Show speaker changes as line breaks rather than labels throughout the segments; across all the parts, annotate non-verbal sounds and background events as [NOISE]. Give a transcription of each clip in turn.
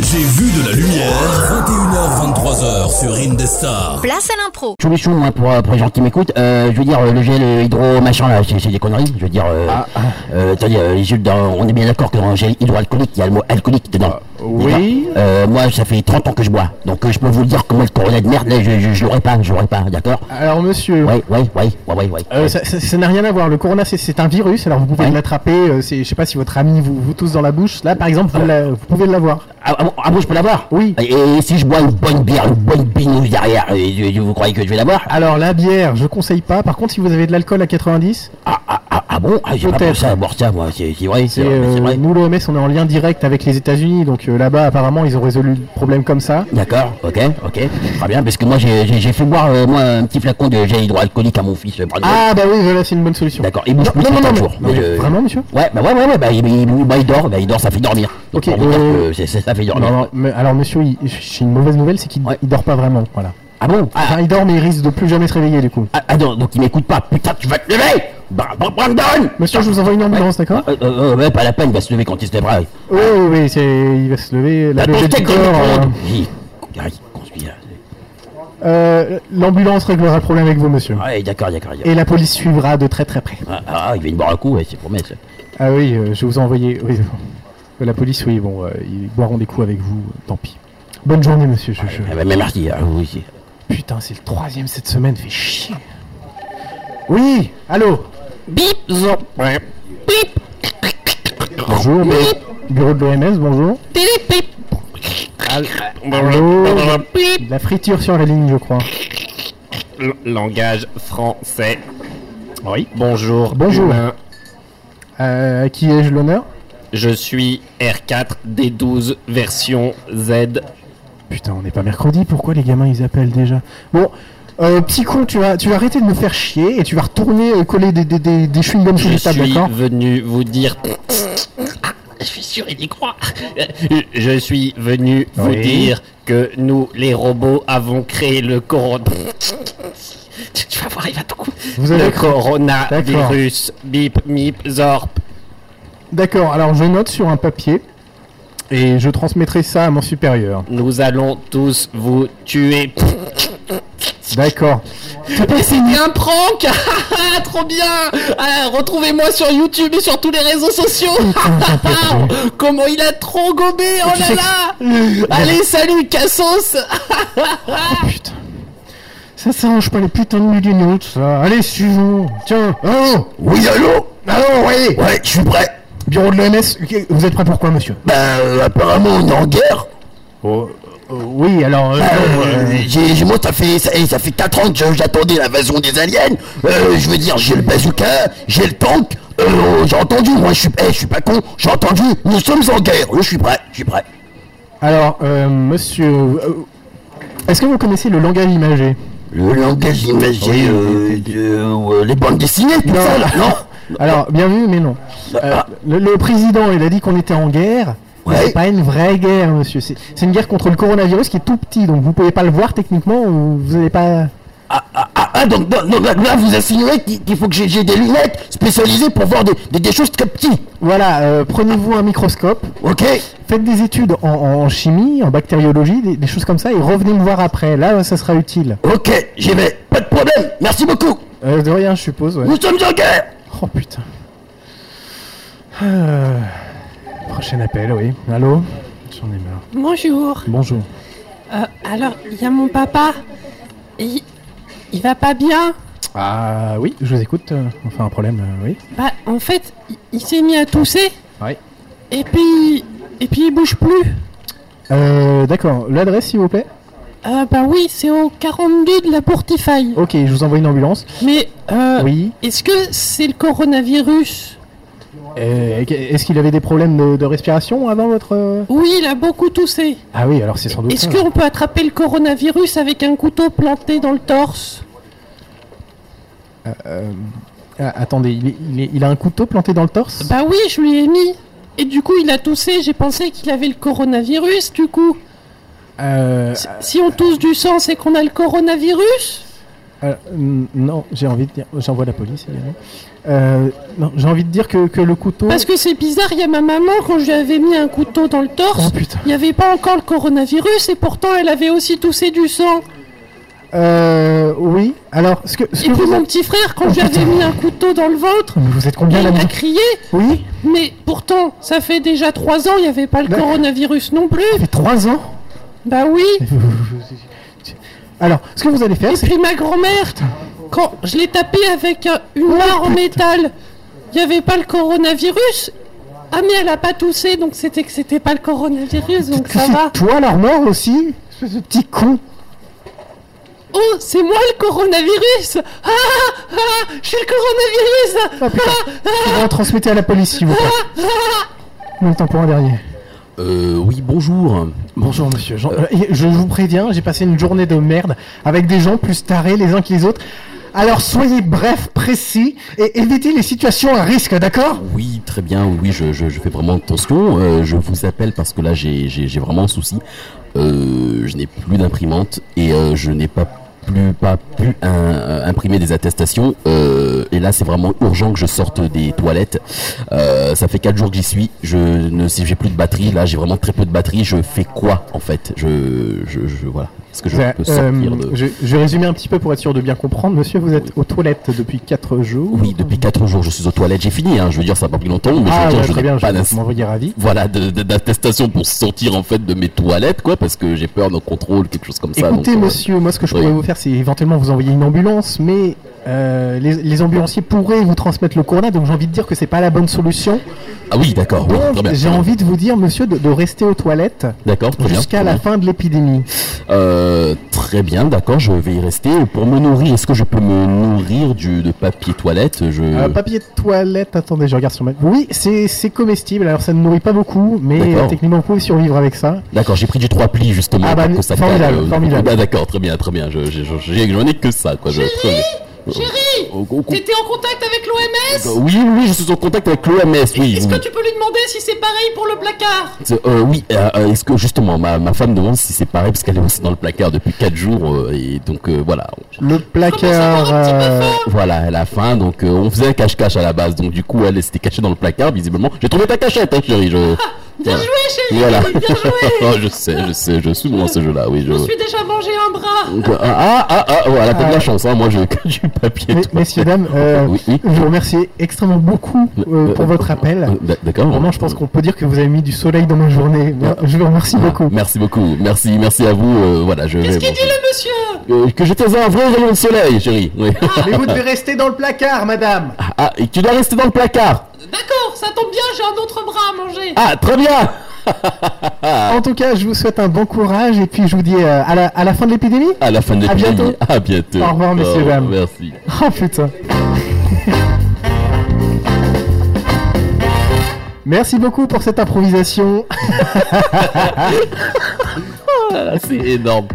J'ai vu de la lumière. 21h, 23h sur Indestar.
Place à l'impro.
Solution moi pour, euh, pour les gens qui m'écoutent, euh, je veux dire euh, le gel euh, hydro machin là, c'est c'est des conneries. Je veux dire, euh,
Ah.
euh, attendez, euh, Jules, dans- on est bien d'accord que dans le gel hydroalcoolique, il y a le mot alcoolique dedans.
Ah, oui.
D'accord Euh, moi, ça fait 30 ans que je bois, donc euh, je peux vous le dire que moi, le corona de merde, là, je, je, je l'aurais pas, je l'aurais pas, d'accord
Alors monsieur,
Ouais, ouais, ouais, ouais, ouais, ouais.
euh, ça- ça ça n'a rien à voir. Le corona, c'est- c'est un virus. Alors vous pouvez l'attraper. euh, c'est- Je sais pas si votre ami vous, vous tousse dans la bouche. Là, par exemple, vous, la- vous pouvez l'avoir.
Ah, ah bon, ah bon, je peux l'avoir
Oui.
Et, et si je bois une bonne bière, une bonne binouze derrière, euh, je- je- vous croyez que je vais l'avoir
Alors la bière, je conseille pas. Par contre, si vous avez de l'alcool à 90,
ah, ah, ah, ah bon Ah, j'ai pas
Peut-être.
pensé à boire ça, moi, c'est c'est vrai, c'est
et,
vrai,
euh,
c'est vrai.
nous l'OMS, on est en lien direct avec les États-Unis. Donc euh, là-bas, apparemment, ils ont résolu le problème comme ça.
D'accord, ok, ok, très bien, parce que moi j'ai- j'ai j'ai fait boire euh, moi un petit flacon de gel hydroalcoolique à mon fils. euh, par exemple.
Ah bah oui, voilà, c'est une bonne solution.
D'accord, il bouge
Non,
plus
non,
que
non,
cinq
mais-
jours,
non,
mais
mais
je-
Vraiment, monsieur
Ouais, bah ouais, ouais, ouais, bah il, il- bah, il dort, bah il dort, ça fait dormir. Donc,
Ok,
on va dire
euh,
que c'est- c'est- ça fait dormir.
Non, non, mais alors monsieur, il- j'ai une mauvaise nouvelle, c'est qu'il
Ouais.
il dort pas vraiment. Voilà.
Ah bon ah,
Enfin, il dort, mais il risque de plus jamais se réveiller du coup.
ah, ah, non, donc il m'écoute pas, putain, tu vas te lever Bra- bra- Brandon
Monsieur, je vous envoie une ambulance, d'accord
euh, euh, euh, ouais, pas la peine, il va se lever quand il se lèvera.
Oui, oui, oui, c'est... il va se lever, la
Attends,
levée
je
du
t'ai
corps.
compris.
euh,
Oui, arrête, conspire.
euh, L'ambulance réglera le problème avec vous, monsieur.
Ah, Ouais, d'accord, d'accord. d'accord.
Et la police suivra de très très près.
Ah, ah, il vient de boire un coup, ouais, c'est promis. ça.
Ah oui, euh, je vous ai envoyé. Oui, bon. la police, oui, bon, euh, ils boiront des coups avec vous, euh, tant pis. Bonne journée, monsieur. Je, je-
Ah, bah, mais merci, hein, oui, c'est-
Putain, c'est le troisième cette semaine, fait chier. Oui, allô
Bip, zop, ouais. bip,
Bonjour, mais- bureau de l'OMS, bonjour.
bip, bip.
Allô De la friture sur la ligne, je crois.
L- langage français.
Oui.
Bonjour.
Bonjour.
humain.
Euh, à qui ai-je l'honneur
Je suis R4D12 version Z.
Putain, on n'est pas mercredi, pourquoi les gamins ils appellent déjà Bon, euh, petit con, tu vas, tu vas arrêter de me faire chier et tu vas retourner euh, coller des, des, des, des chewing-gums sur
Je
les tables,
suis
d'accord
venu vous dire. Ah, Je suis sûr, il y croit. Je suis venu vous
Oui.
dire que nous, les robots, avons créé le corona. Tu vas voir, il va tout coup.
Vous avez
Le
cru-
coronavirus. Bip, mip, zorp.
D'accord, alors je note sur un papier et je transmettrai ça à mon supérieur.
Nous allons tous vous tuer.
D'accord.
C'était un prank [LAUGHS] Trop bien Ah, Retrouvez-moi sur YouTube et sur tous les réseaux sociaux [LAUGHS] Comment il a trop gobé Oh là là [LAUGHS] Allez, salut, [LAUGHS] Cassos
Putain. Ça s'arrange pas les putains de milléniaux, tout ça. Allez, suivons. Tiens, oh
Oui, allô
Allô, oui
Ouais, je suis prêt.
Bureau de l'OMS, ok, vous êtes prêt pour quoi, monsieur
Bah, euh, apparemment, on est en guerre.
Ah, Oui, alors...
Euh, j'ai- j'ai- moi, ça fait, ça, eh, ça fait 4 ans que je- j'attendais l'invasion des aliens. Euh, je veux dire, j'ai le bazooka, j'ai le tank. Euh, j'ai entendu, moi, je suis, eh, je suis pas con. J'ai entendu, nous sommes en guerre. Euh, Je suis prêt, je suis prêt.
Alors, euh, monsieur... euh, Est-ce que vous connaissez le langage imagé
Le langage imagé, euh, euh, euh, les bandes dessinées, tout ça, là, non Ah,
Alors, bien vu, mais non. Euh, le, le président, il a dit qu'on était en guerre. mais
Ouais.
C'est pas une vraie guerre, monsieur. C'est c'est une guerre contre le coronavirus qui est tout petit, donc vous pouvez pas le voir techniquement. ou Vous n'avez pas.
Ah, ah, ah, ah, donc, donc, donc, là, là, vous insinuez qu'il qu'il faut que j'ai j'ai des lunettes spécialisées pour voir des, des, des choses très petites,
Voilà, euh, prenez-vous un microscope,
ok
faites des études en, en chimie, en bactériologie, des, des choses comme ça, et revenez me voir après. Là, ça sera utile.
Ok, j'y vais, pas de problème, merci beaucoup
Euh, de rien, je suppose. Ouais.
Nous sommes en guerre
Oh putain. Euh, Prochain appel, oui. Allô. J'en ai marre.
Bonjour.
Bonjour.
Euh, alors, il y a mon papa. Il, il va pas bien.
Ah oui, je vous écoute. euh, Enfin, un problème, euh, oui.
Bah, en fait, il, il s'est mis à tousser.
Ouais.
Et puis, et puis il bouge plus.
Euh, d'accord. L'adresse, s'il vous plaît.
Euh, bah oui, c'est au 42 de la Portifaille.
Ok, je vous envoie une ambulance.
Mais euh,
Oh. Oui.
est-ce que c'est le coronavirus
Euh, Est-ce qu'il avait des problèmes de, de respiration avant votre... euh
Oui, il a beaucoup toussé.
Ah oui, alors c'est sans doute
Est-ce
ça.
qu'on peut attraper le coronavirus avec un couteau planté dans le torse
Euh, ah, attendez, il, est- il est- il a un couteau planté dans le torse
Bah oui, je lui ai mis. Et du coup, il a toussé. J'ai pensé qu'il avait le coronavirus, du coup.
Euh,
Si on tousse du sang, c'est qu'on a le coronavirus
Alors, n- ah, mm, non, j'ai envie de dire. J'envoie la police également. Euh, non, j'ai envie de dire que, que le couteau.
Parce que c'est bizarre, il y a ma maman, quand je lui avais mis un couteau dans le torse,
Oh putain.
il n'y avait pas encore le coronavirus et pourtant elle avait aussi toussé du sang.
Euh, oui, alors, ce que. ce
Et
que
puis
vous...
mon petit frère, quand je lui avais mis un couteau dans le ventre,
Mais vous êtes
il
combien là
a
maison
crié,
Oui
mais pourtant, ça fait déjà trois ans, il n'y avait pas le
Bah-
coronavirus non plus.
Mais 3 ans
Bah oui,
Alors, ce que vous allez faire,
et
c'est.
puis ma grand-mère, quand je l'ai tapé avec un- une barre en métal, il n'y avait pas le coronavirus. Ah mais elle a pas toussé, donc c'était que c'était pas le coronavirus, donc ça
c'est
va.
toi l'armoire aussi Espèce de petit con
Oh, c'est moi le coronavirus Ah Ah Je suis le coronavirus Ah,
Oh putain Vous transmettez à la police, s'il vous plaît.
[LAUGHS]
Même temps pour un dernier.
Euh, oui, bonjour.
Bonjour monsieur. Jean- Euh, et Je vous préviens, j'ai passé une journée de merde avec des gens plus tarés les uns que les autres. Alors soyez bref, précis et évitez les situations à risque, d'accord
Oui, très bien, oui, oui, je, je, je fais vraiment attention. Euh, je vous appelle parce que là, j'ai, j'ai, j'ai vraiment un souci. Euh, je n'ai plus d'imprimante et euh, je n'ai pas plus pas pu un- euh, imprimer des attestations. Euh, et là, c'est vraiment urgent que je sorte des toilettes. Euh, ça fait quatre jours que j'y suis. Je ne si j'ai plus de batterie. Là, j'ai vraiment très peu de batterie. Je fais quoi en fait je, je, je voilà. Est-ce que je
Ça,
peux sortir de
euh, je, je vais résumer un petit peu pour être sûr de bien comprendre. Monsieur, vous êtes aux toilettes depuis 4 jours.
Oui, depuis quatre jours, je suis aux toilettes. J'ai fini. Hein. Je veux dire, ça n'a pas pris longtemps, mais je veux
ah, ouais,
dire, je
très
n'ai
bien,
pas
je
d'ins-
vous m'envoyer ravi.
voilà de- de- d'attestation pour sortir en fait de mes toilettes quoi parce que j'ai peur d'un contrôle quelque chose comme ça donc,
Écoutez,
euh,
monsieur, moi ce que je
oui.
pourrais vous faire, c'est éventuellement vous envoyer une ambulance, mais euh, les, les ambulanciers pourraient vous transmettre le corona, donc j'ai envie de dire que c'est pas la bonne solution.
ah oui d'accord oui, très
Donc,
bien,
j'ai envie de vous dire, monsieur, de, de rester aux toilettes
d'accord très bien,
jusqu'à
très
la
bien.
fin de l'épidémie.
Euh, très bien d'accord je vais y rester pour me nourrir est-ce que je peux me nourrir du de papier toilette je
Euh, papier de toilette, attendez, je regarde sur ma. Oui, c'est c'est comestible, alors ça ne nourrit pas beaucoup, mais
D'accord.
euh, techniquement vous pouvez survivre avec ça.
d'accord j'ai pris du trois plis justement
Ah bah,
pour que ça
formidable,
cale,
formidable.
Ah, d'accord très bien très bien je je- je- j'ai- j'en ai que ça quoi je, très bien.
Chérie
Au- au- au-
ah. T'étais en contact avec l'OMS
oui, oui, je suis en contact avec l'OMS. Bah Oui,
Est-ce
oui.
que tu peux lui demander si c'est pareil pour le placard
Euh, oui, euh, euh, est-ce que justement ma, ma femme demande si c'est pareil parce qu'elle est aussi dans le placard depuis 4 jours euh, et donc euh, voilà.
Le placard.
avoir un petit peu
euh,
Voilà, elle a faim donc euh, on faisait un cache-cache à la base donc du coup elle s'était cachée dans le placard visiblement. J'ai trouvé ta cachette hein chérie, je...
Bien
Voilà.
joué, chérie
[LAUGHS] Voilà.
Ah, Bien joué
[LAUGHS] Oh, je sais, je sais, je suis bon à ce jeu-là, oui. Je...
Je me suis déjà mangé un bras
Donc, euh, Ah, ah, ah, voilà, t'as de
Ah.
la chance, hein, moi j'ai [LAUGHS] que du papier.
mes-
toi. [LAUGHS]
Messieurs, dames, euh,
Oui, oui.
je vous remercie extrêmement beaucoup euh,
Euh,
pour
euh,
votre
Euh,
appel.
d'ac- D'accord.
Vraiment, je pense qu'on peut dire que vous avez mis du soleil dans ma journée. Je vous remercie beaucoup.
Ah, Merci beaucoup, merci, merci à vous. euh, voilà, je vais.
Qu'est-ce qu'il dit le monsieur
Euh, que j'étais un vrai rayon de soleil, chérie. Oui.
Ah,
Mais vous devez rester dans le placard, madame.
Ah, et tu dois rester dans le placard.
D'accord, ça tombe bien, j'ai un autre bras à manger
Ah, très bien.
En tout cas, je vous souhaite un bon courage et puis je vous dis euh, à, la, à la fin de l'épidémie.
À la fin de
À
l'épidémie.
bientôt.
À bientôt.
Au revoir, messieurs,
Oh,
dames.
Merci.
Oh putain. [LAUGHS] Merci beaucoup pour cette improvisation.
Ah, c'est énorme.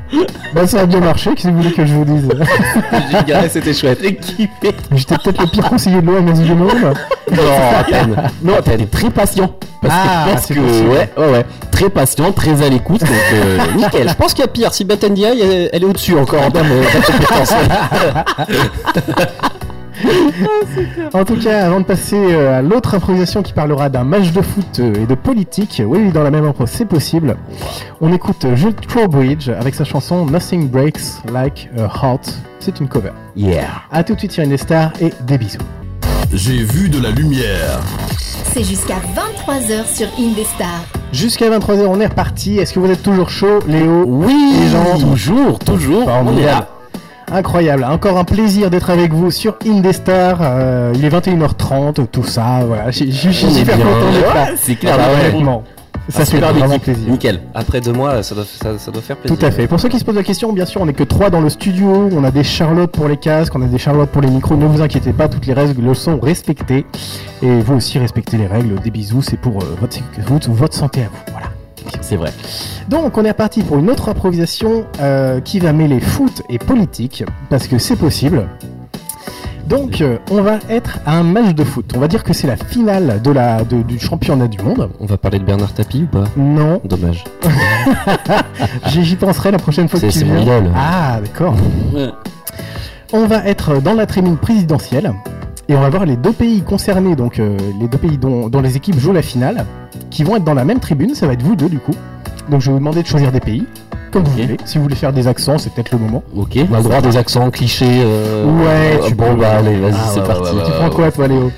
Bah, ça a bien marché, qu'est-ce que vous voulez que je vous dise
[LAUGHS] J'ai garé, c'était chouette. Équipé.
J'étais peut-être le pire conseiller de l'OMS du monde.
Non, Antoine. Non, Antoine est très patient. Parce
Ah,
que je pense
c'est
que,
possible.
ouais, ouais, ouais. Très patient, très à l'écoute. Donc, euh,
[LAUGHS]
nickel.
Je pense qu'il y a pire. Si Batendia, elle elle est au-dessus encore en termes de compétences.
En tout cas, avant de passer euh, à l'autre improvisation qui parlera d'un match de foot euh, et de politique, oui, oui, dans la même impro, c'est possible. On écoute euh, Jules Trowbridge avec sa chanson Nothing Breaks Like a Heart. C'est une cover.
[LAUGHS] Yeah.
A tout de suite, Irene Star, et des bisous.
J'ai vu de la lumière.
C'est jusqu'à 23h sur Indestar.
Jusqu'à 23h, on est reparti. Est-ce que vous êtes toujours chaud, Léo Oui, les gens
Toujours, toujours. On est là.
Incroyable, encore un plaisir d'être avec vous sur Indestar. Euh, il est 21h30, tout ça, voilà. Je je- je suis
On est
super
bien.
content d'être là.
Ouais, c'est clair,
bah
Ah,
là, ouais.
honnêtement, Ça
Ah,
fait
super
vraiment
mythique.
plaisir.
Nickel.
Après deux mois, ça doit, ça, ça doit faire plaisir.
Tout à fait. Pour ceux qui se posent la question, bien sûr, on n'est que trois dans le studio. On a des Charlotte pour les casques, on a des Charlotte pour les micros. Ne vous inquiétez pas, toutes les règles sont respectées. Et vous aussi, respectez les règles. Des bisous, c'est pour euh, votre, votre, votre santé à vous. Voilà.
C'est vrai.
Donc, on est parti pour une autre improvisation euh, qui va mêler foot et politique, parce que c'est possible. Donc, euh, on va être à un match de foot. On va dire que c'est la finale de la, de- du championnat du monde.
On va parler de Bernard Tapie ou pas
Non,
Dommage.
Ah.
j'y j'y penserai la prochaine fois que tu
C'est c'est mon
viens.
idole.
Ah, d'accord. On va être dans la tribune présidentielle et on va voir les deux pays concernés, donc euh, les deux pays dont, dont les équipes jouent la finale, qui vont être dans la même tribune. Ça va être vous deux du coup. Donc je vais vous demander de choisir des pays, comme vous voulez. Si vous voulez faire des accents, c'est peut-être le moment.
Ok. On a le droit à des accents clichés. euh,
Ouais,
euh,
tu
Bon
peux.
bah allez, vas-y,
Ah,
c'est
ouais,
parti.
tu prends quoi toi, Léo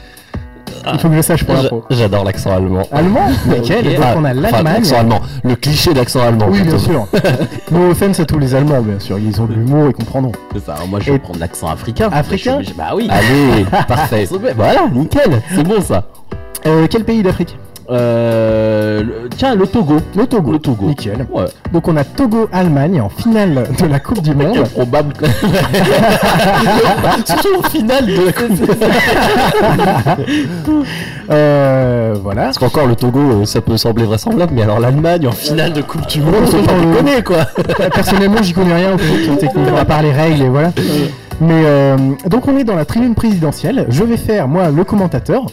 Il faut que je sache pour
J'a-
l'info.
J'adore l'accent allemand.
Allemand
[LAUGHS]
Nickel.
Ah, Ok.
Donc on
Ah,
a
enfin,
l'Allemagne.
l'accent allemand. Le cliché d'accent allemand.
Oui, bien
plutôt.
sûr.
[LAUGHS]
No offense à tous les Allemands, bien sûr. Ils ont de l'humour, ils comprendront.
C'est ça, alors moi je vais
Et-
prendre l'accent africain.
Africain
Je suis obligé- Bah oui. [LAUGHS]
Allez, parfait.
Voilà, nickel, c'est bon ça.
Euh, quel pays d'Afrique
Euh, le- tiens, le Togo.
Le Togo.
Le Togo.
Nickel.
Ouais.
Donc on a Togo-Allemagne en finale de la Coupe du Monde.
C'est probable. que-
[LAUGHS] Surtout au final de la Coupe.
Euh, voilà.
Parce qu'encore le Togo, euh, ça peut sembler vraisemblable, mais alors l'Allemagne en finale de Coupe du Monde,
Ouais,
faut pas
euh,
déconner quoi.
Personnellement, j'y connais rien au
[LAUGHS]
foot, techniquement, à part les règles et voilà. Mais euh, donc on est dans la tribune présidentielle. Je vais faire moi le commentateur.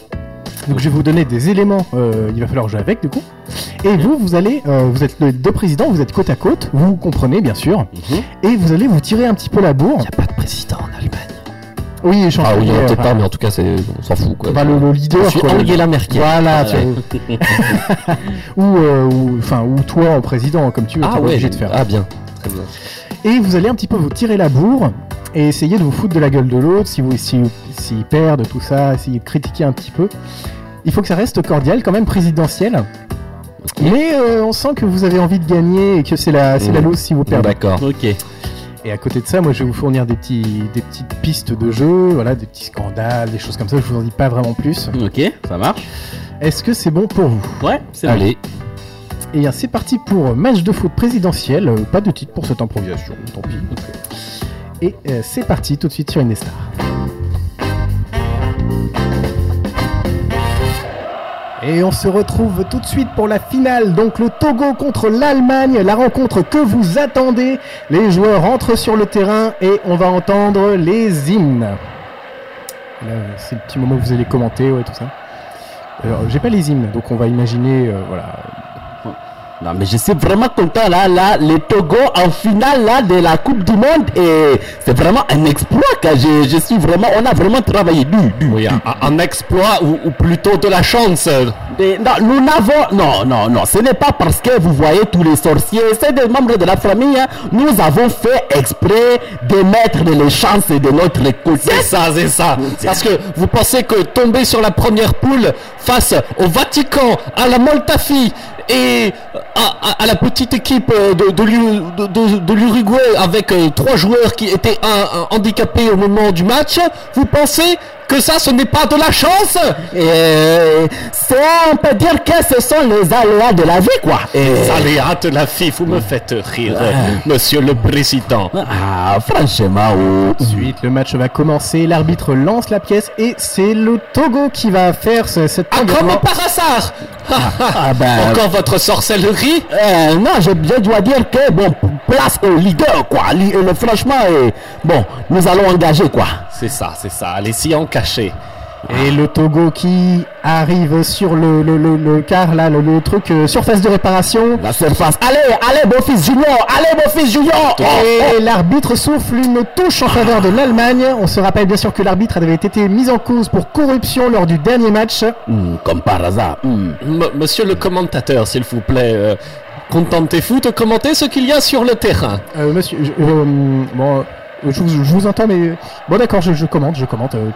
Donc je vais vous donner des éléments. euh, il va falloir jouer avec du coup. Et vous, vous allez, euh, vous êtes les deux présidents, vous êtes côte à côte, vous vous comprenez bien sûr,
Mhm.
et vous allez vous tirer un petit peu la bourre.
Pas de président en Allemagne.
Oui, échanger.
Ah oui, il y en a
euh,
peut-être
enfin,
pas, mais en tout cas, c'est, on s'en fout quoi.
bah, le, le
Je
leader.
suis
quoi, le-
Angela Merkel. Ah
Voilà, tu vois. [LAUGHS] ou, euh, ou- enfin, ou toi en président, comme tu veux, t'es
Ah
pas
ouais,
obligé de faire.
bah.
Ah bien. Très bien.
Et vous allez un petit peu vous tirer la bourre et essayer de vous foutre de la gueule de l'autre, si vous, si, s'ils perdent, tout ça, essayer de critiquer un petit peu. Il faut que ça reste cordial, quand même présidentiel. Mais euh, on sent que vous avez envie de gagner et que c'est la, c'est la
Mmh.
loose si vous
Bon,
Bah.
perdez.
D'accord.
ok.
Et à côté de ça, moi je vais vous fournir des, petits, des petites pistes de jeu, voilà, des petits scandales, des choses comme ça, je vous en dis pas vraiment plus.
Ok, ça marche.
Est-ce que c'est bon pour vous
Ouais, c'est bon.
Allez.
Et bien c'est parti pour match de foot présidentiel, Euh, pas de titre pour cette improvisation, tant pis. Et euh, c'est parti tout de suite sur Indestar. Et on se retrouve tout de suite pour la finale, donc le Togo contre l'Allemagne, la rencontre que vous attendez. Les joueurs rentrent sur le terrain et on va entendre les hymnes. Là, c'est le petit moment où vous allez commenter, ouais, tout ça. Alors, j'ai pas les hymnes, donc on va imaginer, euh, voilà,
Non, mais je suis vraiment content là, là, les Togo en finale là de la Coupe du Monde et c'est vraiment un exploit car je, je suis vraiment, on a vraiment travaillé dur, dur.
Oui, hein. un, un exploit ou, ou plutôt de la chance.
Mais non, nous n'avons, non, non, non, ce n'est pas parce que vous voyez tous les sorciers, c'est des membres de la famille, hein. nous avons fait exprès de mettre les chances de notre côté.
C'est ça, c'est ça. Parce que vous pensez que tomber sur la première poule face au Vatican, à la Moldavi et à, à- à la petite équipe euh, de, de l'U- de- de- de l'Uruguay avec euh, trois joueurs qui étaient un- un handicapés au moment du match, vous pensez que ça, ce n'est pas de la chance euh,
Et c'est, on peut dire que ce sont les aléas de la vie, quoi. Et-
Allez, hâte la fille, vous me faites rire, monsieur le président.
ah, franchement, oh.
Ensuite, le match va commencer, l'arbitre lance la pièce et c'est le Togo qui va faire ce- cette
Ah,
tangente.
comme par hasard
Ah, ben,
Encore votre sorcellerie
Euh, non, je, je dois dire que, bon, place au leader, quoi. Li- euh, le- franchement, euh, bon, nous allons engager, quoi.
C'est ça, c'est ça, allez-y en cacher.
Et le Togo qui arrive sur le, le, le, le car là, le, le truc euh, surface de réparation.
La surface. Allez, allez, beau fils junior, allez, beau fils junior. Oh,
Et l'arbitre souffle une touche en faveur de l'Allemagne. On se rappelle bien sûr que l'arbitre avait été mis en cause pour corruption lors du dernier match.
oh. Hmm, comme par hasard. hmm.
M- Monsieur le commentateur, s'il vous plaît, euh, contentez-vous de commenter ce qu'il y a sur le terrain.
Euh, monsieur, je, euh, bon, euh, je, vous, je vous entends, mais euh, bon d'accord, je, je commente, je commente. euh.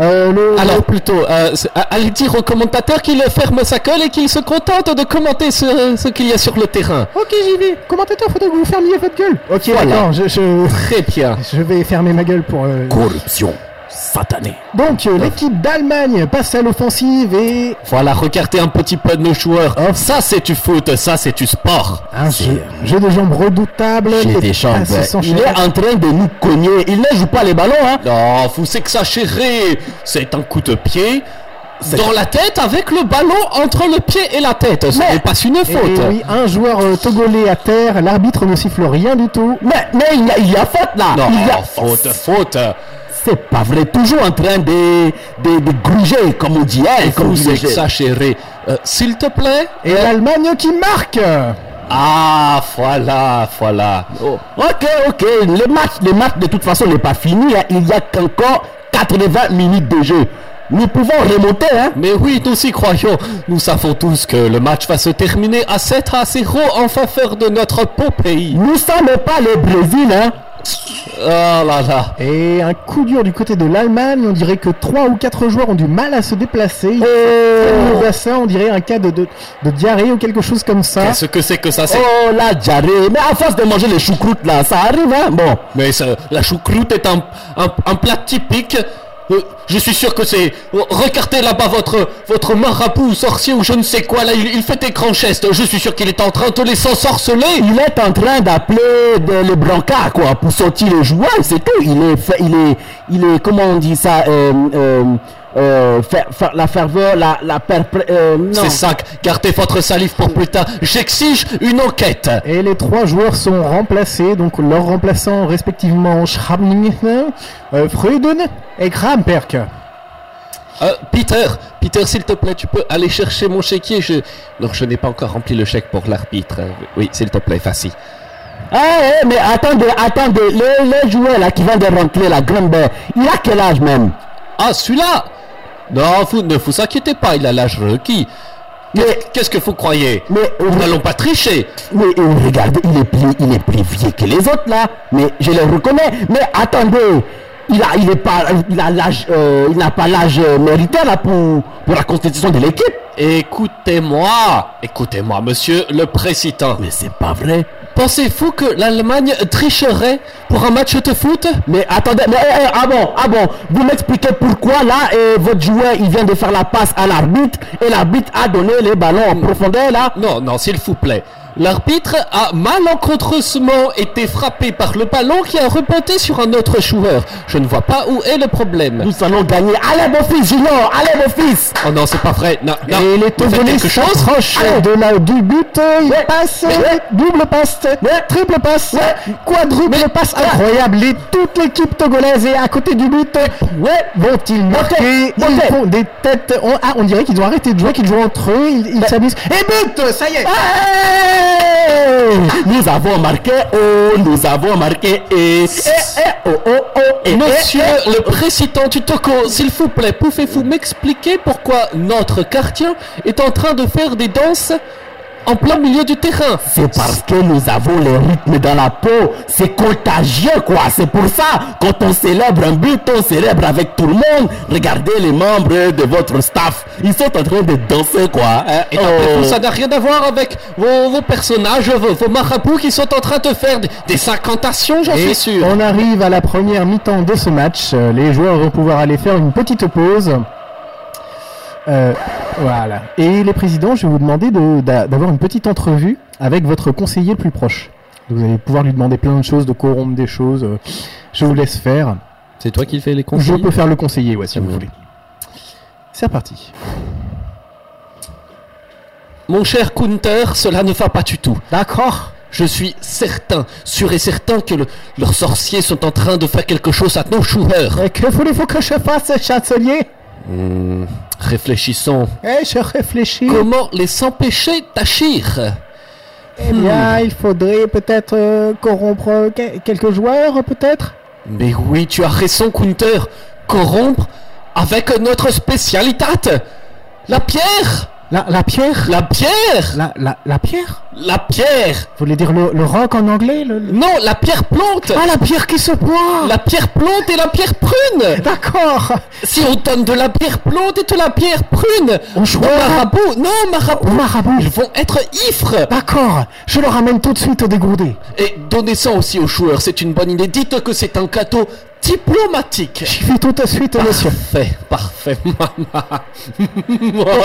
Euh, le,
Alors plutôt, euh, c'est- a- allez dire au commentateur qu'il ferme sa gueule et qu'il se contente de commenter ce, ce qu'il y a sur le terrain.
Ok, j'y vais. Commentateur, faudrait que vous fermiez votre gueule. Ok, d'accord, je, je,
Très bien.
je vais fermer ma gueule pour. euh,
Corruption satanée.
Donc, euh, l'équipe d'Allemagne passe à l'offensive et.
Voilà, regardez un petit peu nos joueurs. Oh, Ça c'est du foot, ça c'est du sport.
Un jeu, jeu de jambes redoutable.
J'ai
les
des chambres.
passes s'enchaînent.
Il est en train de nous cogner. Il ne joue pas les ballons, hein.
Non, oh, vous exagérez C'est un coup de pied dans la tête avec le ballon entre le pied et la tête. Ce
Mais- eh
n'est pas une
Et
faute.
oui, un joueur euh, togolais à terre, l'arbitre ne siffle rien du tout.
Mais, mais il y a, il y a faute, là.
Non,
Il y a-
Oh, faute, faute.
C'est pas vrai. Toujours en train de, de, de gruger, comme on dit, hein, comme on dit
Vous
les jeunes.
exagérez. Euh, S'il te plaît.
Et l'Allemagne qui marque
Ah, voilà, voilà. Oh. Ok, ok, le match, le match de toute façon n'est pas fini. hein. Il y a encore 80 minutes de jeu. Nous pouvons remonter, hein.
Mais oui, nous y croyons. Nous savons tous que le match va se terminer à 7 à 0 en faveur de notre beau pays.
Nous sommes pas le Brésil, hein.
Oh là là.
Et un coup dur du côté de l'Allemagne, on dirait que trois ou quatre joueurs ont du mal à se déplacer. Ils
Oh.
traînent le bassin, on dirait un cas de, de, de diarrhée ou quelque chose comme ça.
Qu'est-ce que c'est que ça c'est
Hein? Oh la diarrhée. Mais à force de manger les choucroutes là, ça arrive, hein. Bon.
Mais ça- la choucroute est un, un, un plat typique. Euh, Je suis sûr que c'est... oh, Regardez là-bas votre, votre marabout ou sorcier ou je ne sais quoi. Là, il, il fait des grands gestes. Je suis sûr qu'il est en train de les s'ensorceler.
Il est en train d'appeler de- le brancard, quoi, pour sortir les joueurs, c'est tout. Il est, fait- il est, il est, comment on dit ça, euh, euh, euh, fer- fer- la ferveur, la, la perpre- euh, non.
C'est ça, gardez votre salive pour plus tard. J'exige une enquête.
Et les trois joueurs sont remplacés, donc leurs remplaçants respectivement Schramning, euh, Freuden et Kramperk.
Euh, Peter, Peter, s'il te plaît, tu peux aller chercher mon chéquier. Je... Non, je n'ai pas encore rempli le chèque pour l'arbitre. Euh, Oui, s'il te plaît, facile.
Ah, eh, mais attendez, attendez, le, le joueur là qui vient de rentrer, la grande belle, il a quel âge même
Ah, celui-là Non, vous ne vous inquiétez pas, il a l'âge requis.
Mais-
Mais qu'est-ce que vous croyez
Mais,
Nous n'allons pas tricher.
mais euh, regardez, il est plus, il est plus vieux que les autres là. Mais je le reconnais. Mais attendez, il a, il est pas, il a l'âge, euh, il n'a pas l'âge euh, mérité là pour, pour la constitution de l'équipe.
Écoutez-moi, écoutez-moi, monsieur le président.
Mais c'est pas vrai.
Pensez-vous que l'Allemagne tricherait pour un match de foot
Mais attendez, mais eh, eh, ah bon, ah bon, vous m'expliquez pourquoi là euh, votre joueur il vient de faire la passe à l'arbitre et l'arbitre a donné les ballons en profondeur là.
Non, non, s'il vous plaît. L'arbitre a malencontreusement été frappé par le ballon qui a rebondi sur un autre joueur. Je ne vois pas où est le problème.
Nous allons gagner. Allez mon fils, Junior, allez mon fils.
Oh non, c'est pas vrai. Non, non.
Et les
Vous faites
Togolais
quelque chose
s'approchent de la, du but, euh, ils
Ouais.
passent,
Ouais.
double passe, triple passe, quadruple passe, incroyable, et toute l'équipe togolaise est à côté du but, ouais. vont-ils marquer, ils
ok.
font des têtes, on, ah, on dirait qu'ils ont arrêté de jouer, qu'ils jouent entre eux, ils ils s'amusent, Ah, et but, ça y est
Hey Eh, Nous avons marqué, oh, nous avons marqué, et, oh, oh, oh, eh, eh,
Monsieur
eh.
le président du Toco, s'il vous plaît, pouvez-vous m'expliquer pourquoi notre quartier est en train de faire des danses en plein milieu du terrain
C'est parce que nous avons le rythme dans la peau, c'est contagieux quoi, c'est pour ça, quand on célèbre un but, on célèbre avec tout le monde, regardez les membres de votre staff, ils sont en train de danser quoi, hein.
Et après
Oh.
tout, ça n'a rien à voir avec vos, vos personnages, vos, vos marabouts qui sont en train de faire des, des incantations, j'en suis sûr.
On arrive à la première mi-temps de ce match. Euh, Les joueurs vont pouvoir aller faire une petite pause. Euh, voilà. Et les présidents, je vais vous demander de- d'a- d'avoir une petite entrevue avec votre conseiller le plus proche. Vous allez pouvoir lui demander plein de choses, de corrompre des choses. Euh, Je vous laisse faire.
C'est toi qui fais les
Je peux faire le conseiller, ouais, si vous voulez. C'est reparti.
Mon cher Counter, cela ne va pas du tout. D'accord. Je suis certain, sûr et certain que le- leurs sorciers sont en train de faire quelque chose à nos joueurs.
Et que voulez-vous que je fasse, chancelier
Réfléchissons.
Eh, je réfléchis.
Comment les empêcher d'agir
Eh bien, il faudrait peut-être euh, corrompre euh, que- quelques joueurs, peut-être
Mais oui, tu as raison, Counter. Corrompre avec notre spécialité. La pierre
la, la pierre
La pierre
La, la, la pierre
La pierre
Vous voulez dire le, le rock en anglais le, le-
Non, la pierre plante
Ah, la pierre qui se boit
La pierre plante et la pierre prune
D'accord
Si on donne de la pierre plante et de la pierre prune
On joue
Non, marabout Non, marabout
marabout
Ils vont être ifres
D'accord Je le ramène tout de suite au dégourdé.
Et donnez ça aussi aux joueurs, c'est une bonne idée. Dites que c'est un cadeau diplomatique
J'y vais tout de suite, monsieur.
Parfait, parfait, [LAUGHS]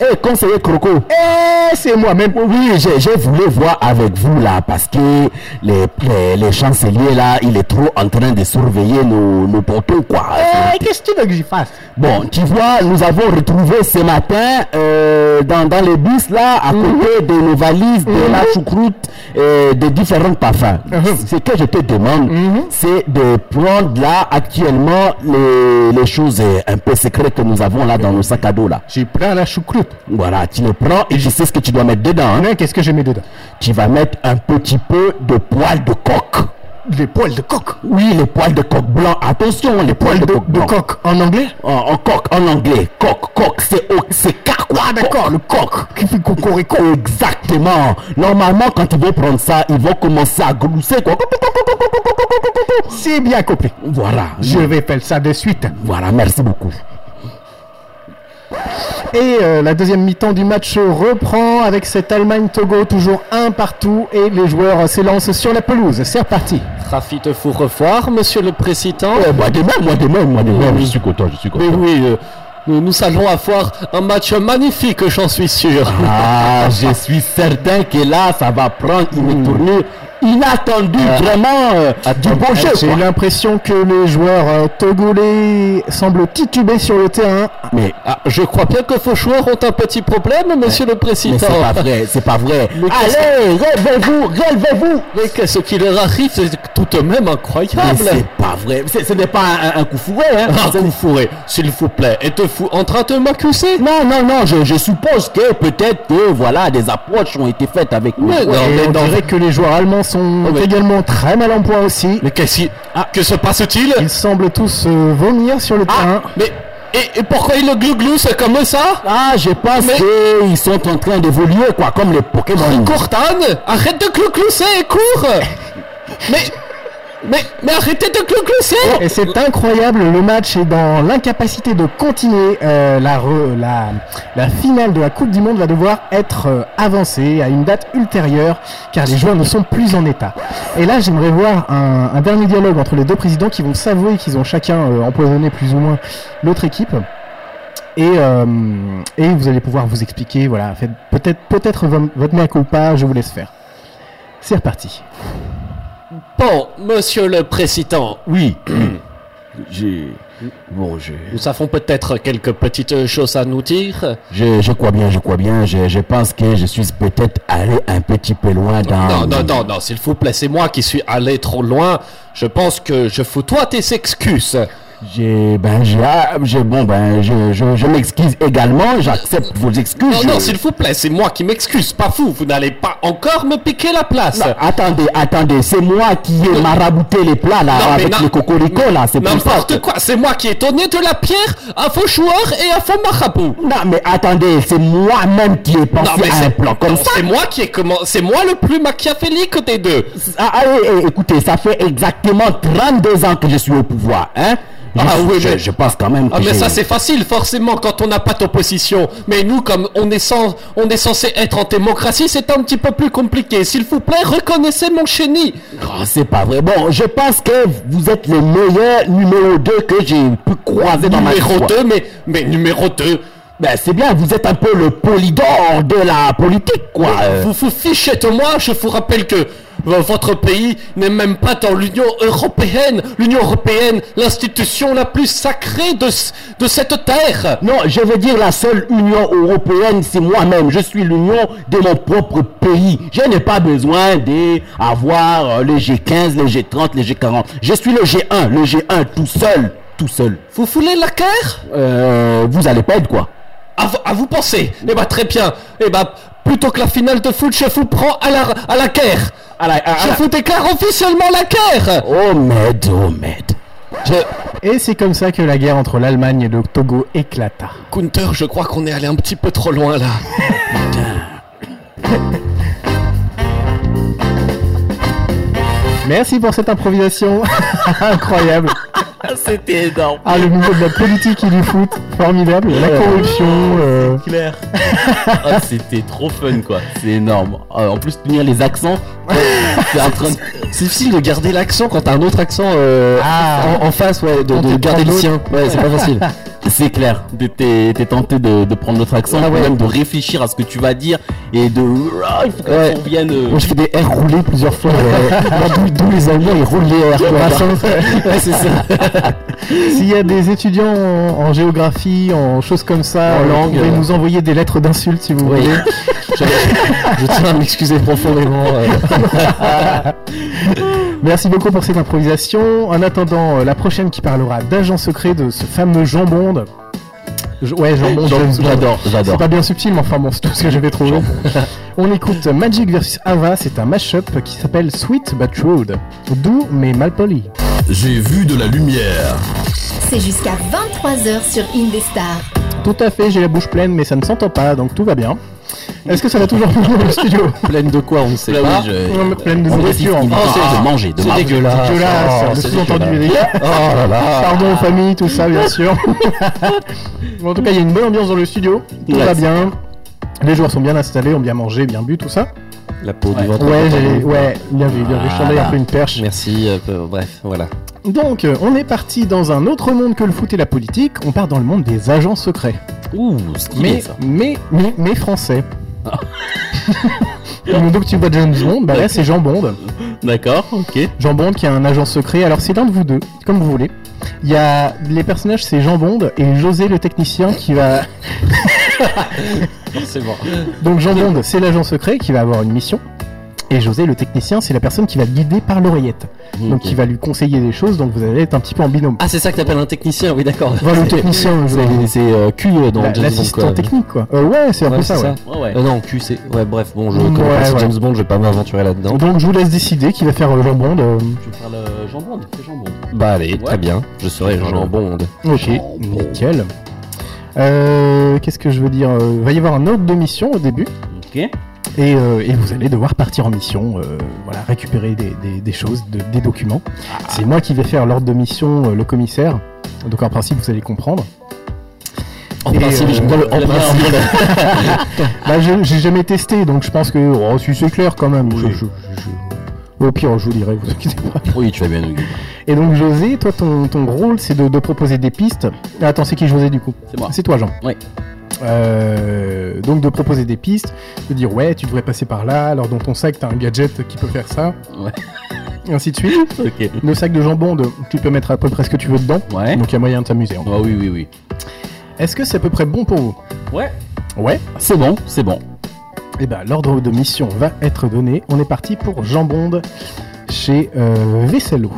Eh, conseiller Croco,
Eh, c'est moi-même
oui, j'ai j'ai voulu voir avec vous là, parce que les, les, les chanceliers là, il est trop en train de surveiller nos, nos pontons quoi.
Eh, qu'est-ce que tu veux que j'y fasse
Bon, tu vois, nous avons retrouvé ce matin euh, dans, dans les bus là, à
Mhm.
côté de nos valises, de la choucroute, euh, de différents parfums.
Mhm.
Ce que je te demande, c'est de prendre là actuellement les, les choses euh, un peu secrètes que nous avons là dans nos sacs à dos là.
J'ai plein la choucroute.
Voilà, tu le prends et je sais ce que tu dois mettre dedans. hein.
Mais Qu'est-ce que j'ai mis dedans
Tu vas mettre un petit peu de poils de coq.
Des poils de coq.
Oui, les poils de coq blanc. Attention, les poils de, coq
De
blanc.
coq en anglais
En, en coq, en anglais. Coq, coq, c'est o- c'est car quoi Ah, d'accord, le coq qui fait cocorico. Exactement. Normalement, quand ils vont prendre ça, ils vont commencer à glousser. quoi.
C'est bien compris.
Voilà.
Je vais faire ça de suite.
Voilà, merci beaucoup.
Et euh, la deuxième mi-temps du match reprend avec cette Allemagne-Togo toujours un partout et les joueurs euh, s'élancent sur la pelouse. C'est reparti.
Trafi de fou revoir, monsieur le président.
Eh, moi de même, moi de même, moi de même. Je suis content, je suis
Oh, Mais
content.
oui, euh, nous, nous allons avoir un match magnifique, j'en suis sûr. [LAUGHS]
Ah, je suis certain que là, ça va prendre une tournure inattendue, vraiment euh, du bon jeu.
J'ai
quoi.
l'impression que les joueurs euh, togolais semblent tituber sur le terrain.
Mais,
Ah, je crois bien que vos joueurs ont un petit problème, monsieur le
mais
président.
c'est pas vrai, c'est pas vrai.
qu'est-ce
Allez, relevez-vous, relevez-vous.
Mais qu'est-ce qui leur arrive C'est tout de même
Mais
incroyable.
c'est pas vrai, C'est- ce n'est pas un, un coup fourré. Hein.
Ah,
C'est-
vous fourrez, s'il vous plaît. Êtes-vous en train de m'accuser
Non, non, non, je, je suppose que peut-être que voilà, des approches ont été faites avec le
Mais
joueur.
non.
Et
mais
on
dans-
dirait que les joueurs allemands sont
Oh,
mais-
également très mal en point aussi.
Mais qu'est-ce qui... Ah, que se passe-t-il
Ils semblent tous euh, vomir sur le terrain.
Ah, mais... Et, et pourquoi il le glouglou, c'est comme ça
Ah, je pense
Mais-
qu'ils sont en train d'évoluer, quoi, comme les Pokémon.
Cortane, arrête de glouglousser
[LAUGHS]
et cours Mais... Mais, mais arrêtez de glouglousser
Et c'est incroyable, le match est dans l'incapacité de continuer. Euh, la, re- la, la finale de la Coupe du Monde va devoir être euh, avancée à une date ultérieure car les joueurs ne sont plus en état. Et là, j'aimerais voir un, un dernier dialogue entre les deux présidents qui vont s'avouer qu'ils ont chacun euh, empoisonné plus ou moins l'autre équipe. Et, euh, et vous allez pouvoir vous expliquer, voilà, faites peut-être peut-être vo- votre mea culpa, je vous laisse faire. C'est reparti.
Bon, monsieur le président,
Oui. [CLEARS THROAT] J'ai. Bon, je...
nous avons peut-être quelques petites choses à nous dire.
je. Je crois bien, je crois bien. Je, je pense que je suis peut-être allé un petit peu loin dans.
Non, non, non, non, s'il vous plaît, c'est moi qui suis allé trop loin. Je pense que je vous dois tes excuses.
J'ai. Ben, j'ai. ah, j'ai- Bon, ben, je, je, je m'excuse également. J'accepte vos excuses.
Non,
Je-
non, s'il vous plaît, c'est moi qui m'excuse, pas vous. Vous n'allez pas encore me piquer la place.
Non, attendez, attendez, c'est moi qui ai marabouté les plats là
Non, mais
avec
non-
les cocorico là, c'est pour ça. que-
N'importe quoi, c'est moi qui ai donné de la pierre à faux joueurs et à faux marabouts.
Non mais attendez, c'est moi-même qui ai pensé
Non, mais
à un plan comme
non,
ça.
c'est moi qui ai comment, c'est moi le plus machiavélique des deux.
Ah, ah, eh, eh, écoutez, ça fait exactement 32 ans que je suis au pouvoir, hein. Je,
Ah, oui,
je,
mais-
je pense quand même que
Ah mais
j'ai-
ça c'est facile forcément quand on n'a pas d'opposition. Mais nous comme on est sans, on est censé être en démocratie, c'est un petit peu plus compliqué. S'il vous plaît, reconnaissez mon chenille.
Oh, c'est pas vrai. Bon, je pense que vous êtes le meilleur numéro 2 que j'ai pu croiser dans ma
Numéro
vie.
2, mais mais numéro 2.
Ben, c'est bien, vous êtes un peu le polydor de la politique, quoi. euh.
Ah, Vous vous fichez de moi, je vous rappelle que euh, votre pays n'est même pas dans l'Union européenne. L'Union européenne, l'institution la plus sacrée de, c- de cette terre.
Non, je veux dire la seule Union européenne, c'est moi-même. Je suis l'union de mon propre pays. Je n'ai pas besoin d'avoir euh, le G15, le G30, le G40. Je suis le G1, le G1 tout seul, tout seul.
Vous voulez la guerre
Euh, vous allez pas être quoi
à, vous- à vous penser Eh bah très bien. Eh bah plutôt que la finale de foot, je vous prends à la, à la guerre.
à la- à- à
je
la-
vous déclare officiellement la guerre.
Oh merde, oh merde.
Et c'est comme ça que la guerre entre l'Allemagne et le Togo éclata.
Counter, je crois qu'on est allé un petit peu trop loin là.
Merci pour cette improvisation [LAUGHS] incroyable.
C'était énorme.
Ah, le niveau de la politique et du foot, formidable. La corruption. euh,
Claire. Ah, c'était trop fun quoi. C'est énorme. Ah, en plus, tenir les [LAUGHS] accents. C'est en train de-
C'est difficile de garder l'accent quand t'as un autre accent euh,
Oh,
Ah.
en, en face, ouais, de,
Quand
de
tu
garder le
prends
sien. Ouais, c'est pas
[LAUGHS]
facile.
C'est clair, De- t'es t'es tenté de, de prendre notre
Ah
accent, même de réfléchir à ce que tu vas dire et de. Ah, Il faut qu'on
Ouais.
revienne. euh,
Moi, je fais des R roulés plusieurs
[LAUGHS]
fois. euh, d'où- D'où les Allemands, ils roulent les R. tu vois.
[LAUGHS]
Ouais, c'est ça.
S'il y a des étudiants en, en géographie, en choses comme ça,
En
euh,
langue,
vous pouvez
euh.
nous envoyer des lettres d'insultes si vous voulez.
Je tiens à m'excuser profondément. euh.
Merci beaucoup pour cette improvisation. En attendant, euh, la prochaine qui parlera d'agent secret de ce fameux jambonde. Je- ouais, j'en monte.
J'en-
je-
j'adore,
C'est
j'adore.
pas bien subtil, mais enfin bon, c'est tout ce que j'avais trouvé. [LAUGHS] On écoute Magic versus Ava, c'est un mashup qui s'appelle Sweet But Rude. Doux mais mal poli.
J'ai vu de la lumière.
C'est jusqu'à 23h sur Indestar.
Tout à fait, j'ai la bouche pleine, mais ça ne s'entend pas, donc tout va bien. Est-ce que ça va toujours [LAUGHS] bien dans le studio
Pleine de quoi, on ne sait
Là,
pas.
oui, je-
Ouais, mais Pleine de nourriture.
Il
enfin.
mangeait, de manger, de
hein. c'est
manger.
dégueulasse.
Dégueulasse,
Oh,
le
c'est
sous-entendu est
dégueulasse.
dégueulasse.
Ah.
Pardon aux familles, tout ça, bien
[LAUGHS]
sûr. Bon, en tout cas, il y a une bonne ambiance dans le studio. Tout
Ouais,
va
c'est
bien. Les joueurs sont bien installés, ont bien mangé, bien bu, tout ça.
La peau du ventre.
Ouais, j'ai- ouais, bien vu, bien vu. Je t'en ai
Voilà.
un peu une perche.
Ah. Merci, euh, peu- bref, voilà.
Donc, euh, on est parti dans un autre monde que le foot et la politique. On part dans le monde des agents secrets.
Ouh, stylé
Mais,
ça. Ah.
mais, mais, mais français. [LAUGHS] Donc tu vois James Bond, bah là c'est Jean Bond.
D'accord, ok.
Jean Bond qui est un agent secret. Alors c'est l'un de vous deux, comme vous voulez. Il y a les personnages, c'est Jean Bond et José le technicien qui va.
C'est bon.
Donc Jean Bond, c'est l'agent secret qui va avoir une mission. Et José le technicien, c'est la personne qui va le guider par l'oreillette. Donc
Ok.
qui va lui conseiller des choses. Donc vous allez être un petit peu en binôme.
Ah, c'est ça que t'appelles un technicien, oui, d'accord.
Voilà le technicien, je veux dire.
C'est- C'est euh, Q euh, dans
La-
James Bond, quoi.
l'assistant technique quoi. Euh, ouais, c'est un peu
Ouais,
ça.
c'est
ouais.
ça. Euh, non, Q, c'est. Ouais, bref, bon, je
Ouais,
connais pas ce
ouais.
James Bond, je vais pas m'aventurer là-dedans.
Donc je vous laisse décider qui va faire euh, Jean Bond. euh,
Tu parles Jean Bond, c'est Jean Bond. Bah, allez, très bien. Je serai Jean Bond.
Ok, nickel. Euh, Qu'est-ce que je veux dire euh, Il va y avoir un ordre de mission au début.
Ok.
Et, euh, et vous allez devoir partir en mission, euh, voilà, récupérer des, des- des choses, de- des documents.
Ah.
C'est moi qui vais faire l'ordre de mission, euh, le commissaire. Donc en principe, vous allez comprendre.
En
Et,
principe,
euh,
je
[LAUGHS]
me le. En principe.
Bah, je- j'ai jamais testé, donc je pense que oh, si c'est clair quand même. Je- je- je- Au pire, je vous dirai, vous inquiétez pas.
Oui, tu vas bien, Hugues.
Et donc José, toi ton, ton rôle c'est de, de proposer des pistes. Ah, Attends, c'est qui José du coup
C'est moi.
C'est toi Jean.
Ouais.
Euh, donc de proposer des pistes, de dire ouais tu devrais passer par là, alors dans ton sac t'as un gadget qui peut faire ça.
Ouais.
Et ainsi de suite.
[LAUGHS] Ok.
Le sac de jambon, de, tu peux mettre à peu près ce que tu veux dedans.
Ouais.
Donc il y a moyen de s'amuser. en gros.
Ah oui, oui, oui.
Est-ce que c'est à peu près bon pour vous
Ouais.
Ouais.
C'est bon, c'est bon.
Et ben l'ordre de mission va être donné. On est parti pour Jambonde chez euh, Vessello.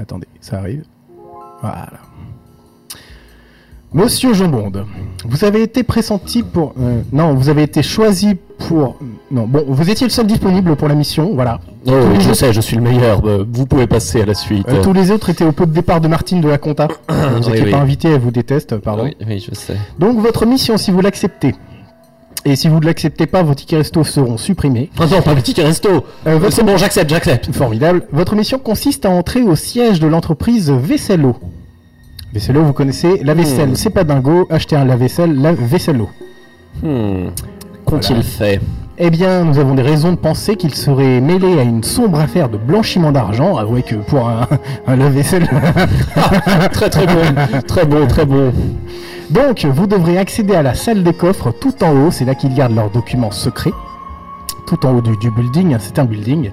Attendez, ça arrive. Voilà. Monsieur Jambonde, vous avez été pressenti pour... euh, non, vous avez été choisi pour... Non, bon, vous étiez le seul disponible pour la mission, voilà.
Oh, oui, je sais, je suis le meilleur. euh, Vous pouvez passer à la suite.
Euh, tous les autres étaient au pot de départ de Martine de la Compta.
[COUGHS]
Vous
Oui,
n'étiez
oui.
pas invité, elle vous déteste, pardon.
Oui, oui, je sais.
Donc votre mission, si vous l'acceptez, et si vous ne l'acceptez pas, vos tickets resto seront supprimés.
Ah non, pas le ticket resto.
Euh, votre-
C'est bon, j'accepte, j'accepte.
Formidable. Votre mission consiste à entrer au siège de l'entreprise Vessello. Vessello, vous connaissez, la vaisselle, c'est pas dingo, acheter un lave-vaisselle, la Vessello.
Hmm. Qu'ont-ils fait
Eh bien, nous avons des raisons de penser qu'il serait mêlé à une sombre affaire de blanchiment d'argent. Avouez que pour un, [LAUGHS] un lave-vaisselle,
Très très
[LAUGHS]
bon, très bon, très bon.
Donc, vous devrez accéder à la salle des coffres tout en haut, c'est là qu'ils gardent leurs documents secrets, tout en haut du, du building, hein, c'est un building,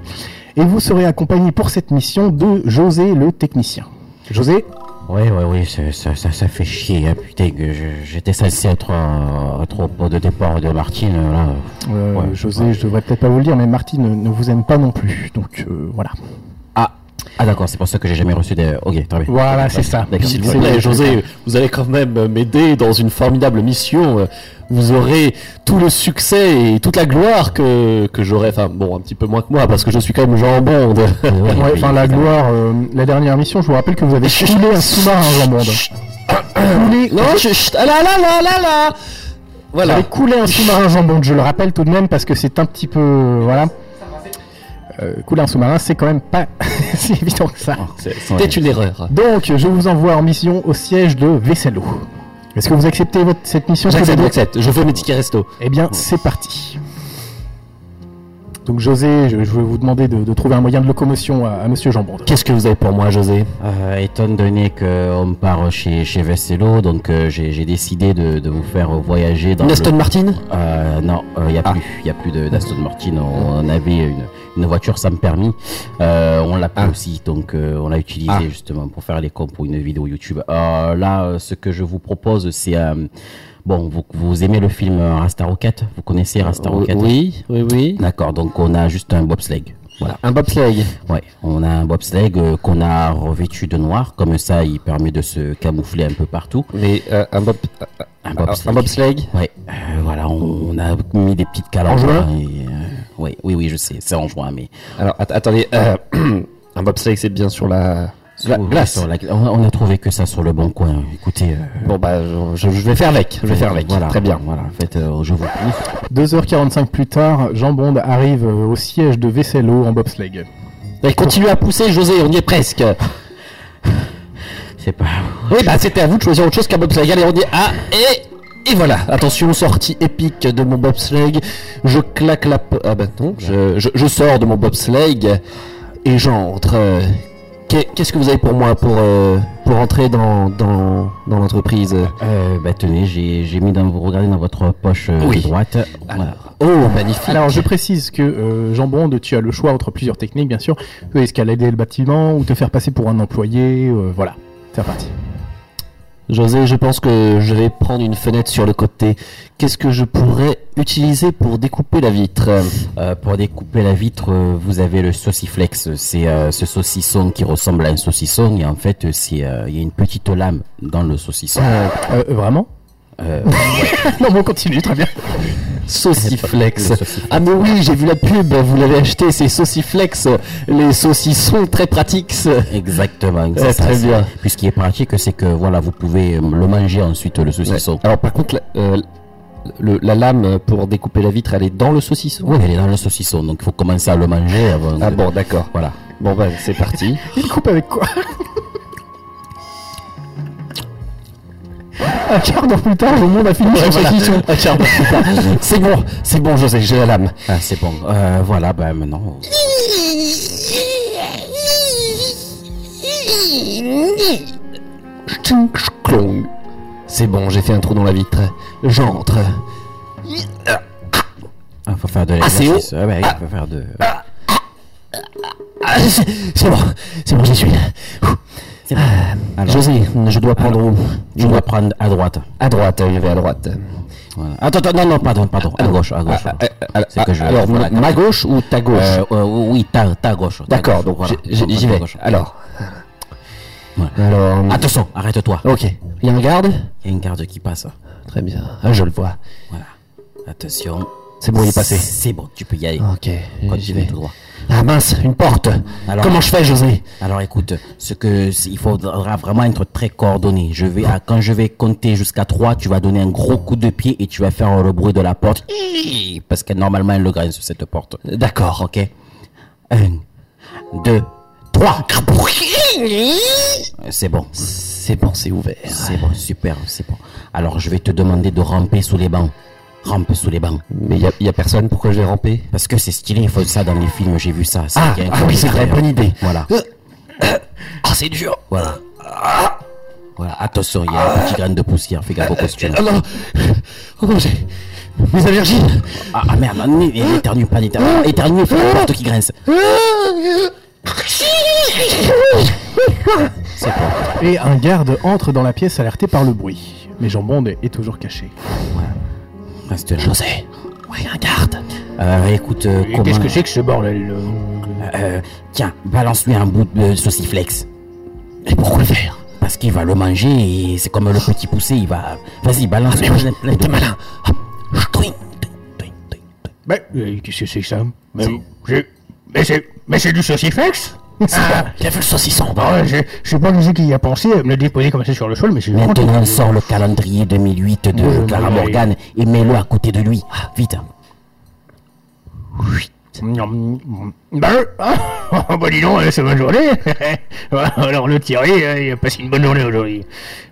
et vous serez accompagné pour cette mission de José le technicien. José,
Ouais, ouais, oui, ça, ça, ça, ça fait chier, hein, putain, que je- j'étais censé être, euh, être au pot de départ de Martine, euh, là.
euh,
Ouais.
José, je devrais peut-être pas vous le dire, mais Martine ne, ne vous aime pas non plus, donc euh, voilà.
Ah d'accord, c'est pour ça que j'ai jamais reçu des... Ok, très bien.
Voilà, c'est ça.
D'accord.
S'il
C'est
vous plaît,
le-
José, vous allez quand même euh, m'aider dans une formidable mission. euh, Vous aurez tout le succès et toute la gloire que, que j'aurai. Enfin, bon, un petit peu moins que moi, parce que je suis quand même Jean Bond. [LAUGHS]
Oui,
Ouais,
oui.
enfin la gloire, euh, la dernière mission, je vous rappelle que vous avez coulé un sous-marin, Jean Bond. Coulé-
Non, je. chut, Ah là là là là là
Vous
Voilà.
avez coulé un sous-marin Jean Bond, je le rappelle tout de même parce que c'est un petit peu. euh, Voilà. Euh, couler un sous-marin, c'est quand même pas [LAUGHS] si évident que ça.
C'est- C'était une erreur.
Donc, je vous envoie en mission au siège de Vessello. Est-ce que vous acceptez votre- cette mission tous les
J'accepte,
deux
j'accepte. Je veux mes tickets resto.
Eh bien, c'est parti. Donc, José, je, je vais vous demander de, de trouver un moyen de locomotion à, à Monsieur Jean Bond.
Qu'est-ce que vous avez pour moi, José
Euh, étant donné qu'on part chez, chez Vessello, donc euh, j'ai j'ai décidé de, de vous faire voyager dans
Une
le-
Aston Martin
Euh, non, il n'y a, plus, y a plus de- d'Aston Martin. On, on avait une, une voiture sans permis. Euh, on l'a plus
Ah.
aussi, donc euh, on l'a utilisé justement pour faire les comptes pour une vidéo YouTube. Euh, là, euh, ce que je vous propose, c'est... euh, bon, vous, vous aimez le film euh, Rasta Rocket Vous connaissez Rasta Rocket
Oui, oui, oui.
D'accord, donc on a juste un bobsleigh. Voilà.
Un bobsleigh.
Ouais, on a un bobsleigh euh, qu'on a revêtu de noir, comme ça il permet de se camoufler un peu partout.
Mais euh, un, bob...
Un
un-
bobsleigh.
un bobsleigh
Ouais, euh, voilà, on, on a mis des petites calandres.
En juin
et, euh, ouais, Oui, oui, je sais, c'est en juin, mais
Alors att- attendez, euh, [CLEARS THROAT] un bobsleigh c'est bien sur la, la
Sur-
glace.
sur la gla- on, a- on a trouvé que ça sur le bon coin. Écoutez, euh,
Bon bah je, je- je vais faire avec, je vais faire avec.
Voilà,
Très bien.
Voilà, en fait, euh, je vous prie.
2h45 plus tard, Jean Bond arrive euh, au siège de Vessello en bobsleigh.
Et continue Bah, à pousser José, on y est presque.
C'est pas.
Oui bah c'était à vous de choisir autre chose qu'un bobsleigh. Allez on y est. Ah et et voilà. Attention sortie épique de mon bobsleigh. Je claque la po- ah bah non, je, je, je sors de mon bobsleigh et j'entre. euh, qu'est- Qu'est-ce que vous avez pour moi pour euh, pour entrer dans dans dans l'entreprise
Euh, bah, tenez, j'ai j'ai mis dans. Vous regardez dans votre poche euh,
Oui.
de droite. Voilà.
Oh magnifique.
Alors je précise que euh, Jean Bond, tu as le choix entre plusieurs techniques bien sûr. Tu peux escalader le bâtiment ou te faire passer pour un employé, euh, voilà. C'est reparti.
José, je pense que je vais prendre une fenêtre sur le côté. Qu'est-ce que je pourrais utiliser pour découper la vitre
Euh, pour découper la vitre, euh, vous avez le sauciflex. C'est euh, ce saucisson qui ressemble à un saucisson et en fait, euh, c'est euh, il y a une petite lame dans le saucisson.
Euh, euh, vraiment
Euh,
Non, bon, continue, très bien.
Sauciflex.
Le sauciflex.
Ah mais oui, j'ai vu la pub, vous l'avez acheté, c'est Sauciflex. Les saucissons très pratiques.
Exactement.
Ouais,
c'est ça,
Ah. très
c'est-
bien.
Puis ce qui est pratique, c'est que voilà, vous pouvez euh, le manger ensuite le saucisson.
Alors par contre, la, euh, le- la lame pour découper la vitre, elle est dans le saucisson
Oui, elle est dans le saucisson, donc il faut commencer à le manger avant.
Ah
de-
bon, d'accord.
Voilà.
Bon bah c'est parti.
Il coupe avec quoi Un quart d'heure plus tard, Jean Bond a fini son saucisson.
Ah, tiens, bah, putain. c'est bon, c'est bon José, j'ai la lame.
Ah, c'est bon. Euh, voilà, ben maintenant.
Tchink, chlong. C'est bon, j'ai fait un trou dans la vitre. J'entre.
Il faut faire de
Ah, c'est
l'exercice. Ah, ben, il faut faire de.
Ah, c'est c'est bon, c'est bon, j'y suis.
C'est bon.
Ah.
Alors,
José, je dois prendre où Je
je dois
dois
prendre à droite.
à droite, je vais à droite.
Voilà. Attends, attends, non, non, pardon, pardon. À gauche, à gauche. C'est que je-
Ah, alors,
voilà,
ma gauche ou ta gauche
Euh, euh, oui, ta, ta gauche. ta
D'accord,
gauche,
donc
voilà.
j'ai- j'ai- Ah. j'y
Ta
vais.
gauche.
Alors.
Voilà.
Alors.
Attention, arrête-toi.
Ok, il y a un garde
Il y a une garde qui passe.
Très bien, ah, je le vois.
Voilà. Attention.
C'est bon, il est passé.
C'est bon, tu peux y aller.
Ok, j'y
Continue
vais.
tout droit.
Ah mince, une porte
Alors-
Comment je fais, José
Alors écoute, ce que c'est- il faudra vraiment être très coordonné. Je vais à- quand je vais compter jusqu'à 3, tu vas donner un gros coup de pied et tu vas faire le bruit de la porte. Hi Parce que normalement elle le grince sur cette porte. D'accord, ok. 1 2 3 C'est bon.
C'est bon, c'est ouvert.
C'est bon, super, c'est bon. Alors je vais te demander de ramper sous les bancs. Rampe sous les bancs.
Mais il y a, y a personne, pourquoi je vais ramper
Parce que c'est stylé, il faut ça dans les films, j'ai vu ça. c'est
Ah,
bien
ah oui, c'est vrai,
derrière.
bonne idée.
Voilà. Ah, c'est dur. Voilà. Voilà, attention, il y a un petit grain de poussière, fais gaffe au costume.
Ah non Oh non, j'ai... Mes allergies Ah.
Ah, ah, merde, non, éternue, pas éternue. Éternue, fais la porte qui grince.
Et un garde entre dans la pièce alerté par le bruit. Mais Jean Bond est- est toujours caché.
Reste là.
José Oui, un garde
Euh, écoute, euh, comment...
que ce bordel
Euh, tiens, balance-lui un bout de sauciflex.
Et pourquoi le faire
Parce qu'il va le manger et c'est comme le petit poussé, il va... Vas-y, balance lui plein, plein
Ah,
de-
T'es malin Hop. Ch'touin.
Mais euh, qu'est-ce que c'est que ça Mais c'est- mais c'est mais c'est du sauciflex
Ah, Il a vu le saucisson
Ah ouais, je je sais pas qui c'est qui y a pensé à me le déposer comme ça sur le sol, mais c'est
Maintenant, sors le calendrier 2008 de Clara
mais-
Morgan et mets-le à côté de lui. Ah, Vite.
Bah, euh, ah, [LAUGHS] bah dis donc, euh, c'est bonne journée [LAUGHS] Alors le Thierry, euh, il a passé une bonne journée aujourd'hui.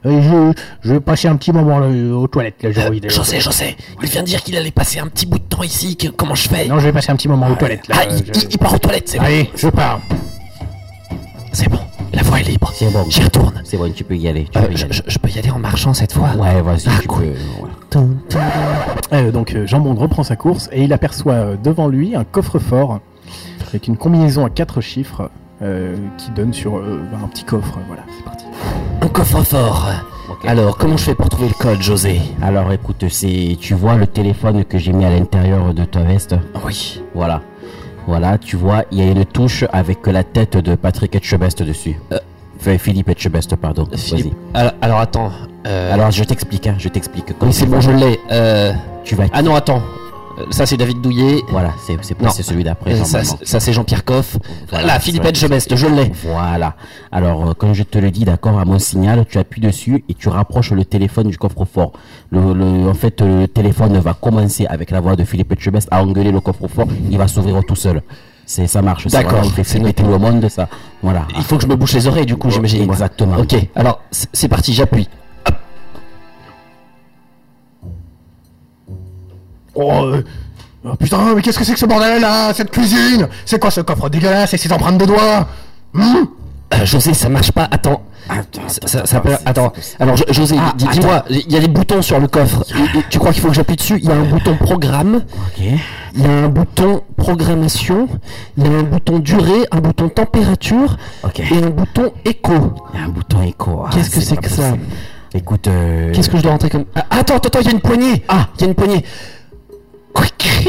Euh, je, je vais passer un petit moment là, aux toilettes, là, j'ai envie d'aller.
José, José Il vient de dire qu'il allait passer un petit bout de temps ici, que- comment je fais
Non, je vais passer un petit moment aux toilettes, là.
Ah, il,
je-
il- il part aux toilettes, c'est bon
Allez, je pars.
C'est bon, la voie est libre.
C'est bon.
J'y retourne.
C'est bon, tu peux y aller. Tu
Euh,
peux y
je,
aller.
je- je peux y aller en marchant cette fois
Ouais, vas-y,
Ah,
tu
cool.
peux. ouais.
Tum, tum.
Euh, donc euh, Jean Bond reprend sa course et il aperçoit euh, devant lui un coffre-fort avec une combinaison à quatre chiffres euh, qui donne sur euh, un petit coffre. Voilà, c'est parti.
Un coffre-fort
Ok.
Alors, comment je fais pour trouver le code, José
Alors écoute, c'est tu vois le téléphone que j'ai mis à l'intérieur de ta veste
Oui.
Voilà. Voilà, tu vois, il y a une touche avec la tête de Patrick Etchebest dessus. Enfin, Philippe Etchebest, pardon.
Philippe.
Vas-y.
Alors, alors, attends. euh,
Alors, je t'explique, hein, je t'explique. Comme
oui, c'est
tu
bon, je
vois,
l'ai. Euh,
Tu vas.
Ah non, attends. Euh, Ça, c'est David Douillet.
Voilà, c'est c'est
Non.
c'est celui d'après.
Euh, ça,
normalement.
c'est- ça, c'est Jean-Pierre Coff.
Voilà,
Là,
c'est
Philippe
vrai.
Etchebest, je l'ai.
Voilà. Alors, euh, comme je te le dis, d'accord, à mon signal, tu appuies dessus et tu rapproches le téléphone du coffre-fort. Le, le- en fait, euh, le téléphone va commencer avec la voix de Philippe Etchebest à engueuler le coffre-fort. Il va s'ouvrir tout seul. C'est ça marche. c'est
D'accord.
voilà, on fait
C'est
flipper tout le monde ça. Voilà. Oh,
Il faut que je me bouche les oreilles, du coup, j'imagine. Oh, moi.
Exactement.
Ok, alors, c'est c'est parti, j'appuie.
Oh, euh, oh, putain, mais qu'est-ce que c'est que ce bordel là Cette cuisine C'est quoi ce coffre dégueulasse et ces empreintes de doigts Hmm
Euh, José, ça marche pas. Attends. Ça- ça- ça peut- Attends. Alors, Jo- José,
Ah,
dis- dis-moi, il y a des boutons sur le coffre. Et- et Tu crois qu'il faut que j'appuie dessus Il y a un bouton programme,
Ok.
il y a un bouton programmation, il y a un bouton durée, un bouton température
Ok.
et un bouton écho.
Il y a un bouton écho. Ah,
Qu'est-ce que c'est
pas
que ça
possible. Écoute. euh,
Qu'est-ce que je dois rentrer comme. Ah, attends, attends, attends, il y a une poignée Ah, il y a une poignée Quick.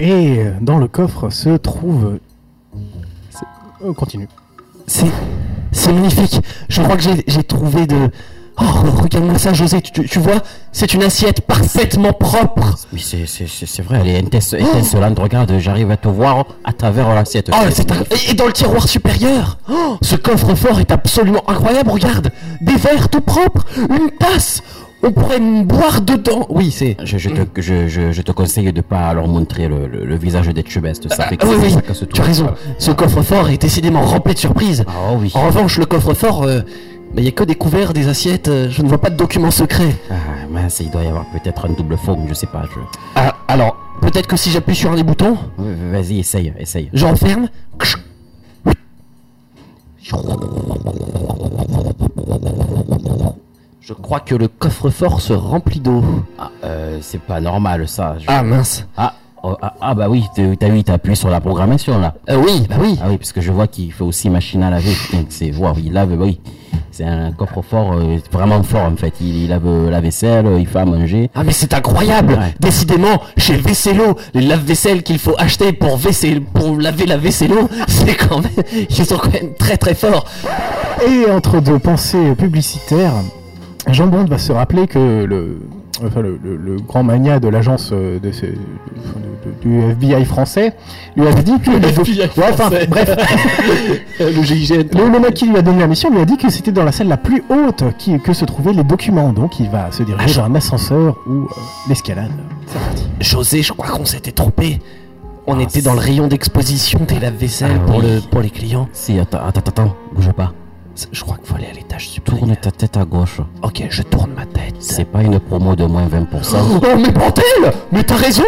Et euh, dans le coffre se trouve. On continue.
C'est. C'est magnifique Je crois que j'ai- j'ai trouvé de. Oh, regarde-moi ça, José, tu, tu- tu vois C'est une assiette parfaitement propre
Oui, c'est- c'est c'est- c'est vrai, elle est intense, insolente. Regarde, j'arrive à te voir à travers l'assiette.
Oh, c'est un- et- Et dans le tiroir supérieur oh, Ce coffre-fort est absolument incroyable, regarde Des verres tout propres Une tasse On pourrait boire dedans Oui, c'est...
Je, je, te, je, je, je te conseille de pas leur montrer le, le, le visage d'Etchebest. Ça fait
Ah
que
oui,
ça,
oui,
ça casse Ah tout.
tu as raison. Ce coffre-fort est décidément rempli de surprises.
Ah oui.
En revanche, le coffre-fort, euh, il n'y a que des couverts, des assiettes, euh, je ne vois pas de documents secrets.
Ah, mince, il doit y avoir peut-être un double faume, je sais pas. Je...
Ah, alors, peut-être que si j'appuie sur un des boutons,
Vas-y, essaye, essaye.
je referme. Je crois que le coffre-fort se remplit d'eau.
Ah, euh, c'est pas normal ça. je-
Ah mince.
Ah, oh, ah, ah, bah oui, t'as t'as oui, t'as appuyé sur la programmation là.
Euh, oui, bah oui.
Ah oui, parce que je vois qu'il fait aussi machine à laver. Donc c'est, wow, il lave, bah oui. C'est un coffre-fort euh, vraiment fort en fait. Il, il lave euh, la vaisselle, il fait à manger.
Ah mais c'est incroyable
Ouais.
Décidément, chez Vessello, les lave-vaisselles qu'il faut acheter pour, vaisselle, pour laver la vaissello, [LAUGHS] c'est quand même... Ils sont quand même très très forts
Et entre deux pensées publicitaires, Jean Bond va se rappeler que le, enfin, le, le- le grand mania de l'agence euh, de, ce- de- de- du FBI français lui avait dit que. les FBI bref. le Le, mec qui lui a donné la mission lui a dit que c'était dans la salle la plus haute qui- que se trouvaient les documents. Donc il va se diriger vers un ascenseur ou euh, l'escalade.
José, je crois qu'on s'était trompé. On était dans le rayon d'exposition des lave-vaisselle
Ah
pour,
oui.
le, pour les clients.
Si, attends, attends, attends, bouge pas.
C'est- Je crois qu'il faut aller à l'étage supérieur.
Tourne ta tête à gauche.
Ok, je tourne ma tête.
C'est pas une promo de moins 20%.
Oh, mais bordel Mais t'as raison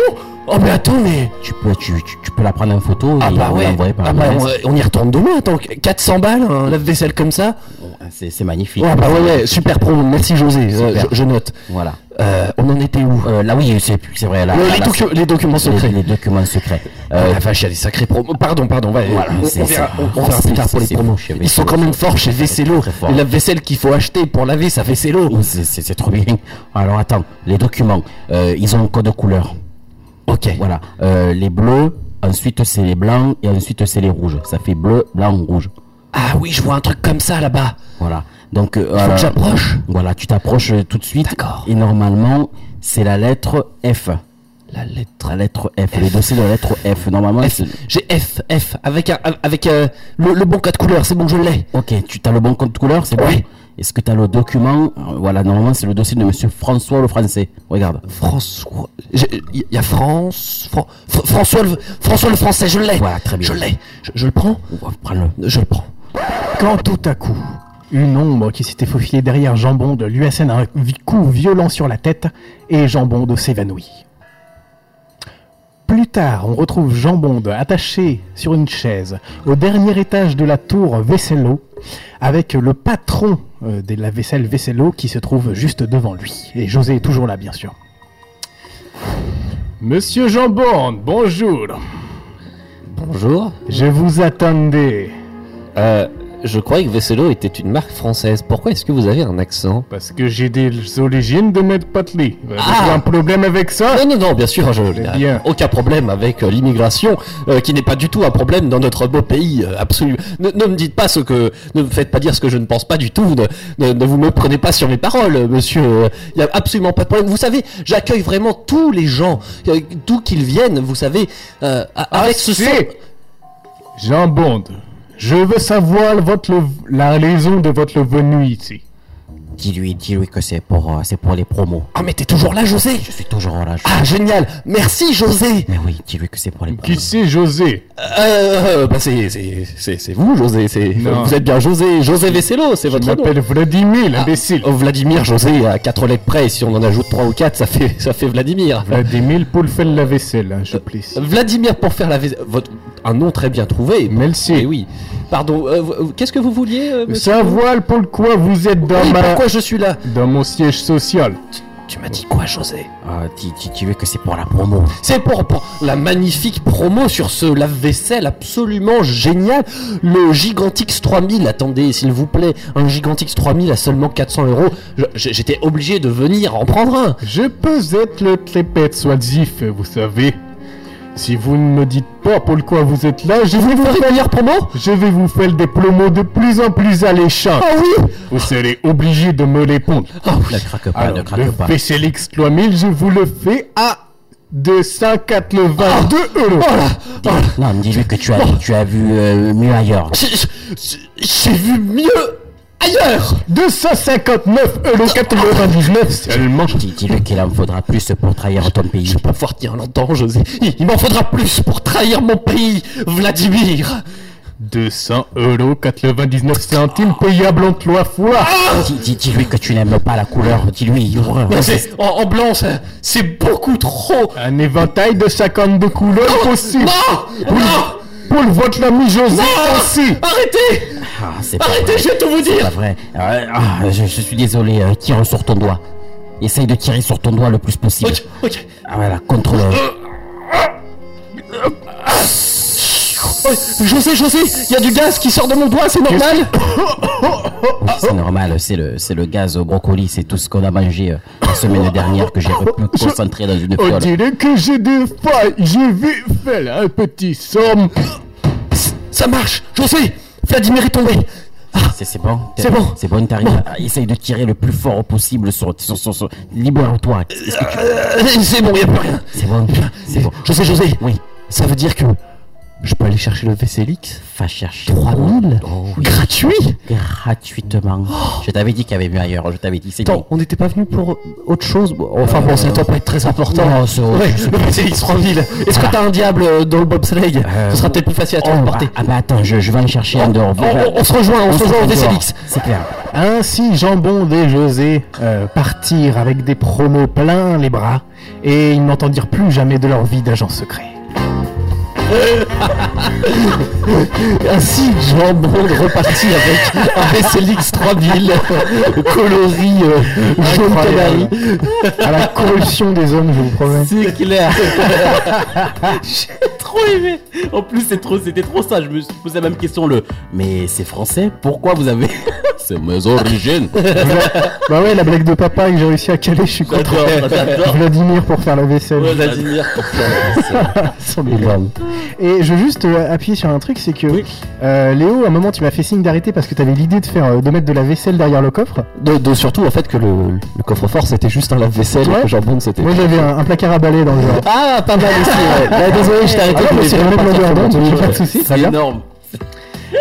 Oh, mais attends, mais...
Tu peux, tu, tu- tu peux la prendre en photo
Ah
et
bah
on
ouais
l'envoyer par
Ah bah,
la
on, on y retourne demain, attends. 400 balles, un lave-vaisselle comme ça
Ah, C'est c'est magnifique.
Ouais, bah ouais, ouais, super promo. Merci, José. Euh,
Super.
je, je note.
Voilà.
Euh, on en était où
Euh, là oui, c'est c'est vrai. Là,
Le-
là,
les,
là,
docu- les documents
c'est- les-
secrets.
les documents secrets.
Euh,
Euh,
la vache, il y a des sacrés promos. Pardon, pardon, ouais,
Voilà,
on,
c'est-
on verra,
c'est-
on, on verra
c'est-
plus tard pour
c'est-
les
c'est
promos.
fou chez
Ils sont
Vessello,
quand même forts chez Vessello.
très fort.
Et la vaisselle qu'il faut acheter pour laver sa Vessello.
oh, c'est- c'est c'est trop bien. Alors attends, les documents, euh, ils ont un code couleur.
Ok.
Voilà. Euh, les bleus, ensuite c'est les blancs et ensuite c'est les rouges. Ça fait bleu, blanc, rouge.
Ah oui, je vois un truc comme ça là-bas.
Voilà. Donc euh,
Faut
euh,
que j'approche.
Voilà, tu t'approches euh, tout de suite.
D'accord.
Et normalement, c'est la lettre F. La lettre. La lettre F. Le dossier de la lettre F. Normalement,
F.
c'est-
J'ai F, F, avec, un, avec euh, le, le bon code couleur, c'est bon, je l'ai.
Ok, tu as le bon code couleur, c'est bon
Oui.
Est-ce que tu as le document Euh, Voilà, normalement, c'est le dossier de monsieur François le Français. Regarde.
François. Il y a France. Fran- Fr- François, le, François le français, je l'ai.
Voilà, très bien.
Je l'ai. Je, je le prends
Oh, Prends-le.
Je le prends.
Quand tout à coup, une ombre qui s'était faufilée derrière Jambon de lui assène un vi- coup violent sur la tête et Jambon de s'évanouit. Plus tard, on retrouve Jambonde attaché sur une chaise au dernier étage de la tour Vessello avec le patron euh, de la vaisselle Vessello qui se trouve juste devant lui. Et José est toujours là, bien sûr. Monsieur Jambonde, bonjour.
Bonjour.
Je vous attendais.
Euh, je croyais que Veselo était une marque française. Pourquoi est-ce que vous avez un accent
Parce que j'ai des origines de Maître Patley. Vous avez un problème avec ça
Ah.
Eh
Non, non, non, bien sûr, hein, je n'ai aucun problème avec euh, l'immigration, euh, qui n'est pas du tout un problème dans notre beau pays, euh, absolument. Ne, ne me dites pas ce que, ne me faites pas dire ce que je ne pense pas du tout. Ne, ne- ne vous me prenez pas sur mes paroles, euh, monsieur. Euh, Il n'y a absolument pas de problème. Vous savez, j'accueille vraiment tous les gens, euh, d'où qu'ils viennent. Vous savez, euh, a- avec
Ah,
ce son.
Jean Bond, je veux savoir votre, la raison de votre venue ici.
Dis-lui, dis-lui que c'est pour, euh, c'est pour les promos.
Ah, mais t'es toujours là, José
Je suis toujours là. José.
Ah, génial Merci,
[LAUGHS]
José
Mais oui, dis-lui que c'est pour les
Ah.
Qui c'est José
Euh, bah c'est, c'est, c'est, c'est vous, José. C'est,
Non.
vous êtes bien José. José Veselo, c'est votre nom.
Ah. m'appelle Vladimir, l'imbécile.
oh, Vladimir, José, à quatre lettres près. Si on en ajoute trois ou quatre, ça fait, ça fait Vladimir.
Vladimir pour faire la vaisselle, hein, je plie.
Euh. Vladimir pour faire la vaisselle. Votre... Un nom très bien trouvé. Merci. oui. Pardon, euh, vous- euh, qu'est-ce que vous vouliez euh, monsieur
Savoir pourquoi vous êtes dans
Oui,
ma...
pourquoi je suis là
Dans mon siège social.
Tu m'as dit quoi, José
Ah, dis, dis- dis-lui que c'est pour la promo.
C'est pour, pour la magnifique promo sur ce lave-vaisselle absolument génial. Le Gigantix 3000. Attendez, s'il vous plaît, un Gigantix 3000 à seulement 400 euros. Je- j- J'étais obligé de venir en prendre un.
Je peux être le trépète soisif, vous savez. Si vous ne me dites pas pourquoi vous êtes là, je vais vous faire
promo
Je vais vous faire des promos de plus en plus alléchants.
Ah oui
Vous serez obligé de me répondre.
Ne craque pas, ne
Alors,
craque
le
pas.
PCLX 3000, je vous le fais à 282
Ah.
euros.
Non, mais dis-lui que tu as, tu as vu euh, mieux ailleurs.
J'ai vu mieux ailleurs
259 euros 99 seulement.
Dis- Dis-lui qu'il en faudra plus pour trahir ton pays.
Pas pouvoir tenir longtemps, José. Il, il m'en faudra plus pour trahir mon pays, Vladimir.
200 euros 99 centimes payables en trois fois.
Ah.
Dis- dis- Dis-lui que tu n'aimes pas la couleur. Dis-lui.
Mais c'est- en, en blanc, ça- c'est beaucoup trop.
Un éventail de 52 couleurs possibles.
Non, non,
Pour votre ami José
non.
aussi.
Arrêtez,
Ah, c'est pas
arrêtez,
vrai.
je vais tout vous
C'est
dire.
pas vrai. Euh, ah, je, je suis désolé. euh, tire sur ton doigt. Essaye de tirer sur ton doigt le plus possible.
Ok, ok.
Ah voilà, contrôle.
Oh, José, José, il y a du gaz qui sort de mon doigt, c'est normal
Oui, c'est normal, c'est le, c'est le gaz au brocoli, c'est tout ce qu'on a mangé euh, la semaine dernière que j'ai pu concentrer dans une
On
fiole.
dirait que j'ai des failles. Je vais faire un petit somme.
Ça marche, José Vladimir est tombé
C'est, c'est bon t'es-
C'est bon.
C'est bon, t'arrives. à- Essaye de tirer le plus fort possible sur. sur, sur, sur- Libère-toi. Qu'est-ce que tu-
Euh, C'est bon, il a plus rien
C'est bon, c'est bon.
José, José
Oui,
Ça veut dire que je peux aller chercher le VCLX
va chercher.
3000
Oh, oui,
Gratuit
gratuitement. Je t'avais dit qu'il y avait mieux ailleurs, je t'avais dit, c'est
Attends, on n'était pas venu pour autre chose Bon, Enfin bon, ça doit pas être très important.
Non, c'est-
Ouais, le [LAUGHS] VCLX 3000 Est-ce que t'as un diable euh, dans le bobsleigh Ce sera peut-être plus facile à
Oh, ah,
transporter.
ah bah attends, je, je vais en chercher un dehors.
On, on- on se rejoint, on se rejoint au VCLX
C'est clair.
Ainsi, Jean Bond et José euh, partirent avec des promos plein les bras et ils n'entendirent plus jamais de leur vie d'agent secret.
[LAUGHS] Ainsi, Jean Bond repartit avec un VCLX 3000 [LAUGHS] coloris euh, jaune canari.
À la corruption des hommes, je vous promets.
C'est clair.
[LAUGHS]
Trop aimé
En plus, c'est trop, c'était trop ça. Je me suis posé la même question le. Mais c'est français. Pourquoi vous avez [LAUGHS] C'est
[LAUGHS]
mes origines.
Bah ouais, la blague de papa que j'ai réussi à caler, je suis content.
J'adore, [LAUGHS] j'adore.
Vladimir pour faire la vaisselle.
Vladimir.
Sans blague. Et je veux juste euh, appuyer sur un truc, c'est que euh, Léo, à un moment, tu m'as fait signe d'arrêter parce que t'avais l'idée de faire euh, de mettre de la vaisselle derrière le coffre.
De, de surtout en fait que le, le coffre-fort c'était juste un lave-vaisselle
Ouais.
et que Jean Bond c'était.
Moi, j'avais un, un placard à balai dans le genre.
Ah pas mal aussi. Ouais. Bah, désolé, je t'ai arrêté.
Ah,
mais
c'est la même
vraiment
longueur
pas
d'onde,
très
donc
bon.
pas de soucis.
C'est énorme.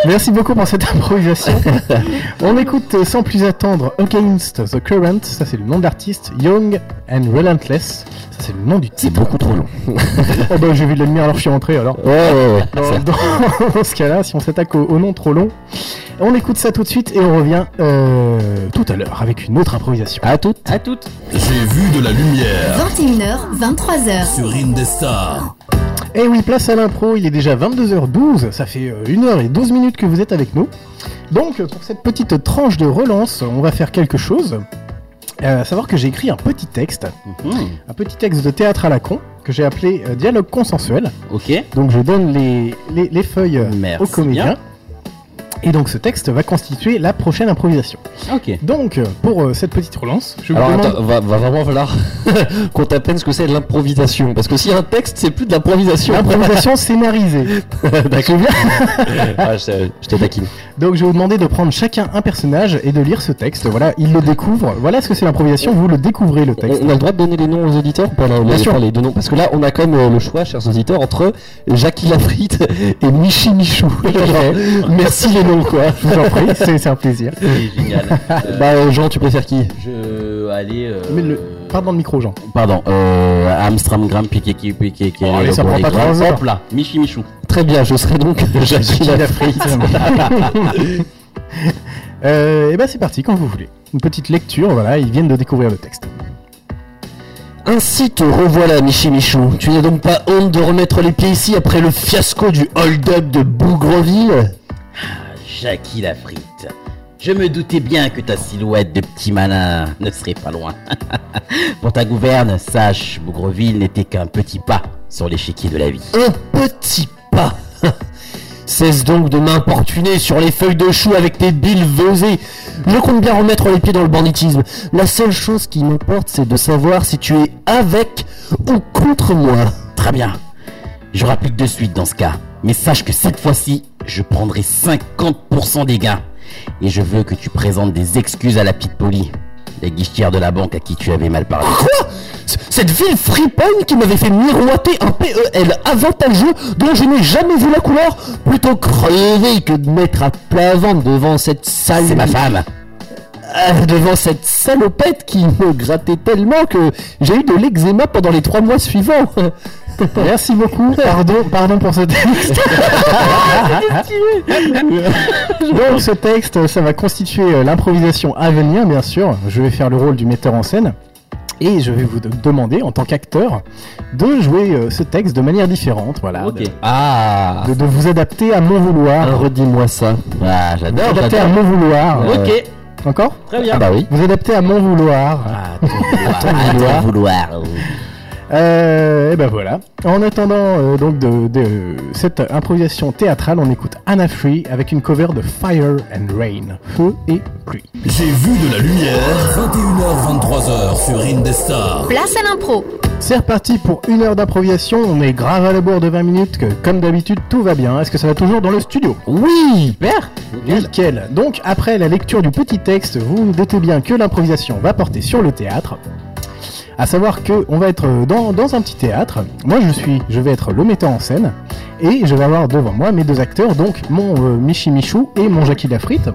Merci beaucoup pour cette [LAUGHS]
[LAUGHS]
improvisation. On écoute euh, sans plus attendre Against the Current, ça c'est le nom de l'artiste, Young and Relentless, ça c'est le nom du titre.
Beaucoup trop long.
[LAUGHS] Oh bah j'ai vu de la lumière alors je suis rentré alors.
Ouais, ouais, ouais.
Dans, dans- [LAUGHS] dans ce cas-là, si on s'attaque au, au nom trop long, on écoute ça tout de suite et on revient euh, tout à l'heure avec une autre improvisation.
À toutes.
À toutes
J'ai vu de la lumière
21h, 23h.
sur Indestar.
Et Eh oui, place à l'impro, il est déjà 22h12, ça fait euh, 1h12 minutes que vous êtes avec nous. Donc, euh, pour cette petite tranche de relance, on va faire quelque chose. Euh, à savoir que j'ai écrit un petit texte,
Mhm.
un petit texte de théâtre à la con, que j'ai appelé euh, Dialogue consensuel.
Ok.
Donc, je donne les, les, les feuilles euh,
Merci
aux comédiens. Et donc ce texte va constituer la prochaine improvisation.
Ok.
Donc euh, pour euh, cette petite relance, je vous
Alors
demande-
attends, va, va vraiment falloir [LAUGHS] qu'on t'apprenne ce que c'est l'improvisation. Parce que si un texte, c'est plus de l'improvisation.
Improvisation scénarisée.
[LAUGHS] D'accord. Ah, je, je te taquine.
Donc je vais vous demander de prendre chacun un personnage et de lire ce texte. Voilà, il le découvre. Voilà ce que c'est l'improvisation. Vous le découvrez
[LAUGHS]
le texte.
On a le droit de donner les noms aux auditeurs ou pas là, on
Bien
a-
sûr.
enfin, les deux noms Parce que là, on a quand même euh, le choix, chers auditeurs, entre Jackie Lafrite et Michi
[LAUGHS]
Michou. Alors, Merci les noms, quoi.
Je vous
[LAUGHS]
en prie, c'est c'est un plaisir.
C'est génial.
[LAUGHS]
Euh,
Bah, euh, Jean, tu préfères qui
Je. Allez. euh,
Mais le... Parle dans le micro, Jean.
Pardon, euh, Amstram Gram piqué qui piqué qui
Oh, allez, ça prend pas hein. trois
[LAUGHS]
heures.
Hop là, Michi Michou.
Très bien, je serai donc Jackie Lafrite.
[LAUGHS]
Euh, et ben c'est parti quand vous voulez. Une petite lecture. Voilà, ils viennent de découvrir le texte.
Ainsi te revoilà, Michi Michou. Tu n'as donc pas honte de remettre les pieds ici après le fiasco du hold-up de Bougreville
Jackie la frite. Je me doutais bien que ta silhouette de petit malin ne serait pas loin. [LAUGHS] Pour ta gouverne, sache, Bougreville n'était qu'un petit pas sur l'échiquier de la vie.
Un petit pas [LAUGHS] Cesse donc de m'importuner sur les feuilles de chou avec tes billes vesées. Je compte bien remettre les pieds dans le banditisme. La seule chose qui m'importe, c'est de savoir si tu es avec ou contre moi.
Très bien. Je rapplique de suite dans ce cas. Mais sache que cette fois-ci, je prendrai 50% des gains. Et je veux que tu présentes des excuses à la petite Polly, la guichetière de la banque à qui tu avais mal parlé.
Quoi C- Cette ville friponne qui m'avait fait miroiter un PEL avantageux dont je n'ai jamais vu la couleur, plutôt crever que de mettre à plat ventre devant cette sale...
C'est ma femme.
Euh, devant cette salopette qui me grattait tellement que j'ai eu de l'eczéma pendant les trois mois suivants.
[LAUGHS] Merci beaucoup. Pardon, pardon pour ce texte.
[LAUGHS]
Donc ce texte, ça va constituer euh, l'improvisation à venir, bien sûr. Je vais faire le rôle du metteur en scène. Et je vais vous de- demander, en tant qu'acteur, de jouer euh, ce texte de manière différente, voilà. De-
Ah
De, de vous adapter à mon vouloir.
Redis-moi ça.
Ah,
Vous
j'adore.
adapter à
j'adore. Euh,
mon vouloir.
Ok.
Encore
Très bien.
Ah bah oui.
Vous adapter à mon vouloir.
Ah, ton vouloir. ah, ton vouloir.
Euh, et ben voilà. En attendant euh, donc de, de- euh, cette improvisation théâtrale, on écoute Anna Free avec une cover de Fire and Rain, feu et pluie.
J'ai vu de la lumière. 21h23h sur Indestar.
Place à l'impro.
C'est reparti pour une heure d'improvisation. On est grave à la bourre de 20 minutes. Que comme d'habitude, tout va bien. Est-ce que ça va toujours dans le studio
Oui
Super. Nickel. Donc après la lecture du petit texte, vous vous doutez bien que l'improvisation va porter sur le théâtre. À savoir que on va être euh, dans, dans un petit théâtre. Moi, je suis, je vais être le metteur en scène et je vais avoir devant moi mes deux acteurs, donc mon euh, Michi Michou et mon Jackie Lafrite,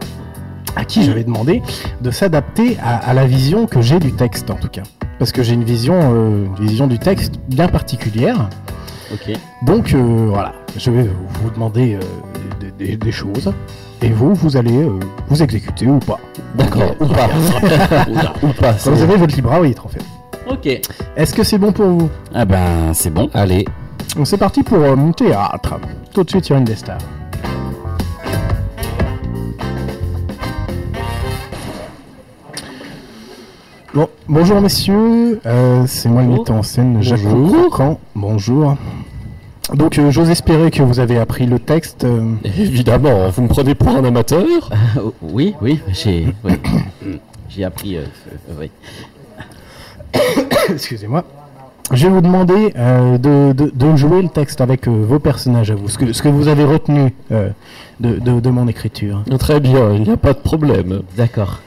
à qui je vais demander de s'adapter à, à la vision que j'ai du texte en tout cas, parce que j'ai une vision, euh, une vision du texte bien particulière.
Ok.
Donc euh, voilà, je vais vous demander euh, des, des- des choses et vous, vous allez euh, vous exécuter ou pas.
D'accord, ou pas.
[LAUGHS]
ou pas, c'est
Vous avez votre libre arbitre en fait.
Ok.
Est-ce que c'est bon pour vous
Ah ben, c'est bon.
Allez.
Donc c'est parti pour euh, mon théâtre. Tout de suite sur Indestar. Bon, bonjour messieurs, Euh, c'est moi le metteur en scène, Jacques
Bonjour.
Croquant. Bonjour. Donc euh, j'ose espérer que vous avez appris le texte. euh,
Évidemment, vous me prenez pour un amateur
oui, oui, j'ai ouais. j'ai appris. euh, euh, ouais.
Excusez-moi. Je vais vous demander euh, de, de- de jouer le texte avec euh, vos personnages à vous, ce que, ce que vous avez retenu euh, de, de- de mon écriture.
Très bien, il n'y a pas de problème.
D'accord.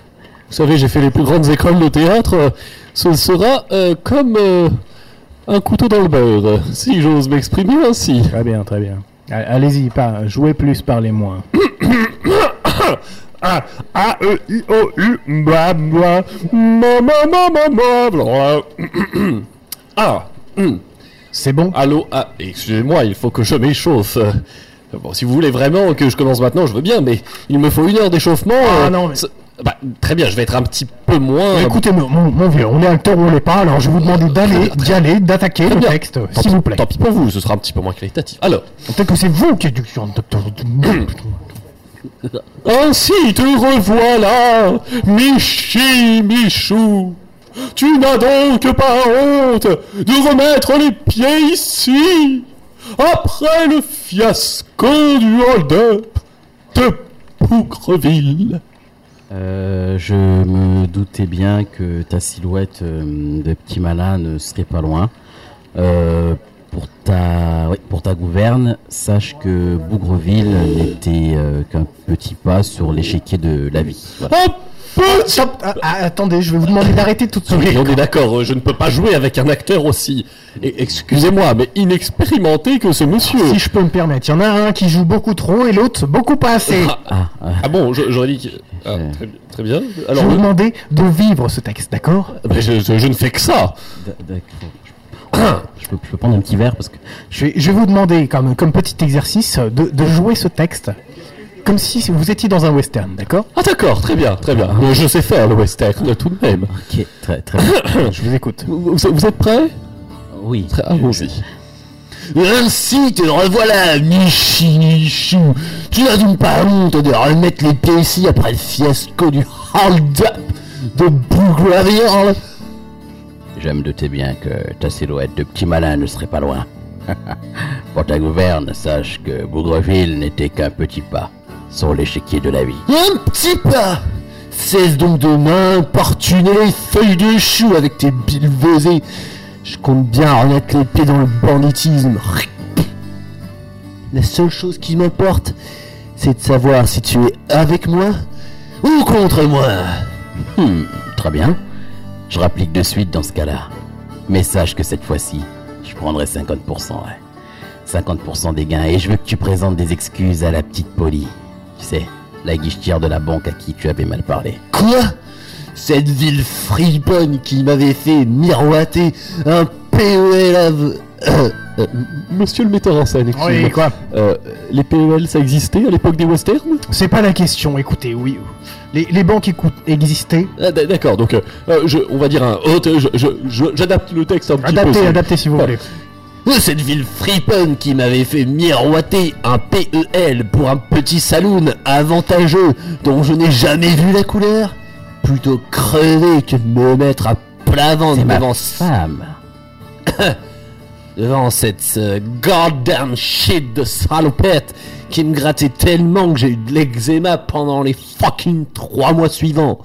Vous savez, j'ai fait les plus grandes écoles de théâtre. euh, Ce sera euh, comme euh, un couteau dans le beurre, euh, si j'ose m'exprimer ainsi.
Très bien, très bien. Allez- Allez-y, pas, jouez plus, parlez moins.
A, A, E, I, O, U, bla, bla, ma, ma, ma, ma, ma, bla. [CLEARS THROAT] Ah,
C'est bon
allô, ah, excusez-moi, il faut que je m'échauffe. Euh, Bon, si vous voulez vraiment que je commence maintenant, je veux bien, mais il me faut une heure d'échauffement.
Ah,
euh,
non, mais-
ça- Bah, très bien, je vais être un petit peu moins.
Mais Écoutez, mon, mon- mon vieux, on est acteur ou on l'est pas, alors je vous demande d'aller, d'y aller, d'attaquer le
bien.
texte,
Tant
s'il
pis-
vous plaît.
Tant pis pour vous, ce sera un petit peu moins qualitatif. Alors,
Peut-être que c'est vous qui êtes du docteur.
Ainsi te revoilà, Michi Michou. Tu n'as donc pas honte de remettre les pieds ici après le fiasco du hold-up de
Bougreville.
Euh, je me doutais bien que ta silhouette euh, de petit malin ne serait pas loin. Euh, pour ta, oui, pour ta gouverne, sache que Bougreville n'était euh, qu'un petit pas sur l'échiquier de la vie. Voilà.
Oh, pute, stop. Ah, ah, attendez, je vais vous demander d'arrêter tout de suite.
Oui, on est d'accord, euh, je ne peux pas jouer avec un acteur aussi, et- excusez-moi, mais inexpérimenté que ce monsieur.
Si je peux me permettre, il y en a un qui joue beaucoup trop et l'autre beaucoup pas assez.
Ah, ah bon, je- j'aurais dit que... ah, très, bi- très bien.
je vais
Alors,
vous demander de vivre ce texte, d'accord
mais je, je- je ne fais que ça.
D- d'accord. Je peux, je peux prendre un petit verre parce que
Je vais, je vais vous demander, comme, comme petit exercice, de, de jouer ce texte comme si vous étiez dans un western, d'accord
Ah d'accord, très bien, très bien. Euh, Je sais faire le western tout de même.
Ok, très très bien.
Je vous écoute.
Vous, vous- vous êtes prêts
Oui.
Allons-y.
Ainsi te revoilà, Michinichou. Tu n'as donc pas honte de remettre les pieds ici après le fiasco du hold-up de Bougravière
Je me doutais bien que ta silhouette de petit malin ne serait pas loin. [LAUGHS] Pour ta gouverne, sache que Bougreville n'était qu'un petit pas sur l'échiquier de la vie.
Un petit pas Cesse donc de m'importuner les feuilles de chou avec tes bilvesées. Je compte bien remettre les pieds dans le banditisme. La seule chose qui m'importe, c'est de savoir si tu es avec moi ou contre moi.
Hmm, très bien. Je rapplique de suite dans ce cas-là. Mais sache que cette fois-ci, je prendrai 50%. ouais. 50% des gains et je veux que tu présentes des excuses à la petite Polly. Tu sais, la guichetière de la banque à qui tu avais mal parlé.
Quoi Cette ville friponne qui m'avait fait miroiter un
E
PEL av- euh, euh,
Monsieur le metteur en scène, excusez-moi.
Oui, quoi
Euh, Les PEL, ça existait à l'époque des westerns
C'est pas la question, écoutez, oui. Les, les banques écout- existaient.
Ah, d- D'accord, donc euh, euh, je- on va dire un haute,
euh,
je- je- je- j'adapte le texte un petit peu.
Adaptez,
c'est-
adaptez si vous
Ouais.
voulez.
Oh,
Euh, Cette ville friponne qui m'avait fait miroiter un
E
PEL pour un petit saloon avantageux dont je n'ai jamais vu la couleur Plutôt crever que de me mettre à plat ventre
C'est ma
devant,
femme.
[COUGHS] devant cette euh, goddamn shit de salopette qui me grattait tellement que j'ai eu de l'eczéma pendant les fucking trois mois suivants.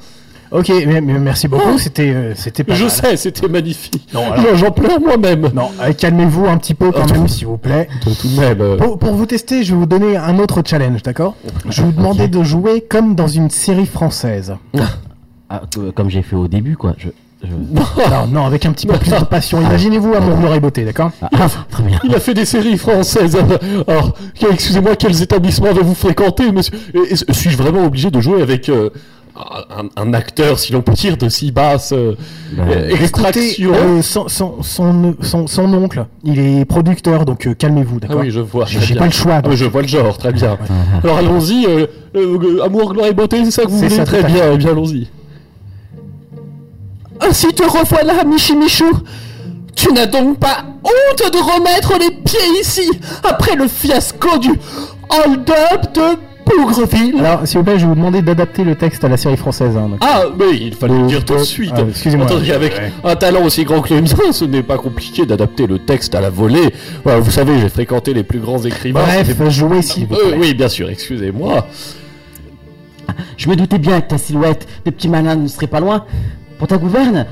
Ok, mais, mais merci
Oh.
beaucoup, c'était euh, c'était pas
Je
mal.
sais, c'était magnifique.
Non, alors-
J'en- J'en pleure moi-même.
Non, euh, calmez-vous un petit peu quand même, s'il vous plaît.
Tout tout de même. euh,
Pour, pour vous tester, je vais vous donner un autre challenge, d'accord Je vais vous demander de jouer comme dans une série française.
Ah, que- comme j'ai fait au début, quoi. Je, je-
Non, non, avec un petit peu plus de passion. Imaginez-vous Amour, gloire et beauté, d'accord
Ah, très bien.
[LAUGHS] Il a fait des séries françaises. Alors, que- excusez-moi, quels établissements avez-vous fréquenté, monsieur Et- et Suis-je vraiment obligé de jouer avec euh, un, un acteur, si l'on peut dire, de si basse euh,
Ben,
euh,
Écoutez,
extraction
euh, son, son, son, son- son oncle, il est producteur, donc euh, calmez-vous,
Ah
d'accord
oui, je vois. très
J'ai
bien.
pas le choix.
Ah
donc.
oui, je vois le genre, très
[LAUGHS]
bien.
Uh-huh.
Alors allons-y, euh, euh, euh, amour, gloire et beauté, c'est ça que vous
C'est
voulez
ça,
Très
tout à
bien, eh bien allons-y.
Ainsi Ah, te revoilà, Michimichou. Tu n'as donc pas honte de remettre les pieds ici après le fiasco du hold-up de Bougreville.
Alors, s'il vous plaît, je vais vous demander d'adapter le texte à la série française. hein, donc.
Ah, mais il fallait le dire tout de suite.
Ah, excusez-moi.
Attendez, avec un talent aussi grand que le mien, ce n'est pas compliqué d'adapter le texte à la volée. Voilà, vous savez, j'ai fréquenté les plus grands écrivains.
Bref, jouez s'il vous
Euh,
plaît.
oui, bien sûr, excusez-moi.
Je me doutais bien que ta silhouette de petit malin ne serait pas loin. Pour ta gouverne,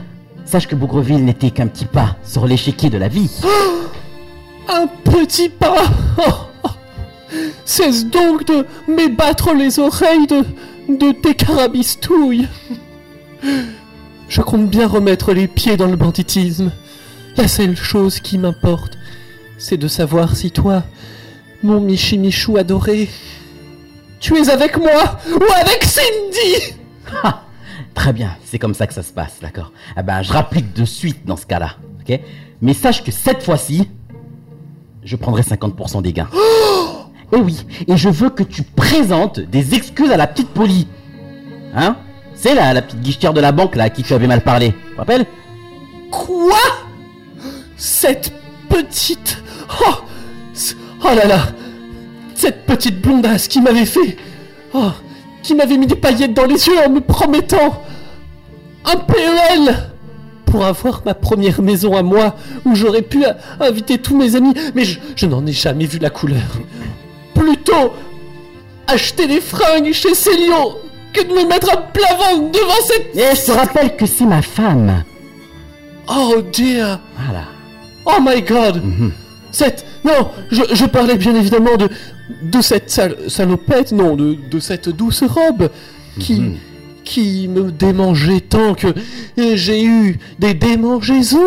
sache que Bougreville n'était qu'un petit pas sur l'échiquier de la vie.
Un petit pas [LAUGHS] Cesse donc de m'ébattre les oreilles de, de tes carabistouilles. Je compte bien remettre les pieds dans le banditisme. La seule chose qui m'importe, c'est de savoir si toi, mon Michimichou adoré, tu es avec moi ou avec Cindy
Très bien, c'est comme ça que ça se passe, d'accord Ah ben, je rapplique de suite dans ce cas-là, ok Mais sache que cette fois-ci, je prendrai 50%
[GASPS]
des gains. Eh oui, et je veux que tu présentes des excuses à la petite Polly. Hein C'est la, la petite guichetière de la banque, là, à qui tu avais mal parlé. Tu te rappelles
Quoi Cette petite. Oh c- Oh là là Cette petite blondasse qui m'avait fait. Oh Qui m'avait mis des paillettes dans les yeux en me promettant. Un PEL Pour avoir ma première maison à moi, où j'aurais pu euh, inviter tous mes amis, mais je, je n'en ai jamais vu la couleur. Plutôt acheter des fringues chez Célio que de me mettre à plat ventre devant cette...
Et je te rappelle que c'est ma femme.
Oh dear
Voilà.
Oh my god
Mhm.
Cette... Non, je, je parlais bien évidemment de... De cette sal- salopette, non, de, de cette douce robe qui...
Mhm.
Qui me démangeait tant que euh, j'ai eu des démangeaisons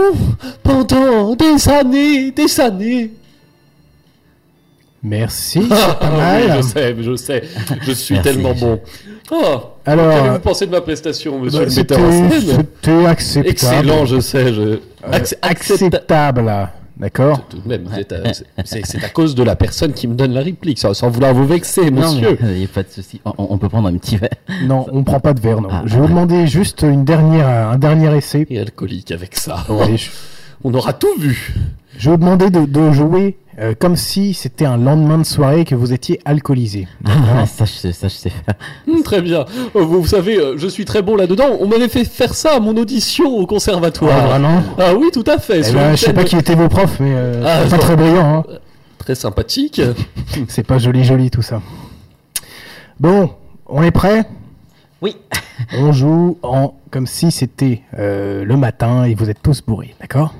pendant des années, des années.
Merci,
Ah,
c'est pas
oui,
mal.
je sais, je sais. Je suis
Merci,
tellement
merci.
bon. Oh,
Alors,
qu'avez-vous pensé de ma prestation, monsieur
bah,
le metteur en
c'était-
scène
c'était acceptable.
Excellent, je sais. Je... Acc-
acceptable, d'accord
tout de même, vous êtes à- c'est- c'est c'est à cause de la personne qui me donne la réplique, sans, sans vouloir vous vexer, monsieur.
Il n'y euh, a pas de souci. On, on- on peut prendre un petit verre.
Non, on prend pas de verre, non.
Ah,
je vais vous demander juste une dernière, un dernier essai.
Et alcoolique avec ça.
Oui, je-
On aura tout vu.
Je vais vous demander de, de jouer euh, comme si c'était un lendemain de soirée et que vous étiez alcoolisé.
Ah, ça, je sais, ça, je sais faire.
Mm, Très bien. Euh, Vous, vous savez, euh, je suis très bon là-dedans. On m'avait fait faire ça à mon audition au conservatoire.
Ah, vraiment
Ah oui, tout à fait.
Eh
Sur
ben,
une
je sais
scène
pas qui étaient vos profs, mais euh,
Ah,
c'est pas
non.
très brillant. Hein.
Très sympathique.
C'est pas joli, joli tout ça. Bon, on est prêt
Oui.
[LAUGHS] On joue en comme si c'était euh, le matin et vous êtes tous bourrés, d'accord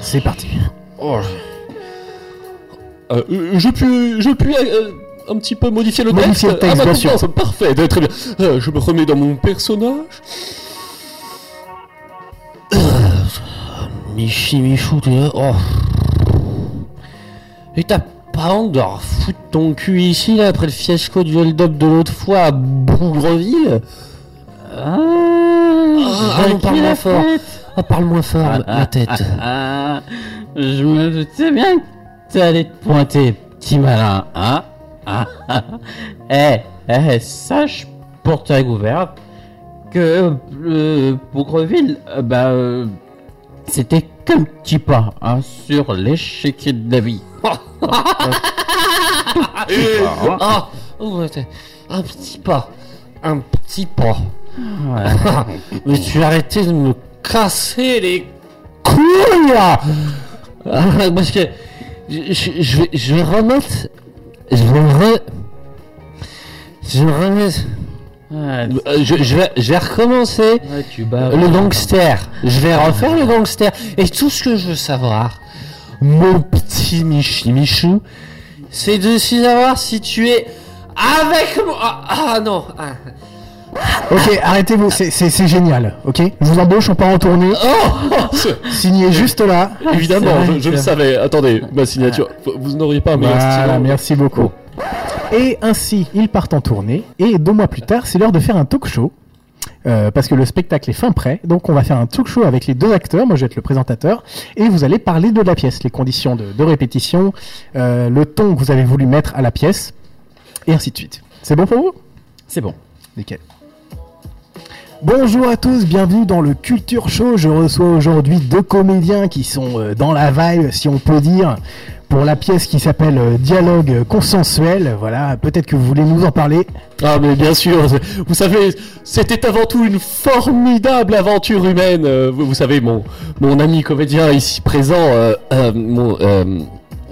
C'est parti.
Oh. Euh, euh, je puis, je puis euh, un petit peu modifier le
Modifier le
texte.
texte,
ah,
bien
bah,
sûr.
tout le temps, Parfait, euh, très bien. Euh, je me remets dans mon personnage.
Euh, Michi Michou, t'es là. Oh. Et t'as pas honte de foutre ton cul ici, là, après le fiasco du hold-up de l'autre fois à Bougreville Ah,
j'ai
non, parle
acquis
moins
la
fort.
tête.
Ah, parle moins fort,
Ah,
la tête.
Ah, je me doutais bien que t'allais te pointer, petit malin, hein Ah, ah. Eh, eh, sache pour ta gouverne que euh, Bougreville, euh, bah, euh, c'était qu'un petit pas hein, sur l'échiquier de la vie.
Ah, oh, attends. un petit pas. Un petit pas. Mais tu as arrêté de me casser les couilles là Ah, Parce que je, je- je vais, je vais remettre. Je vais re. Je vais remettre. Euh, Je, je vais, je vais recommencer le gangster. Je vais refaire le gangster. Et tout ce que je veux savoir, mon petit Michi Michou, c'est de savoir si tu es avec moi. Ah, ah, non. Ah.
Ok, arrêtez-vous, c'est- c'est c'est génial, ok Je vous embauche, on part en tournée. Signé juste là.
Évidemment, Oh, je, je le savais. Attendez, ma signature. euh, Vous- Vous n'auriez pas un meilleur
Voilà,
stylo.
merci beaucoup. Et ainsi, ils partent en tournée. Et deux mois plus tard, c'est l'heure de faire un talk show. Euh, parce que le spectacle est fin prêt, donc on va faire un talk show avec les deux acteurs, moi je vais être le présentateur, et vous allez parler de la pièce, les conditions de, de répétition, euh, le ton que vous avez voulu mettre à la pièce, et ainsi de suite. C'est bon pour vous
C'est bon.
Nickel. Bonjour à tous, bienvenue dans le Culture Show. Je reçois aujourd'hui deux comédiens qui sont euh, dans la vibe, si on peut dire, pour la pièce qui s'appelle euh, Dialogue consensuel. Voilà, peut-être que vous voulez nous en parler.
Ah mais bien sûr, c'est- vous savez, c'était avant tout une formidable aventure humaine. Euh, Vous, vous savez, mon, mon ami comédien ici présent, euh, euh, mon... euh,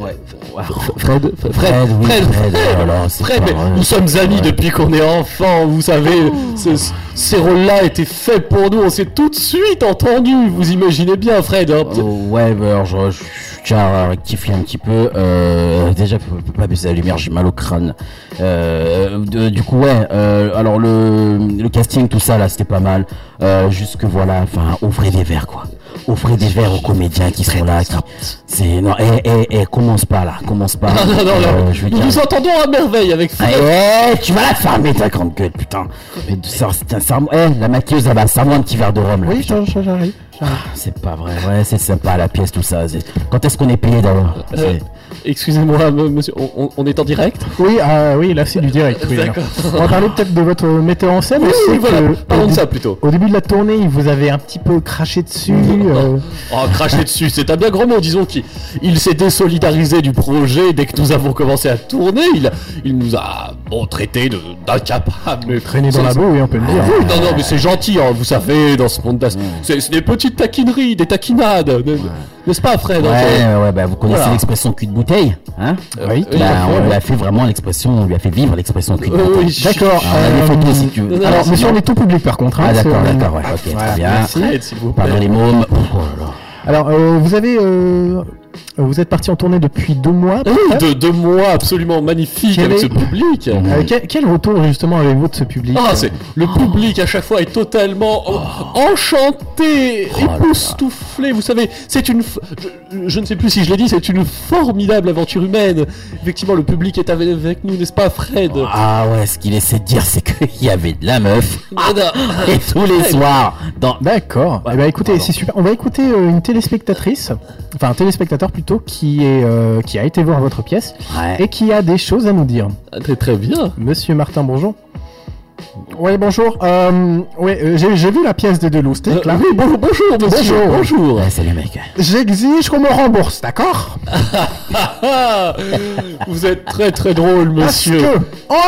F- Fred, F- Fred, Fred,
oui,
Fred,
Fred, oh là là, c'est
Fred,
pas
mais
vrai,
nous
c'est
sommes
pas
amis
vrai.
depuis qu'on est enfant, vous savez, ce- ce- ces rôles-là étaient faits pour nous, on s'est tout de suite entendus, vous imaginez bien Fred. hein.
Oh, ouais, bah, alors, je, je- je tiens à rectifier un petit peu. Euh, déjà, faut- faut pas baisser la lumière, j'ai mal au crâne. Euh, de- du coup, ouais. euh, alors le, le casting, tout ça, là, c'était pas mal. Euh, juste que voilà, enfin, ouvrez des verres, quoi. Ouvrez des verres aux comédiens qui sont là. qui- C'est non, eh, eh, eh, commence pas là, commence pas.
Ah, non, non, non.
Euh, je veux
nous
dire-
nous entendons à merveille avec Fred.
Eh, tu vas la fermer ta grande gueule, putain. Mais sors- tiens, sors- eh, la maquilleuse, là-bas, sors-moi un petit verre de rhum, là.
Oui,
putain.
j'arrive. j'arrive.
C'est pas vrai, ouais, c'est sympa la pièce, tout ça. c'est- Quand est-ce qu'on est payé d'abord
Euh,
C'est-
Excusez-moi, m- monsieur, on, on- on est en direct
Oui, euh, oui, là c'est du direct. oui, alors.
D'accord.
On va parler peut-être de votre metteur en scène.
Oui,
je sais
voilà,
que
parlons
au
de
dé-
ça plutôt.
Au début de la tournée, il vous avait un petit peu craché dessus. euh,
Oh, cracher dessus, c'est un bien grand mot, disons qu'il il s'est désolidarisé du projet dès que nous avons commencé à tourner, il, il nous a, bon, traité de- d'incapables.
traîné dans la boue, oui, on peut le dire.
hein,
non, non, mais c'est gentil, hein, vous savez, dans ce monde, d'as- c'est c'est des petits
petites taquineries, des taquinades. ne- N'est-ce pas, Fred
Ouais,
hein,
ouais, bah, vous connaissez
Voilà. Euh,
l'expression cul de bouteille, hein
oui, tout à
Bah,
fait,
on lui
ouais.
a fait vraiment l'expression, on lui a fait vivre l'expression cul de
Euh,
bouteille.
oui, je-
Alors, on a des photos si tu veux.
Alors,
Ah,
monsieur,
sinon-
on est tout public par contre. hein,
Ah,
parce que-
d'accord, d'accord, ouais, ok,
Voilà,
très bien.
merci.
Pardon les mômes. Oh, là là.
Alors, euh, vous avez, euh, vous êtes parti en tournée depuis deux mois.
Ah Oui,
peut-être
de deux mois absolument magnifiques
Quel
avec
est-
ce public.
Euh, quel, quel retour justement avez-vous de ce public
Ah, c'est le public à chaque fois est totalement en- enchanté, époustouflé. Vous savez, c'est une, f- je, je ne sais plus si je l'ai dit, c'est une formidable aventure humaine. Effectivement, le public est avec, avec nous, n'est-ce pas, Fred
Oh.
Ah ouais, ce qu'il essaie de dire, c'est qu'il y avait de la
[LAUGHS]
meuf.
Ah, non.
Et tous les soirs, dans
D'accord. Eh ben, écoutez, c'est super. On va écouter euh, une téléspectatrice, enfin un téléspectateur plutôt, qui est euh, qui a été voir votre pièce et qui a des choses à nous dire.
très très bien.
Monsieur Martin, bonjour. Oui, bonjour. Euh, ouais, euh, j'ai j'ai vu la pièce de Delou. C'était là.
Euh, oui, bonjour, bonjour, monsieur,
Bonjour.
bonjour.
Ouais, c'est les mecs.
J'exige qu'on me rembourse, d'accord
Vous êtes très très drôle, monsieur.
Parce que,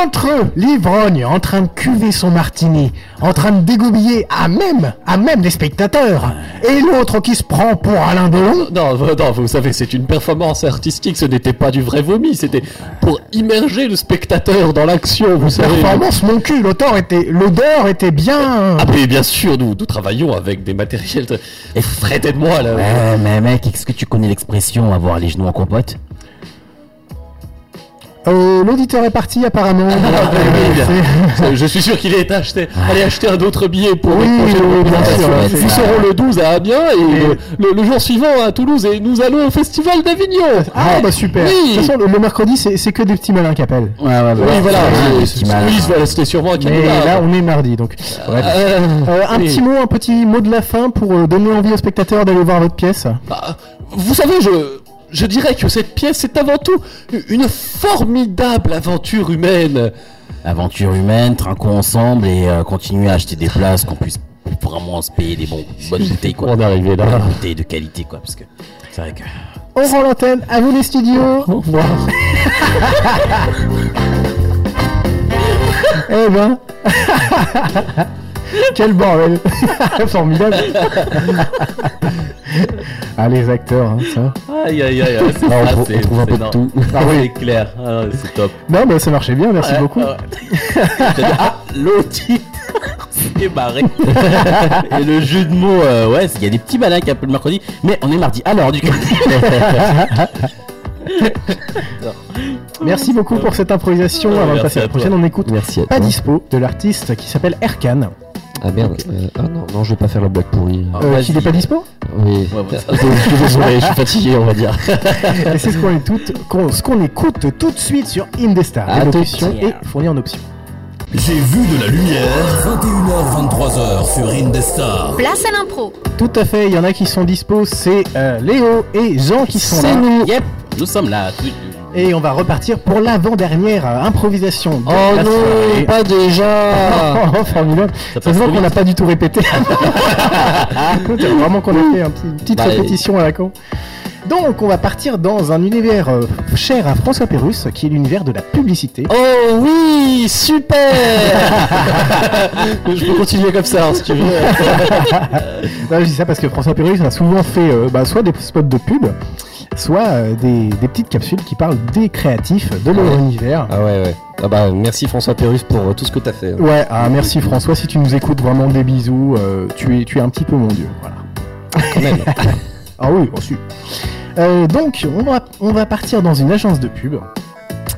entre l'ivrogne en train de cuver son martini, en train de dégoubiller à même, à même les spectateurs, et l'autre qui se prend pour Alain Delon,
Non, v- non, vous savez, c'est une performance artistique, ce n'était pas du vrai vomi, c'était pour immerger le spectateur dans l'action, vous savez.
performance mon cul, l'odeur était, l'odeur était bien...
Ah, mais bien sûr, nous, nous travaillons avec des matériels. très- Et Fred, aide-moi là.
Ouais, Eh, mais mec, est-ce que tu connais l'expression avoir les genoux en compote
Ah,
Euh, l'auditeur est parti apparemment.
Ah, bah, Euh, Je suis sûr qu'il est acheté. Allez acheter un autre billet pour
Oui,
notre prochaine
oui, bien
représentation.
sûr,
Nous
c'est ça.
serons le 12 à Amiens et le, le- le jour suivant à Toulouse et nous allons au Festival d'Avignon.
Ah bah super.
Oui.
De toute façon, le, le mercredi, c'est c'est que des petits malins qui appellent.
Oui, voilà.
Ouais,
c'est-
des petits malins.
Oui, voilà, c'était sûrement un
Mais
candidat.
là, on est mardi, donc. bref. Euh, un
oui.
petit mot, un petit mot de la fin pour euh, donner envie aux spectateurs d'aller voir votre pièce.
Bah, vous savez, je, je dirais que cette pièce est avant tout une formidable aventure humaine.
Aventure humaine, trinquons ensemble et euh, continuer à acheter des places qu'on puisse vraiment se payer des bons, bonnes bouteilles quoi.
On est arrivé là.
Des bouteilles de qualité quoi, parce que c'est vrai que.
On rend l'antenne, à vous les studios. Au revoir. [LAUGHS] eh ben. Quel bordel. [LAUGHS] Formidable. ah, les acteurs, hein, ça.
Aïe aïe aïe, aïe.
Ah, on
Ah,
trou- on
c'est-
trouve un peu
c'est
de
non.
tout. Ah oui.
C'est clair, Ah, c'est top.
Non, mais ça marchait bien, merci
Ouais,
beaucoup.
ouais. ah, l'auditeur s'est [LAUGHS] barré.
et le jeu de mots, euh, ouais, il y a des petits malins qui appellent le mercredi, mais on est mardi. Alors du coup.
Merci beaucoup pour cette improvisation. Avant de
merci
passer à la
à toi.
prochaine, on écoute
Merci à
Pas
toi.
Dispo de l'artiste qui s'appelle Erkan.
Ah merde, euh, ah non, non, je vais pas faire la boîte pourrie.
Ah,
Euh, qu'il est pas dispo
Oui. [LAUGHS]
Désolé,
je suis fatigué, on va dire.
Et c'est ce qu'on écoute, qu'on- ce qu'on écoute tout de suite sur Indestar.
À tout de
L'élocution
suite.
est fournie en option.
J'ai vu de la lumière. 21h23h sur Indestar.
Place à l'impro.
Tout à fait, il y en a qui sont dispo, c'est euh, Léo et Jean qui sont là.
Yep, nous sommes là.
Et on va repartir pour l'avant-dernière euh, improvisation. de
Oh
la
non, Ah.
soirée.
[LAUGHS]
pas déjà.
[LAUGHS] Oh, formidable
Ça
Ça
passe
se voit
trop
qu'on n'a pas du tout
[LAUGHS]
répété. C'est vraiment qu'on a fait un petit- une petite
Bah,
répétition à la con. Donc, on va partir dans un univers euh, cher à François Pérus, qui est l'univers de la publicité.
Oh oui,
[LAUGHS]
super Je peux continuer comme ça hein, si tu veux.
Non, je dis ça parce que François Pérus a souvent fait euh, bah, soit des spots de pub, soit euh, des, des petites capsules qui parlent des créatifs de leur univers.
Ah ouais, ouais. Ah bah, merci François Pérus pour euh, tout ce que t'as fait. hein.
Ouais, ah, merci François, si tu nous écoutes vraiment des bisous, euh, tu, es, tu es un petit peu mon dieu. Voilà. [LAUGHS] ah oui, reçu. donc, on va, on va partir dans une agence de pub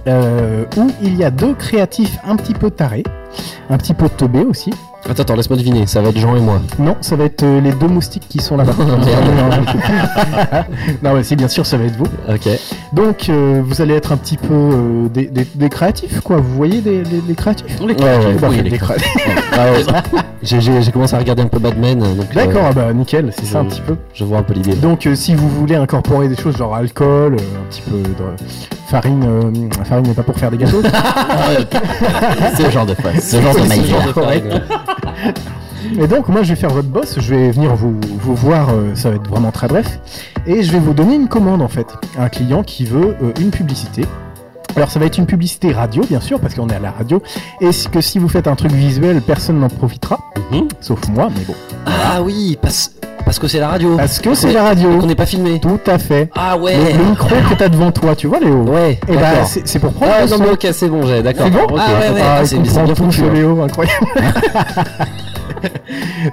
euh, où il y a deux créatifs un petit peu tarés, un petit peu teubés aussi.
Attends, attends, laisse-moi deviner, ça va être Jean et moi.
Non, ça va être euh, les deux moustiques qui sont là-bas. [LAUGHS] non, mais si, bien sûr, ça va être vous.
Ok.
Donc, euh, vous allez être un petit peu euh, des, des- des créatifs, quoi. Vous voyez des, des- des créatifs
Les
créatifs,
Bah,
oui,
faites
les
des créatifs.
Ah ouais. J'ai- J'ai j'ai commencé à regarder un peu Batman. euh, donc, euh,
[LAUGHS] D'accord, ah bah nickel, c'est ça un
je-
petit peu.
Je vois un peu l'idée.
Donc euh, si vous voulez incorporer des choses genre alcool, euh, un petit peu de farine, euh, la farine n'est pas pour faire des
[LAUGHS]
gâteaux.
ce genre de face, ce genre de maillot.
[LAUGHS]
Et donc moi je vais faire votre boss, je vais venir vous, vous voir, euh, ça va être vraiment très bref, et je vais vous donner une commande en fait, un client qui veut euh, une publicité. Alors ça va être une publicité radio bien sûr parce qu'on est à la radio et c- que si
Mhm.
vous faites un truc visuel personne n'en profitera sauf moi mais bon
Ah oui, parce, Parce que c'est la radio.
Parce que c'est la radio.
Qu'on n'est pas filmé.
Tout à fait.
Ah ouais.
Le, le micro que t'as devant toi, tu vois, Léo.
Ouais.
Et bah, c'est c'est pour prendre.
Ah
le
non
son.
mais ok c'est bon j'ai d'accord.
C'est bon
Ok,
Ah ouais, ouais,
ah,
ouais,
c'est
on
c'est
comprend
bien
tout
foutu,
chez
hein.
Léo, [LAUGHS] incroyable.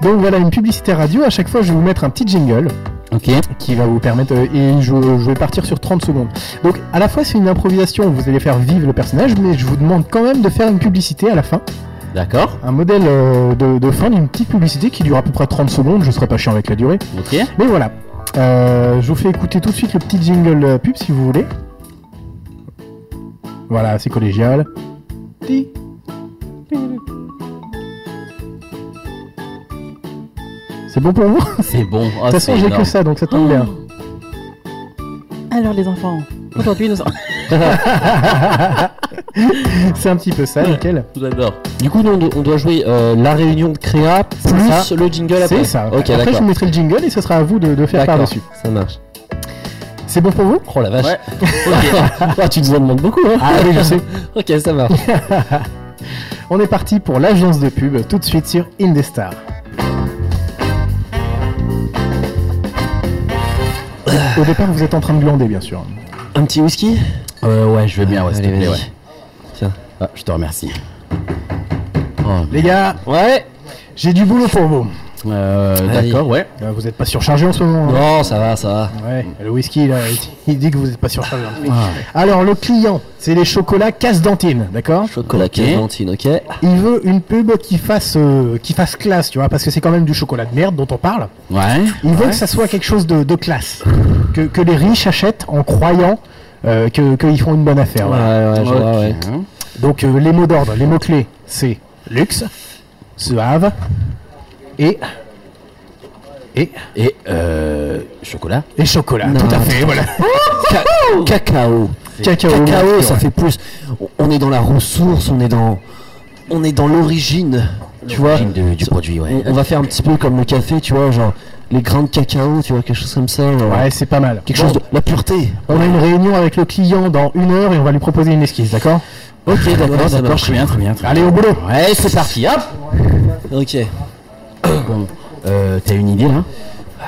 Donc voilà, une publicité radio. À chaque fois, je vais vous mettre un petit jingle.
Ok.
Qui va vous permettre. euh, et je, je vais partir sur 30 secondes. Donc, à la fois, c'est une improvisation. Vous allez faire vivre le personnage, mais je vous demande quand même de faire une publicité à la fin.
D'accord.
Un modèle euh, de, de fin d'une petite publicité qui dure à peu près 30 secondes. Je serai pas chiant avec la durée.
Ok.
Mais voilà. Euh, je vous fais écouter tout de suite le petit jingle euh, pub si vous voulez. Voilà, c'est collégial. C'est bon pour vous [LAUGHS]
C'est bon.
Ah,
De toute façon, j'ai que ça, donc ça tombe
[GASPS]
bien.
Alors les enfants, aujourd'hui nous.
c'est un petit peu ça, nickel.
J'adore.
Du coup, nous, on do- on doit jouer euh, la réunion de créa plus
ça.
le jingle après.
C'est ça.
Ok,
Après, je
d'accord.
vous mettrai le jingle et ce sera à vous de, de faire
D'accord,
par-dessus.
Ça marche.
C'est bon pour vous
Oh la vache.
Ouais.
[LAUGHS] Ah, tu nous en demandes beaucoup. Hein.
Ah oui, je sais.
[LAUGHS] ok, ça marche.
[LAUGHS] On est parti pour l'agence de pub tout de suite sur Indestar. Au départ, vous êtes en train de glander, bien sûr.
Un petit whisky
Euh, ouais, je veux bien, ouais, s'il te
Allez,
plaît,
vas-y.
ouais.
Tiens.
Ah, je te remercie. Oh,
Les gars,
ouais,
j'ai du boulot pour vous.
euh,
Allez.
d'accord, ouais.
Euh, Vous n'êtes pas surchargé en ce moment. hein
Non, ça va, ça va.
Ouais, le whisky, là, il- il dit que vous n'êtes pas surchargé.
Ah.
Alors, le client, c'est les chocolats casse-dentine, d'accord
Chocolat
Ok.
Clémentine, ok.
Il veut une pub qui fasse, euh, qui fasse classe, tu vois, parce que c'est quand même du chocolat de merde dont on parle.
Ouais.
Il veut que ça soit quelque chose de, de classe, que, que les riches achètent en croyant euh, que- qu'ils font une bonne affaire.
Ouais,
voilà.
ouais, je vois, ouais.
Donc euh, les mots d'ordre, les mots clés, c'est luxe, suave et et
Et euh, chocolat.
et chocolat.
Ah,
Tout à fait, voilà.
Ca- cacao.
Cacao, ouais.
ça fait plus. on- On est dans la ressource, on est dans, on est dans l'origine, tu vois.
L'origine de- du produit, ouais.
On, on va faire un petit peu comme le café, tu vois, genre les grains de cacao, tu vois, quelque chose comme ça. genre,
Ouais, c'est pas mal.
quelque
Bon,
chose de la pureté.
On a une réunion avec le client dans une heure et on va lui proposer une esquisse, d'accord
Ok,
Ouais,
d'accord,
ça
d'accord.
marche très bien, très bien, très bien.
Allez au boulot.
Ouais, c'est parti, hop.
Ok.
Bon, euh, t'as une idée là
Ah.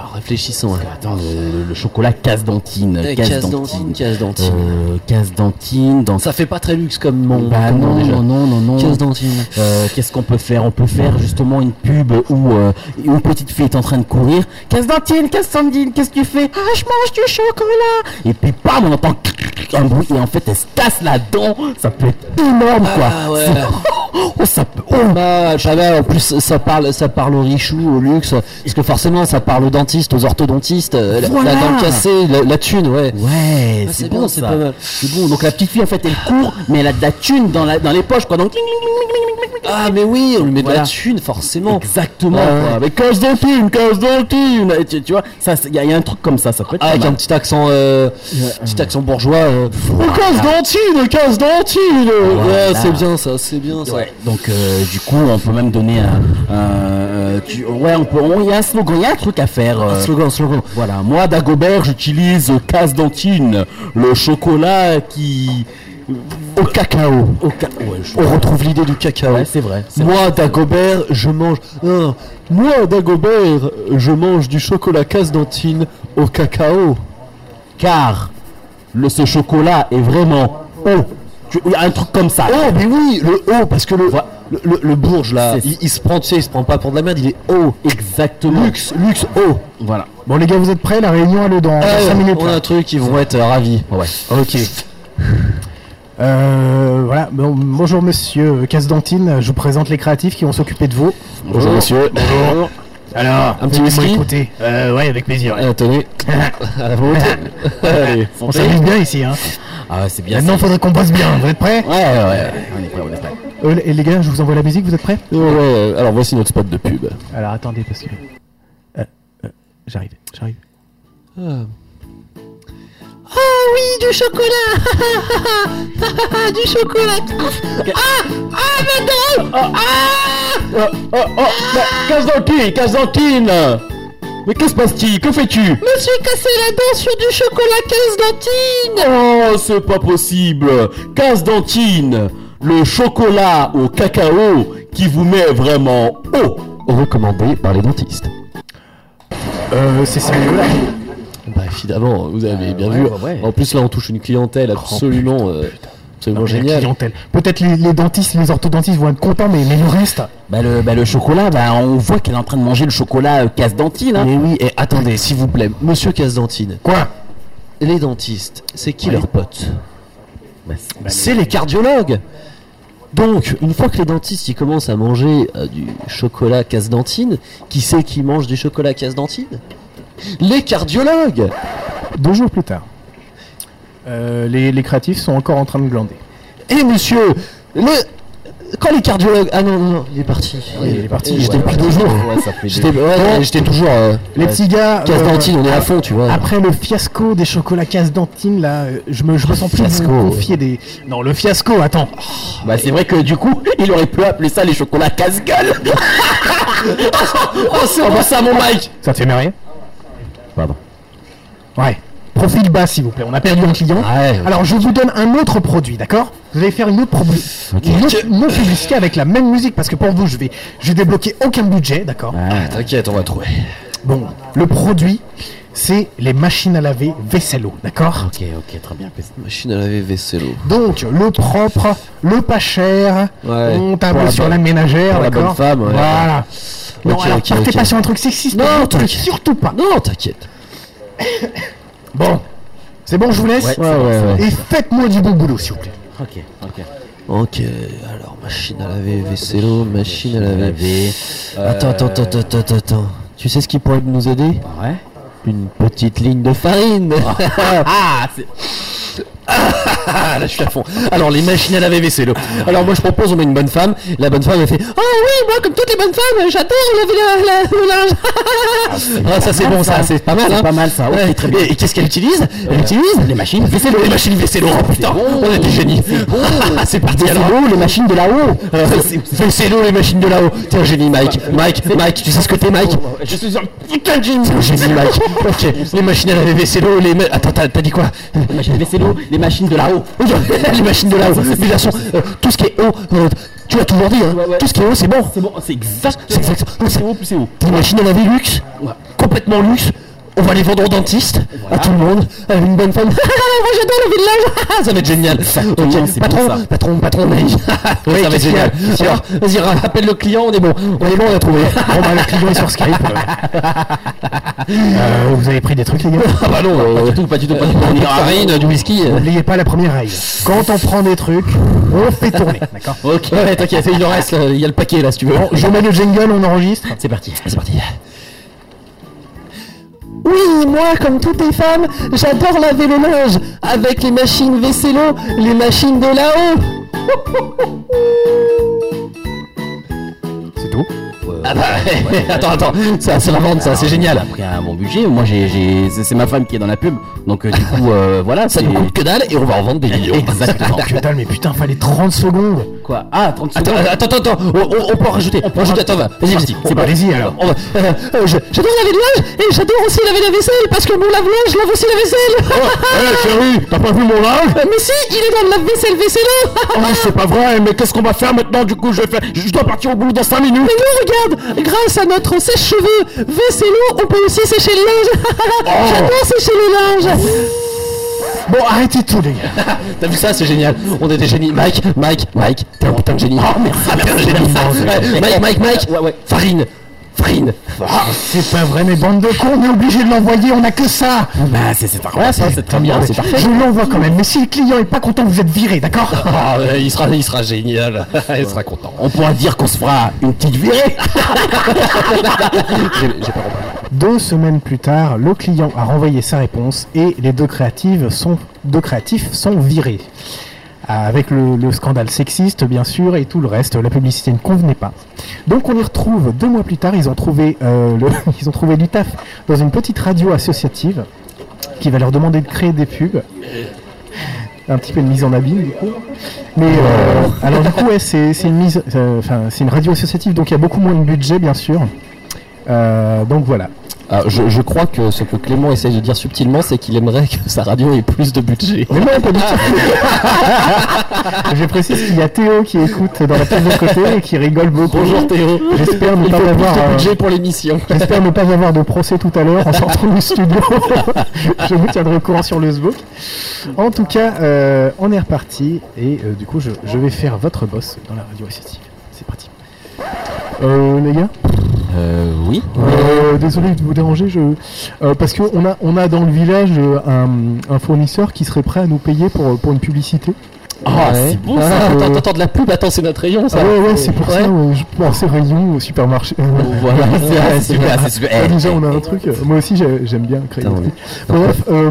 Alors, réfléchissons. hein.
Attends, le, le chocolat casse-dentine.
Euh, Casse-dentine, casse-dentine.
Euh, casse-dentine dans
Ça fait pas très luxe comme nom.
Bah
comme nom,
non,
déjà.
non, non, non, non.
Casse-dentine.
Euh, Qu'est-ce qu'on peut faire On peut faire justement une pub où euh, une petite fille est en train de courir. Casse-dentine, casse-dentine, qu'est-ce que tu fais Ah, je mange du chocolat Et puis, pam, on entend un bruit et en fait, elle se casse la dent. Ça peut être énorme, quoi.
Ah ouais.
[LAUGHS] Oh, ça peut. oh,
Pas mal, pas mal. En plus, ça parle, ça parle aux richoux, au luxe, parce que forcément, ça parle aux dentistes, aux orthodontistes, euh, la-
Voilà.
la dent cassée, la, la thune, ouais.
Ouais,
Ah,
c'est
c'est
bon,
bien,
ça.
c'est pas mal.
C'est bon. Donc la petite fille en fait elle court, mais elle a de la thune dans, la, dans les poches quoi. Donc cling, cling, cling, cling, cling, cling, cling.
Ah mais oui, on lui met de
Voilà.
la thune, forcément.
Exactement.
Ouais,
quoi.
ouais.
Mais casse dentine, casse dentine. Et Tu, tu vois, ça, il y, a- y a un truc comme ça, ça peut être.
Ah, avec
pas
un
mal.
petit accent, euh, petit accent bourgeois. euh, Oh, casse dentine, casse dentine.
Voilà.
Ouais, c'est bien ça, c'est bien ça.
Ouais. Donc euh, du coup, on peut même donner un. un- tu- ouais, on peut. Il y a un slogan, il y a un truc à faire. euh.
Un slogan, un slogan.
Voilà. Moi, Dagobert, j'utilise casse dentine, le chocolat qui.
Au cacao.
Au ca- ouais, je-
On retrouve l'idée du cacao.
Ouais, c'est vrai. c'est
Moi, Dagobert, je mange. Non, moi, Dagobert, je mange du chocolat casse-dentine au cacao.
car le, ce chocolat est vraiment haut. Tu- Il y a un truc comme ça.
Oh, mais oui, le haut, parce que le, le, le- le bourge là,
C'est-
il, il se prend, tu sais, il se prend pas pour de la merde, il est haut.
Exactement.
Luxe, luxe, haut.
Voilà.
Bon les gars, vous êtes prêts La réunion elle est dans 5 minutes.
on a
là.
un truc, ils vont être euh, ravis.
Ouais.
Ok.
Euh, voilà. Bon, bonjour Monsieur Casse-Dentine. Je vous présente les créatifs qui vont s'occuper de vous.
Bonjour, [LAUGHS] monsieur. Euh,
Bonjour. Alors,
Ah,
Un petit
laissez-moi
whisky
écouter. Euh, ouais, avec plaisir.
Allez, tenez. [LAUGHS] à la vôtre. Allez.
On s'amuse bien ici. Hein.
Ah ouais, c'est bien.
Maintenant,
ça.
faudrait qu'on bosse bien. Vous êtes prêts
Ouais, ouais, ouais. On est prêt, on est prêt.
Euh, les- Les gars, je vous envoie la musique. Vous êtes prêts
Ouais, ouais, alors voici notre spot de pub.
Alors attendez parce que Euh, euh, j'arrive, j'arrive.
Ah oui, du chocolat Du chocolat Ah Ah, ma dent Ah
Oh, oh, oh, casse-dentine, casse-dentine Mais qu'est-ce qui se passe-t-il Que fais-tu
Je me suis cassé la dent sur du chocolat casse dentine
Oh, c'est pas possible Casse-dentine Le chocolat au cacao qui vous met vraiment haut Recommandé par les dentistes.
Euh, c'est sérieux là
Bah évidemment, vous
Ah,
avez bien vu. En plus là, on touche une clientèle absolument, euh, absolument
La
géniale.
clientèle. Peut-être les, les dentistes, les orthodontistes vont être contents, mais, mais le reste.
Bah le, bah le chocolat, bah on voit qu'elle est en train de manger le chocolat euh, casse-dentine. Hein.
Mais Eh oui, et attendez, s'il vous plaît, monsieur Casse-Dentine.
Quoi
Les dentistes, c'est qui
Ouais.
leurs potes
Bah,
C'est les cardiologues donc, une fois que les dentistes ils commencent à manger euh, du chocolat casse-dentine, qui c'est qui mange du chocolat casse-dentine Les cardiologues
Deux jours plus tard. Euh, les, les créatifs sont encore en train de glander.
Eh monsieur le... Quand les cardiologues... Ah non, non, non, il est parti.
Oui, il est parti.
J'étais
Ouais,
depuis
ouais,
deux jours.
ouais, ça fait
J'étais
deux.
ouais,
Bon.
j'étais toujours... euh,
Les
ouais,
petits gars.
Casse-dentine,
euh,
on est à fond, tu vois.
Après le fiasco des chocolats casse-dentine, là, euh, je me, je me sens plus
Fiasco.
vous confier des. Non, le fiasco, attends.
Bah c'est vrai que du coup, [LAUGHS] il aurait pu appeler ça les chocolats casse-gueule.
oh, c'est bon, ça, mon mic
Ça te fait marrer
Pardon.
Ouais. Profil bas, s'il vous plaît. On a perdu un client. Alors, je vous donne un autre produit, d'accord Vous allez faire une autre, probu- une autre- une autre publicité avec la même musique, parce que pour vous, je vais, je vais débloquer aucun budget, d'accord
Ah, T'inquiète, on va trouver.
Bon, le produit, c'est les machines à laver Vessello, d'accord
Ok, ok, très bien.
Machine à laver vaisseau.
Donc, le propre, le pas cher,
Ouais.
on
Pour
table
la
sur
bonne-
la ménagère,
pour la
d'accord
bonne femme, ouais.
Voilà.
Ok,
Non, alors,
ok,
partez
ok.
pas sur un truc sexiste.
Non,
s'il vous plaît,
t'inquiète.
surtout pas.
Non, t'inquiète.
[COUGHS] Bon, c'est bon, je vous laisse.
Ouais, c'est bon, c'est bon.
Et faites-moi du bon boulot, s'il vous plaît.
Ok, ok.
Ok, alors machine à laver, vaisseau, machine à laver.
Euh,
Attends, attends, attends, attends, attends, attends. Tu sais ce qui pourrait nous aider
Ouais.
Une petite ligne de farine.
Ah, c'est.
[LAUGHS] Ah, là, je suis à fond. Alors, les machines à laver vaisseau. Alors, moi, je propose, on met une bonne femme. La bonne femme, elle fait Ah
Oh oui, moi, comme toutes les bonnes femmes, j'adore laver la- la- le linge.
Ah, ça, c'est bon, ça, c'est pas mal, hein.
pas mal ça.
Ouais, Et, et qu'est-ce qu'elle utilise Elle utilise les machines vaisseau. Les machines vaisseau. Oh putain, on est des génies. Ah, [LAUGHS] C'est parti alors. Euh,
les machines de là-haut.
Vaisseau, les machines de là-haut. T'es un génie, Mike. Mike, Mike, tu sais ce que t'es, Mike
Je suis un
Putain de génie. T'es un
[LAUGHS]
génie, Mike. Ok, les machines à laver vaisseau, les. ma- Attends, t'as t'as dit quoi
Les machines de vaisseau, les machines de là-haut.
[LAUGHS] Les machines de là-haut, les garçons, euh, tout ce qui est haut, euh, tu l'as
Ah,
toujours dit, hein, tout ce qui est haut, c'est bon.
C'est bon, c'est exact.
C'est exact. Plus c'est haut,
plus c'est haut.
Des machines à laver luxe, complètement luxe. On va les vendre aux dentistes, à tout le monde, à une bonne femme. Moi j'adore le village, ça va être génial.
Exactement,
Ok,
c'est
patron,
pour ça.
patron, patron, on a dit. Ouais, ça va être génial. Alors, vas-y, rappelle le client, on est bon. On est bon, on a trouvé.
Bon, bah, le client est sur Skype. euh. Euh, vous avez pris des trucs, les [LAUGHS] gars
Ah bah non, pas du tout, pas du tout, pas du tout. Du farine, du whisky. euh.
N'oubliez pas la première règle. Quand on prend des trucs, on fait tourner, [LAUGHS] d'accord
Ok, ouais, t'inquiète, il en reste, là, il y a le paquet là si tu veux.
Bon, je mets le jingle, on enregistre.
C'est parti, c'est parti.
Oui, moi, comme toutes les femmes, j'adore laver le linge avec les machines vaisseau, les machines de là-haut.
C'est tout
Ah bah, [LAUGHS] attends, attends, ça, c'est la vente, ça, c'est génial.
Après un bon budget, moi j'ai, j'ai- c'est c'est ma femme qui est dans la pub, donc euh, du coup euh, voilà.
Ça
c'est-
nous coûte que dalle et on va en vendre des millions. [LAUGHS]
Exactement.
Que dalle, mais putain, fallait 30 secondes.
Quoi Ah 30
Attends,
secondes.
attends, attends, attends, on, on- on peut en rajouter. On peut rajouter, attends, va, vas-y, vas-y.
Ah,
C'est
on-
bah,
pas allez-y alors.
[LAUGHS]
on va- euh, euh, je- je-
oh, J'adore laver le linge et j'adore aussi laver la vaisselle parce que mon lave-linge lave aussi la vaisselle. Euh,
Eh chérie, t'as pas vu mon linge
Mais si, il est dans le lave-vaisselle vaissello.
Oh, c'est pas vrai, mais qu'est-ce qu'on va faire maintenant Du coup, je, vais faire- je dois partir au boulot dans 5 minutes.
Mais non, regarde, grâce à notre sèche-cheveux vaissello, on peut aussi sécher le linge.
Oh.
[LAUGHS] J'adore sécher le linge.
Bon, arrêtez tout, les gars.
T'as vu ça, c'est génial. On est des génies. Mike, Mike, Mike, t'es un putain de génie. Oh, merci, t'es un génie. Ouais, Mike, Mike, Mike, farine, farine.
C'est pas vrai, mais bande de cons, on est obligé de l'envoyer, on a que ça.
Bah c'est, c'est parfait. ça, c'est très bien,
Merde,
Ah, c'est parfait.
Je l'envoie quand même, mais si le client est pas content, vous êtes viré, d'accord
[LAUGHS]
Ah, ouais, il sera, il sera génial. il sera content.
On pourra dire qu'on se fera une petite virée.
Deux semaines plus tard, le client a renvoyé sa réponse et les deux, créatives sont, deux créatifs sont virés. Avec le, le scandale sexiste, bien sûr, et tout le reste, la publicité ne convenait pas. Donc on les retrouve deux mois plus tard, ils ont trouvé, euh, le- [LAUGHS] ils ont trouvé du taf dans une petite radio associative qui va leur demander de créer des pubs. Un petit peu une mise en abîme, du coup. Mais euh, alors du coup, ouais, c'est c'est une mise, euh, enfin, c'est une radio associative, donc il y a beaucoup moins de budget, bien sûr. Euh, donc voilà.
Ah, je, je crois que ce que Clément essaye de dire subtilement, c'est qu'il aimerait que sa radio ait plus de budget.
Mais non, pas du tout. je précise qu'il y a Théo qui écoute dans la pièce de côté et qui rigole beaucoup.
Bonjour Théo.
J'espère ne
Il
pas
faut plus
avoir
de
euh,
budget pour l'émission.
J'espère ne pas avoir de procès tout à l'heure en sortant du
[LAUGHS]
studio. je vous tiendrai au courant sur le Facebook. En tout cas, euh, on est reparti et euh, du coup, je, je vais faire votre boss dans la radio assistive. C'est parti. Euh, les gars
Euh, oui.
Euh, désolé de vous déranger, je... euh, parce qu'on a, on a dans le village euh, un, un fournisseur qui serait prêt à nous payer pour, euh, pour une publicité.
Ah, c'est bon ça.
Ah,
Attends,
euh,
attends, de la pub, attends, c'est notre rayon ça.
ah ouais, ouais, c'est pour ça, ouais, je pensais rayon au supermarché. [LAUGHS]
voilà, c'est-
Ouais,
c'est super, c'est super. Ah,
Ah,
Eh,
déjà,
eh,
on a un truc, euh, moi aussi j'ai- j'aime bien créer des trucs. Bref, euh,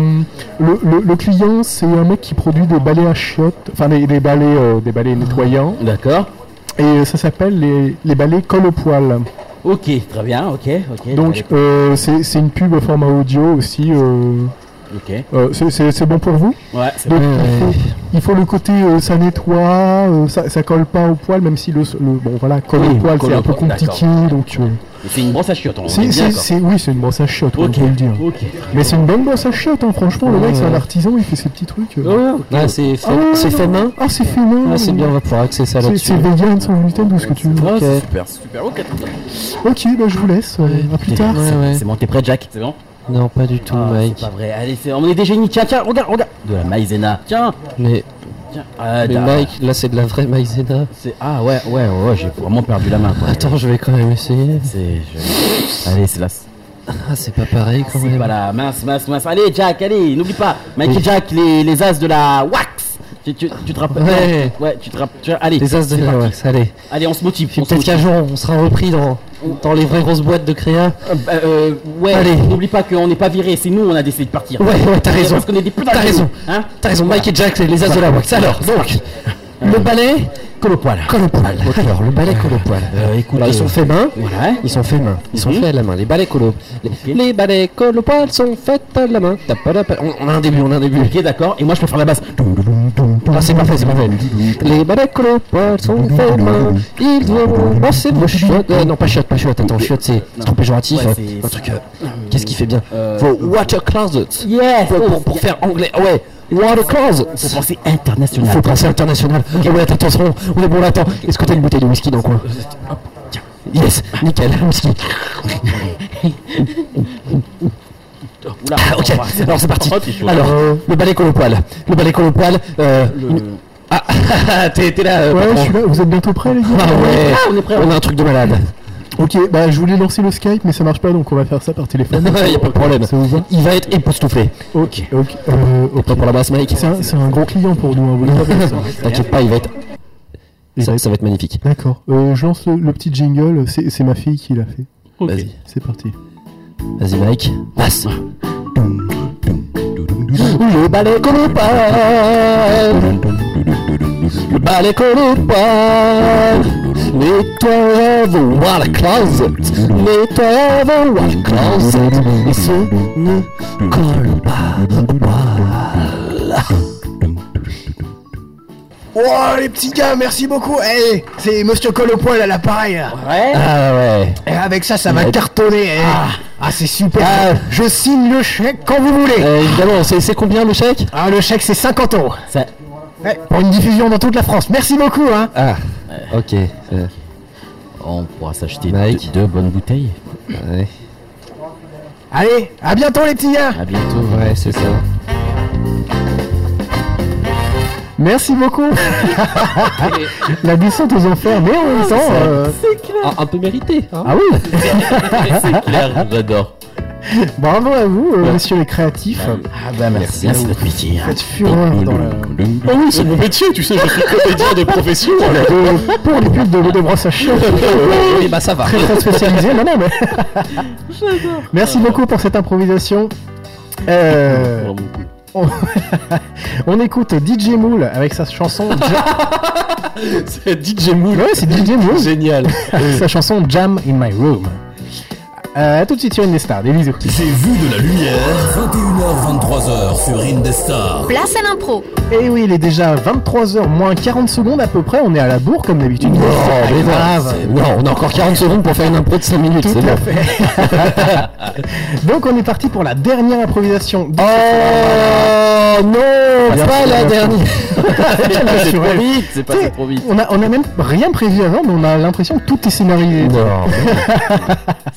le, le- le client, c'est un mec qui produit des balais à chiottes, enfin des, des balais, euh, des balais nettoyants.
D'accord.
Et euh, ça s'appelle les, les balais colle au poil.
Ok, très bien, ok, ok.
Donc euh, c'est c'est une pub au format audio aussi. euh,
Ok.
euh, c'est- c'est c'est bon pour vous
Ouais, c'est
Donc,
bon.
Il, faut, il faut le côté euh, ça nettoie, euh, ça, ça colle pas au poil, même si le, le bon voilà colle au
Oui,
poil
colle
c'est
au
un peu
poil,
compliqué. Donc euh,
C'est une brosse à chiottes, on est
c'est-
bien
c'est
d'accord.
c'est- oui c'est une brosse à chiottes, on
Ok,
peut le dire.
ok.
Mais c'est une bonne brosse à chiottes, hein, franchement le
Ouais,
mec c'est un
ouais.
artisan, il fait ses petits trucs. euh.
Ah, c'est fait,
Ah ouais,
c'est
non.
fait main.
Ah c'est fait main.
Ah, c'est bien, on va pouvoir axer ça
C'est-
là-dessus.
C'est vegan, sans gluten, tout ce que tu veux.
Ok.
super, ok.
Ok, bah, je vous laisse. euh, à plus
Putain,
tard.
c'est- C'est bon, t'es prêt, Jack C'est bon
Non, pas du tout,
Ah,
Mike.
C'est pas vrai, allez, c'est- on est des génies, tiens, tiens, regarde, regarde De la maïzena, tiens
Mais,
Tiens, ah,
mais
t'as-
Mike, là, c'est de la vraie maïzena.
c'est- Ah ouais, ouais, ouais, j'ai vraiment perdu la main, quoi.
Attends, je vais quand même essayer.
C'est- je- Allez, c'est là.
Ah, c'est pas pareil quand
C'est
même.
pas là, mince, mince, mince. Allez, Jack, allez, n'oublie pas. Mike et Jack, les, les as de la wax. Tu, tu, tu te rappelles
Ouais.
ouais, tu te rappelles. tu- Allez,
Les as de
c'est
la
parti.
wax, allez.
Allez, on se motive.
Puis
on se
peut-être qu'un
motive.
jour, on sera repris dans, dans les vraies grosses boîtes de créa.
Euh, bah, euh, ouais,
Allez.
n'oublie pas qu'on n'est pas viré, c'est nous on a décidé de partir.
Ouais, ouais, t'as
Parce
raison.
qu'on est des putains
T'as
de
raison.
loups, Hein
T'as raison, Mike et Jack, les, les as de la wax. Alors, donc, le balai, colle au poil. Colle au poil. Alors, le balai colle au poil.
écoute,
Alors, ils sont faits main.
Voilà.
Ils sont faits main. Ils sont
Mhm.
faits à la main. Les balais collo. Les, les balais collo poil sont faits à la main. T'as pas la pa- on, on a un début, on a un début.
Ok, d'accord. Et moi je peux faire la basse.
Ah, c'est parfait, c'est parfait. Les balais collo poil sont faits à la main. Ils devront brosser vos chiottes. Euh, non, pas chiottes, pas chiottes. Attends, chiottes, c'est c'est trop péjoratif.
Ouais, c'est-
un truc. euh, Qu'est-ce qui fait bien
Euh,
Vos water closets.
Yeah.
Pour, pour, pour faire anglais. Ah Ouais. Water
Faut
closets.
penser
Il
international.
faut penser international. Ah ouais, attends, attention, on est bon là, attends. Est-ce que t'as une bouteille de whisky dans le coin Yes, nickel, [LAUGHS] whisky.
Oula,
Ah, ok,
on va-
alors c'est parti.
Oh, t'es chaud.
Alors, euh, le balai colle au poil. Le balai colle au poil. euh, Ah, t'es t'es là, euh,
Ouais, je
patron.
suis là. Vous êtes bientôt prêts, les gars
Ah ouais,
Ah, on est prêt,
on a un truc de malade.
Ok, bah je voulais lancer le Skype, mais ça marche pas, donc on va faire ça par téléphone.
[LAUGHS] Il a pas de problème.
Ça vous va
Il va être époustouflé.
Ok, ok. euh, ok.
Pas pour la basse, Mike.
C'est un, c'est un gros client pour nous, hein, vous le savez, ça.
T'inquiète pas, il va être. [LAUGHS] Ça, ça va être magnifique.
D'accord. Euh, je lance le, le petit jingle, c'est c'est ma fille qui l'a fait.
Vas-y,
C'est parti.
vas-y, Mike. Passe. Le balai colle au poil. Le balai colopal Nettoyez vos water closets Nettoyez vos water closets Et ce ne colle pas au poil.
Oh les petits gars, merci beaucoup. Eh, c'est Monsieur Colopoil à l'appareil. là.
Ouais.
Ah ouais
Et avec ça, ça va
Ouais.
cartonner. eh. Ah, c'est super.
Ah.
Je signe le chèque quand vous voulez.
Euh, Évidemment, c'est c'est combien le chèque
Ah, le chèque, c'est 50 euros.
Ça-
Ouais, pour une diffusion dans toute la France. Merci beaucoup, hein.
Ah, ok. euh,
On pourra s'acheter
Mike.
deux, deux bonnes bouteilles.
Ouais,
Allez, à bientôt les petits gars.
À bientôt.
ouais c'est ça.
Merci beaucoup La descente aux enfers, mais en même temps... euh,
Un, un peu mérité. Hein
Ah oui
C'est clair, j'adore.
Bravo à vous, euh, messieurs les créatifs.
Ah bah merci, c'est notre métier.
Faites fureur dans la...
Oh oui, c'est mon métier, tu sais, je suis comédien de profession.
de- Euh, pour les pubs de, de brosse à chiottes.
Eh
Oui,
ben,
bah ça va.
très très spécialisé. Non, non, mais. Merci beaucoup pour cette improvisation. Euh, on... on écoute DJ Moule avec sa chanson. Ja-
C'est DJ Moule.
[LAUGHS] Ouais, c'est DJ Moule.
Génial.
sa chanson Jam in My Room. Euh, à tout de suite sur Indestar, des bisous.
J'ai vu de la lumière, 21h23h sur Indestar.
Place à l'impro.
Et Eh oui, il est déjà 23h moins 40 secondes à peu près, on est à la bourre comme d'habitude.
Non,
C'est pas
Oh, mais non,
grave.
c'est- non, on a encore 40 secondes pour faire une impro de 5 minutes,
Tout
c'est
à
bon.
fait. Donc on est parti pour la dernière improvisation. Oh
Oh, non,
pas la dernière.
[LAUGHS] Quel
C'est
naturel.
trop vite, c'est passé
Tu sais,
trop vite.
On a, on a même rien prévu avant, mais on a l'impression que tout est scénarisé.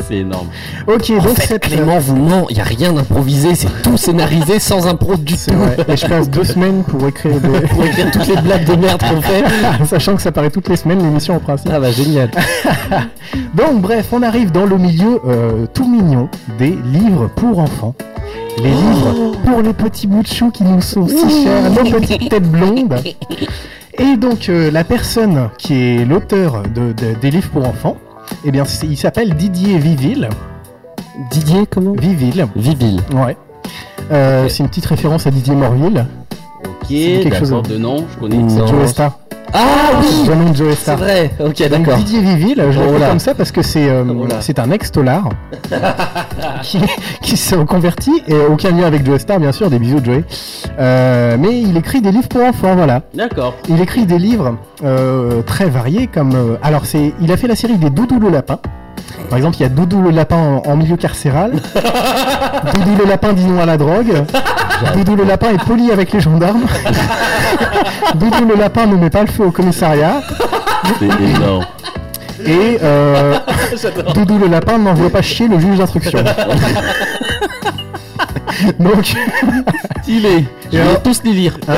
C'est énorme.
Ok,
En
donc
fait,
cette-
Clément vous ment, il n'y a rien d'improvisé, c'est tout scénarisé sans impro du tout.
Ouais, et je passe deux semaines pour écrire, des-
[LAUGHS] Pour écrire toutes les blagues de merde qu'on fait.
[LAUGHS] Sachant que ça paraît toutes les semaines l'émission en principe.
Ah bah génial. [LAUGHS]
Donc bref, on arrive dans le milieu euh, tout mignon des livres pour enfants. Les
Oh.
livres pour les petits bouts de chou qui nous sont si chers, nos petites têtes
[LAUGHS]
blondes. Et donc euh, la personne qui est l'auteur de- de- des livres pour enfants, eh bien c'est- il s'appelle Didier Viville.
Didier comment
Viville.
Viville.
Ouais. Euh, C'est une petite référence à Didier Morville.
Ok,
quelque chose-
d'accord, de nom, je connais.
C'est Joe Star.
Ah oui
Le nom de Joe Star.
C'est vrai, ok,
Donc,
d'accord.
Didier Viville, je le
Oh
fais
là.
comme ça parce que c'est euh, c'est
[LAUGHS]
un ex-tolar qui, qui s'est converti, et aucun lien avec Joe Star bien sûr, des bisous Joey. Euh, mais il écrit des livres pour enfants, voilà.
D'accord.
Il écrit des livres euh, très variés comme... euh, alors c'est, il a fait la série des Doudou le Lapin. Par exemple, il y a Doudou le Lapin en, en milieu carcéral. Doudou le Lapin dit non à la drogue. Doudou le Lapin est poli avec les gendarmes. Doudou le Lapin ne met pas le feu au commissariat.
C'est énorme.
Et euh, Doudou le lapin n'envoie pas chier le juge d'instruction. Donc,
il est.
Je vais tous les lire. Un,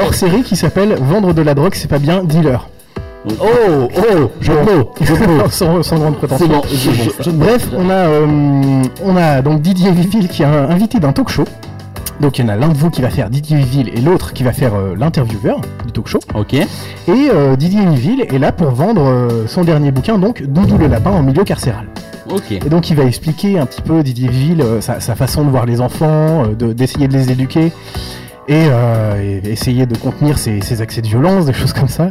un hors-série qui s'appelle Vendre de la drogue, c'est pas bien, dealer.
Oh, oh, je
peux,
je peux.
[LAUGHS] sans, sans grande prétention.
C'est bon, c'est bon, ça.
Bref, on a, euh, on a donc Didier Viville qui est un invité d'un talk show. Donc il y en a l'un de vous qui va faire Didier Viville et l'autre qui va faire euh, l'intervieweur du talk show.
Ok.
Et euh, Didier Viville est là pour vendre euh, son dernier bouquin, donc Doudou le lapin en milieu carcéral.
Ok.
Et donc il va expliquer un petit peu Didier Ville, euh, sa, sa façon de voir les enfants, euh, de- d'essayer de, les éduquer et, euh, et essayer de contenir ses, ses accès de violence, des choses comme
[LAUGHS]
ça.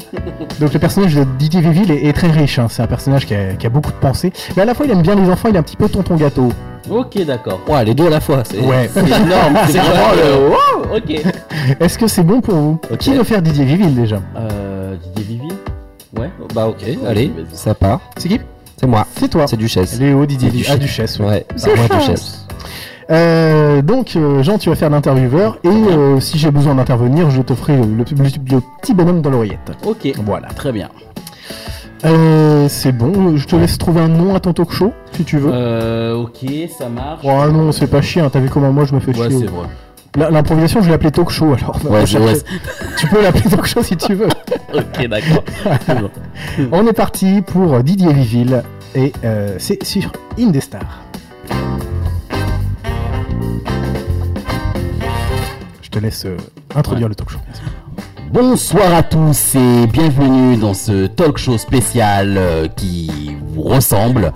Donc le personnage de Didier Viville est, est très riche, hein. c'est un personnage qui a, qui a beaucoup de pensées, mais à la fois il aime bien les enfants, il est un petit peu tonton gâteau.
Ok, d'accord.
Ouais, les deux à la fois, c'est
Ouais.
c'est énorme.
C'est
C'est vraiment le. Wow, ok.
[LAUGHS] Est-ce que c'est bon pour vous
Ok. Ah.
Qui veut faire Didier Viville déjà
Euh, Didier Vivi
Ouais, bah ok, allez, ça part.
C'est qui
C'est moi.
C'est toi.
C'est Duchesse.
Léo, Didier Viville.
Duchesse.
Ah, Duchesse,
Ouais, c'est moi Duchesse.
Euh, donc euh, Jean, tu vas faire l'intervieweur et euh, si j'ai besoin d'intervenir, je te ferai le, le- le petit bonhomme dans l'oreillette.
Ok.
Voilà.
Très bien.
Euh, c'est bon, je te laisse trouver un nom à ton talk show si tu veux.
Euh, ok, ça marche.
Oh ah non, c'est pas chiant, t'as vu comment moi je me fais
Ouais,
chier.
c'est vrai.
La- L'improvisation, je vais l'appeler talk show alors. [LAUGHS]
Ouais, c'est- ouais.
Tu peux l'appeler talk show si tu veux.
[LAUGHS] ok, d'accord. C'est bon.
On est parti pour Didier Viville et euh, c'est sur Indestar. Je te laisse euh, introduire le talk show.
Bonsoir à tous et bienvenue dans ce talk show spécial euh, qui vous ressemble,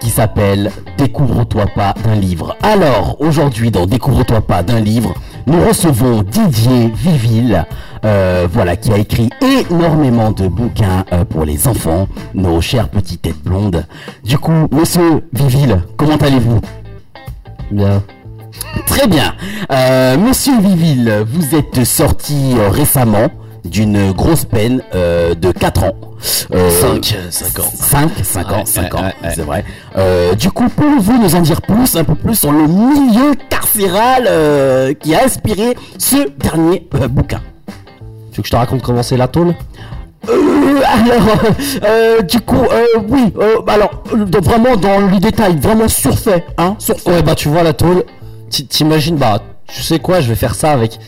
qui s'appelle Découvre-toi pas d'un livre. Alors, aujourd'hui dans Découvre-toi pas d'un livre, nous recevons Didier Viville, euh, voilà, qui a écrit énormément de bouquins euh, pour les enfants, nos chères petites têtes blondes. Du coup, monsieur Viville, comment allez-vous Bien. Très bien. Euh, Monsieur Viville, vous êtes sorti euh, récemment d'une grosse peine euh, de 4 ans. Euh,
Cinq,
euh,
5 ans. 5, 5 ans,
Ouais,
5
ouais,
ans,
ouais, ouais.
c'est vrai. Euh, du coup, pouvez-vous nous en dire plus, un peu plus sur le milieu carcéral euh, qui a inspiré ce dernier euh, bouquin
Tu veux que je te raconte comment c'est la tôle
Euh, alors, euh, du coup, euh, oui, euh, alors, euh, de- vraiment dans le détail, vraiment surfait, hein, surfait.
Ouais, bah tu vois la tôle, t'i- t'imagines, bah tu sais quoi, je vais faire ça avec.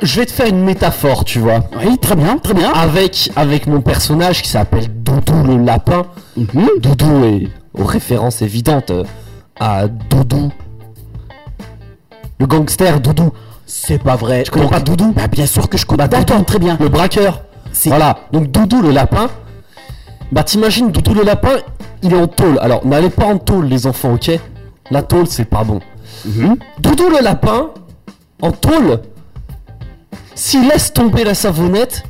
Je vais te faire une métaphore, tu vois.
Oui, très bien, très bien.
Avec, avec mon personnage qui s'appelle Doudou le lapin.
Mhm.
Doudou est aux références évidentes euh, à Doudou. Le gangster Doudou.
C'est pas vrai.
Je connais pas Doudou
Bah, bien sûr que je connais.
D'accord, très bien. Le braqueur. Voilà. Donc Doudou le lapin. Bah t'imagines Doudou le lapin, il est en tôle. Alors n'allez pas en tôle les enfants, ok La tôle c'est pas bon. Doudou le lapin en tôle. S'il laisse tomber la savonnette,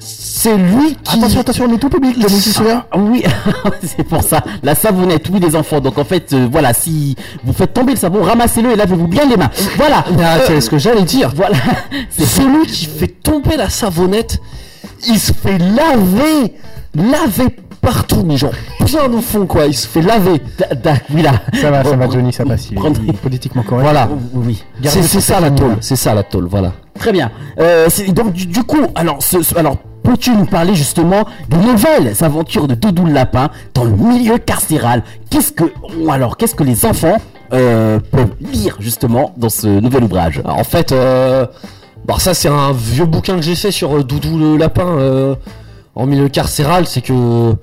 c'est lui qui.
Attention, attention, on est tout public, les musiciens.
Ah, oui, [LAUGHS] c'est pour ça. La savonnette, oui, les enfants. Donc en fait, euh, voilà, si vous faites tomber le savon, ramassez-le et lavez-vous bien les mains. Voilà. Euh,
Ah, c'est ce que j'allais dire.
Voilà.
C'est celui qui fait tomber la savonnette. Il se fait laver, laver partout, mais genre bien au fond, quoi. Il se fait laver.
oui, là.
Ça va, ça va, Johnny, ça passe. Il est politiquement correct.
Voilà. Oui. C'est c'est ça la tôle. C'est ça la tôle. Voilà. Très bien. Euh, c'est- donc du, du coup, alors, ce- ce- alors, peux-tu nous parler justement des nouvelles aventures de Doudou le Lapin dans le milieu carcéral Qu'est-ce que, ou alors, qu'est-ce que les enfants euh, peuvent lire justement dans ce nouvel ouvrage
En fait, euh, bah, ça c'est un vieux bouquin que j'ai fait sur euh, Doudou le lapin euh, en milieu carcéral, c'est que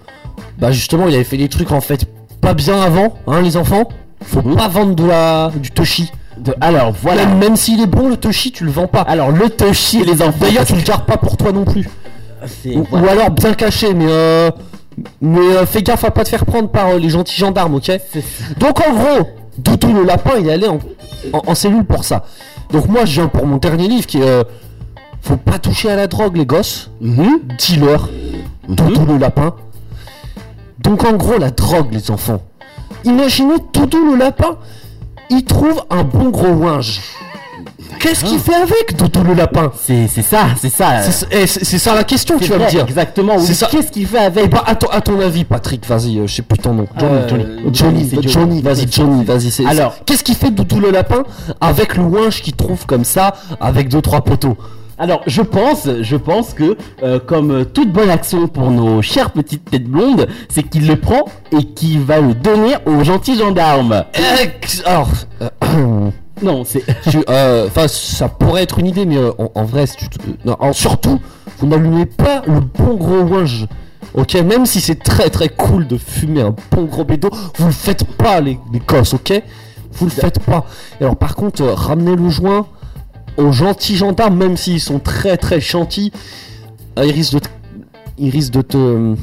bah justement il avait fait des trucs en fait pas bien avant, hein les enfants. Faut
Mmh.
pas vendre de la du toshi.
Ah. alors voilà.
Même, même s'il est bon le toshi, tu le vends pas.
Alors le toshi les enfants.
D'ailleurs tu le gardes pas pour toi non plus.
C'est-
Ou, ou alors bien caché, mais euh, mais euh, fais gaffe à pas te faire prendre par euh, les gentils gendarmes, ok Donc en gros, Doudou le lapin, il allait en, en, en cellule pour ça. Donc moi, je viens pour mon dernier livre qui est euh, Faut pas toucher à la drogue, les gosses.
Mhm.
Dealer, Doudou le lapin. Donc en gros, la drogue, les enfants. Imaginez Doudou le lapin, il trouve un bon gros ouinge. Qu'est-ce qu'il fait avec Doudou le lapin
C'est c'est ça, c'est ça.
c'est- eh, C'est c'est ça la question,
C'est
tu vas
vrai,
me dire.
Exactement. oui.
C'est ça.
Qu'est-ce qu'il fait avec
Eh ben, à ton, à ton avis, Patrick, vas-y, euh, je sais plus ton nom.
Euh,
Johnny, Johnny,
c'est Johnny.
Johnny, vas-y, Johnny, vas-y. c'est-
Alors.
c'est- qu'est-ce qu'il fait Doudou le lapin avec le ouinge qu'il trouve comme ça, avec deux trois poteaux
Alors, je pense, je pense que, euh, comme euh, toute bonne action pour nos chères petites têtes blondes, c'est qu'il le prend et qu'il va le donner aux gentils gendarmes.
Ex- Alors, euh, [CLEARS THROAT]
Non, c'est.
je- euh, enfin, ça pourrait être une idée, mais euh, en, en vrai, si tu te- euh, non, en- surtout, vous n'allumez pas le bon gros ouinge. Ok, même si c'est très très cool de fumer un bon gros bédo, vous le faites pas, les, les gosses, ok Vous le faites pas. Et alors, par contre, euh, ramenez le joint aux gentils gendarmes, même s'ils sont très très gentils, euh, ils risquent de te. Ils risquent de te. euh,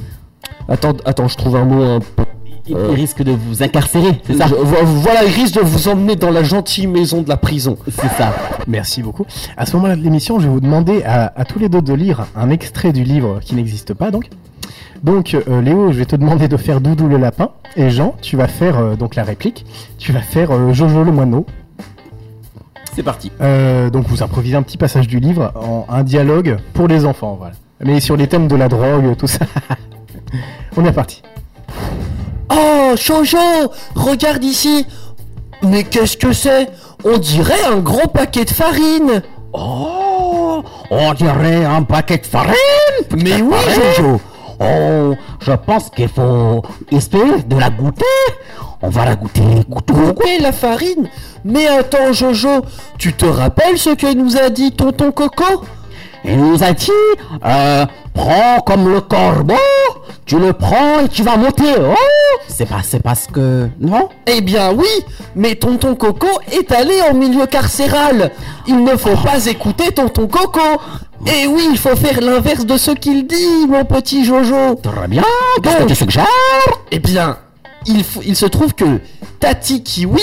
Attends, attends, je trouve un mot un peu.
Il,
euh,
il risque de vous
[LAUGHS]
incarcérer, c'est ça
je- vo- voilà, il risque de vous emmener dans la gentille maison de la prison.
C'est ça.
Merci beaucoup. À ce moment-là de l'émission, je vais vous demander à, à tous les deux de lire un extrait du livre qui n'existe pas, donc. Donc, euh, Léo, je vais te demander de faire Doudou le lapin. Et Jean, tu vas faire euh, donc la réplique. Tu vas faire euh, Jojo le moineau.
C'est parti.
Euh, donc, vous improvisez un petit passage du livre en un dialogue pour les enfants, voilà. Mais sur les thèmes de la drogue, tout ça. [LAUGHS] On est parti.
Oh, Jojo, regarde ici. Mais qu'est-ce que c'est On dirait un gros paquet de farine.
Oh, on dirait un paquet de farine. Mais oui, Jojo. Oh, je pense qu'il faut essayer de la goûter. On va la goûter. goûter, goûter.
Oui, la farine. Mais attends, Jojo, tu te rappelles ce que nous a dit tonton Coco
Il nous a dit, euh, prends comme le corbeau, tu le prends et tu vas monter. Oh, c'est pas, c'est parce que non.
Eh bien oui, mais tonton Coco est allé en milieu carcéral. Il ne faut
Ah.
pas écouter tonton Coco. Eh oui, il faut faire l'inverse de ce qu'il dit, mon petit Jojo.
Très bien. Qu'est-ce que tu suggères
Eh bien, il, faut- il se trouve que Tati Kiwi,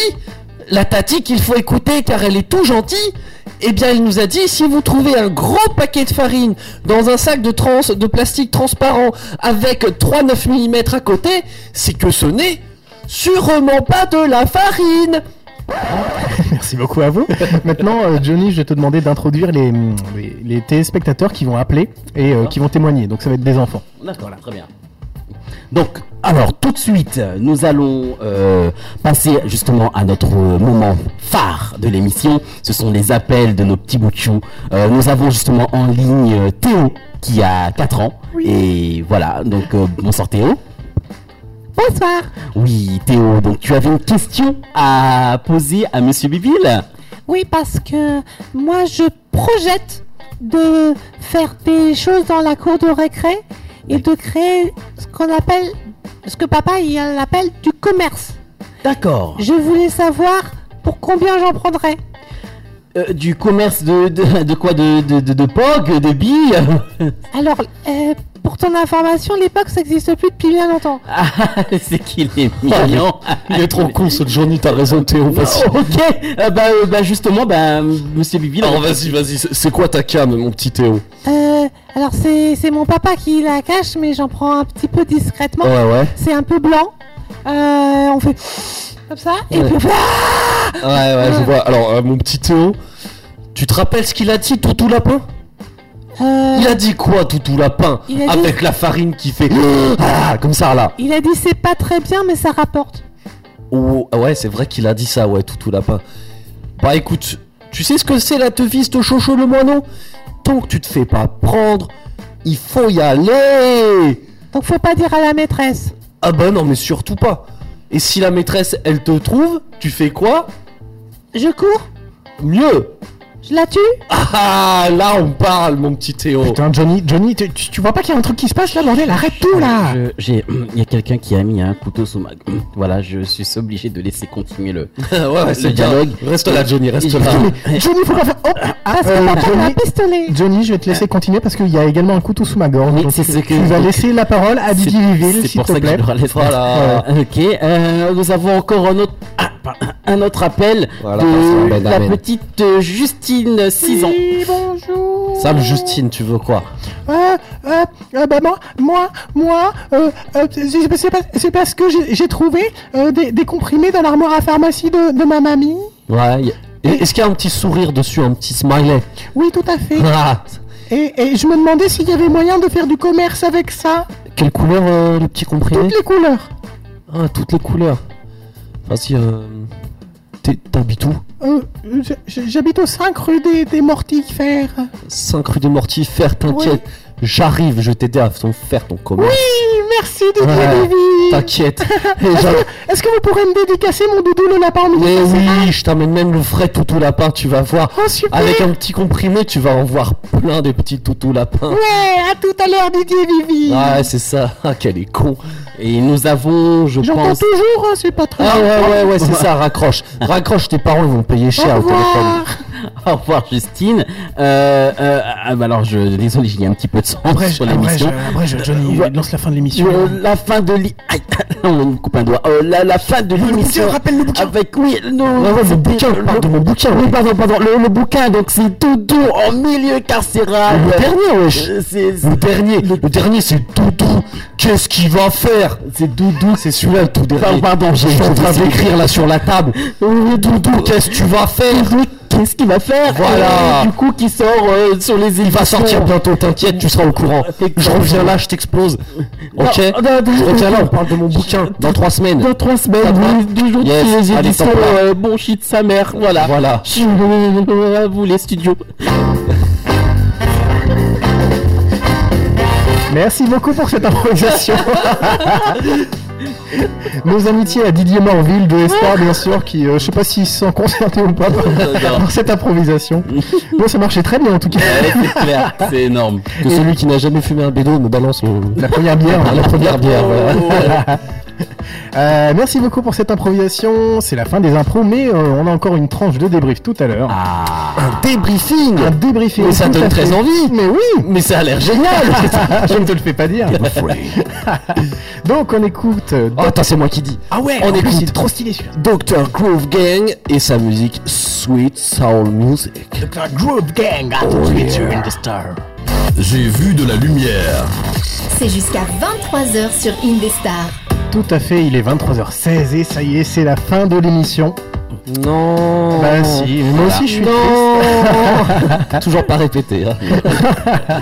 la Tati qu'il faut écouter car elle est tout gentille, eh bien, il nous a dit si vous trouvez un gros paquet de farine dans un sac de, trans, de plastique transparent avec 3 9 mm à côté, c'est que ce n'est sûrement pas de la
[LAUGHS]
farine.
Merci beaucoup à [LAUGHS] vous. Maintenant, euh, Johnny, je vais te demander d'introduire les, mm, les, les téléspectateurs qui vont appeler et euh, qui vont témoigner. Donc, ça va être des enfants.
D'accord, très bien. Donc, alors tout de suite, euh, nous allons euh, passer justement à notre euh, moment phare de l'émission. Ce sont les appels de nos petits bouts de choux. Euh, nous avons justement en ligne euh, Théo qui a 4 ans. Et voilà, donc euh, bonsoir Théo.
Bonsoir.
Oui, Théo, donc tu avais une question à poser à Monsieur Bibille
Oui, parce que moi, je projette de faire des choses dans la cour de récré et de créer ce qu'on appelle, ce que papa il appelle du commerce.
D'accord.
Je voulais savoir pour combien j'en prendrais.
Euh, du commerce de, de, de quoi de, de, de, de POG, de billes
Alors, euh, pour ton information, l'époque, ça n'existe plus depuis bien longtemps.
Ah, C'est qu'il est mignon.
Il est trop con ce Johnny, t'as raison Théo, vas-y.
[LAUGHS] Ok, euh, bah, euh, bah, justement, bah, monsieur Bibi, là,
Alors vas-y, vas-y, c'est- c'est quoi ta cam mon petit Théo
Euh, Alors c'est c'est mon papa qui la cache, mais j'en prends un petit peu discrètement.
Ouais, ouais.
C'est un peu blanc. Euh, on fait comme ça et puis [LAUGHS] on fait Ah
Ouais, ouais, je vois. Alors, euh, mon petit Théo, tu te rappelles ce qu'il a dit, Toutou Lapin
Euh,
Il a dit quoi, Toutou Lapin
Il a dit-
Avec la farine qui fait. [GASPS] Ah, comme ça, là.
Il a dit c'est pas très bien, mais ça rapporte.
Oh, ah ouais, c'est vrai qu'il a dit ça, ouais, Toutou Lapin. Bah écoute, tu sais ce que c'est la devise de Chocho le moineau Tant que tu te fais pas prendre, il faut y aller
Donc faut pas dire à la maîtresse.
Ah bah non, mais surtout pas. Et si la maîtresse, elle te trouve, tu fais quoi
Je cours
Mieux
Je la tue
Ah, là on parle, mon petit Théo.
Putain, Johnny, Johnny, tu, tu- tu vois pas qu'il y a un truc qui se passe là, bordel Arrête tout là
Je- euh, J'ai, [CLEARS THROAT] il y a quelqu'un qui a mis un couteau sous ma. [CLEARS THROAT] Voilà, je suis obligé de laisser continuer le,
Ouais, Ah ouais,
le
c'est bien.
dialogue.
Reste là, Johnny, reste
Et-
là.
Johnny, faut qu'on fasse. Oh ah,
Parce que
euh,
papa il a un
Johnny,
pistolet
Johnny, je vais te laisser continuer parce qu'il y a également un couteau sous ma gorge. donc
Ah. c'est
tu-
ce que-
Tu vas laisser la parole à Didi Viville,
C'est
s'il
pour
te
ça que
plaît.
je leur laisse
Voilà.
pas. [LAUGHS] Ok, euh, nous avons encore un autre, ah, pardon, un autre appel
Voilà,
de
passe-moi, ben,
la
amen.
petite euh, Justine, 6 ans.
bonjour.
Sale Justine, tu veux quoi
Euh, euh, euh, bah, moi, moi, moi, euh, euh, c'est- c'est pas- c'est parce que j'ai- j'ai trouvé euh, des, des comprimés dans l'armoire à pharmacie de, de ma mamie.
Ouais. y- Et- Est-ce qu'il y a un petit sourire dessus, un petit smiley
Oui, tout à fait.
[LAUGHS] Ah,
Et, et je me demandais s'il y avait moyen de faire du commerce avec ça.
Quelle couleur euh, le petit comprimé
Toutes les couleurs.
Ah, toutes les couleurs. Vas-y, euh, t'es- t'habites où
Euh, j- j- J'habite au 5 rue des, des Mortifères.
5 rue des Mortifères, t'inquiète. J'arrive, je vais t'aider à ton- faire ton commerce.
Oui, merci Didier
Ouais,
Lévy.
T'inquiète.
[LAUGHS]
Et
Est-ce
j'arrive.
que- Est-ce que vous pourrez me dédicacer mon doudou le lapin en milieu
Mais
de saison
oui, je t'amène même le frais toutou lapin, tu vas voir.
Oh, super.
Avec un petit comprimé, tu vas en voir plein des petits toutous lapins.
Ouais, à tout à l'heure Didier Vivi.
Ah, c'est ça. [LAUGHS] Ah, quel est con. Et nous avons, je
J'entends
pense.
toujours, hein, c'est pas très
Ah ouais, ouais, ouais, c'est
[LAUGHS]
ça, raccroche. Raccroche, tes parents ils vont payer cher
Au
au
revoir.
téléphone. [LAUGHS]
Au revoir Justine. Euh, euh, ah, bah alors, je, désolé, j'ai un petit peu de sang sur l'émission.
Euh,
Johnny, lance la fin de l'émission.
Euh, la fin de l'i-
[LAUGHS]
Aïe, on me coupe un doigt. Euh, la, la fin de l'émission.
rappelle le bouquin.
Avec oui, non,
Ouais, ouais, mon bouquin, je parle de mon bouquin.
Oui, pardon, pardon. Le, le bouquin, donc c'est Doudou en milieu carcéral.
Le dernier, wesh.
Euh, c'est-
Le dernier, le dernier c'est Doudou. Qu'est-ce qu'il va faire
C'est Doudou, c'est celui-là le tout
Pardon,
dernier.
pardon,
je
j'ai
suis en train
j'ai-
d'écrire là sur la table.
[LAUGHS] Oui, Doudou,
Qu'est-ce que tu vas faire
qu'est-ce qu'il va faire
Voilà.
Euh, Du coup, qui sort euh, sur les îles.
Il va sortir bientôt, t'inquiète, tu seras au courant. Je reviens là, je t'explose. Ok
Non, non, non,
Je reviens là,
non.
on parle de mon bouquin dans 3 semaines.
Dans trois
Ça
semaines,
te va
oui, du jour
Yes,
les
allez,
éditions
t'en parles.
euh, Bon Shit Sa Mère. Voilà.
Voilà.
À vous les studios.
Merci beaucoup pour
[LAUGHS]
cette improvisation. Nos amitiés à Didier Morville de Espoir, bien sûr, qui, euh, je sais pas s'ils se sont concertés ou
[LAUGHS]
pas par, par cette improvisation. Bon, ça marchait très bien en tout cas.
[LAUGHS]
c'est clair, c'est énorme.
Que celui qui n'a jamais fumé un bédo me balance le-
La première bière,
[LAUGHS] la première bière. voilà. Oh.
[LAUGHS] Euh, merci beaucoup pour cette improvisation. C'est la fin des impros, mais euh, on a encore une tranche de débrief tout à l'heure.
Un débriefing
Un débriefing.
Ah. Mais ça
tout
donne
à [LAUGHS]
très
fait.
envie.
Mais oui.
Mais ça a l'air génial
[LAUGHS] Je ne te le fais pas dire. [LAUGHS] Donc on écoute. euh,
Oh, attends, c'est moi qui dis.
Ah ouais.
On
en plus,
écoute.
c'est trop stylé celui-là.
Dr. Groove Gang et sa musique Sweet Soul Music. Oh,
Groove Gang, à tout de suite sur In the Star.
J'ai vu de la lumière.
C'est jusqu'à 23h sur Indestar.
Tout à fait. Il est 23h16 et ça y est, c'est la fin de l'émission.
Non
Bah si. Moi aussi, je suis
Toujours pas répété. hein.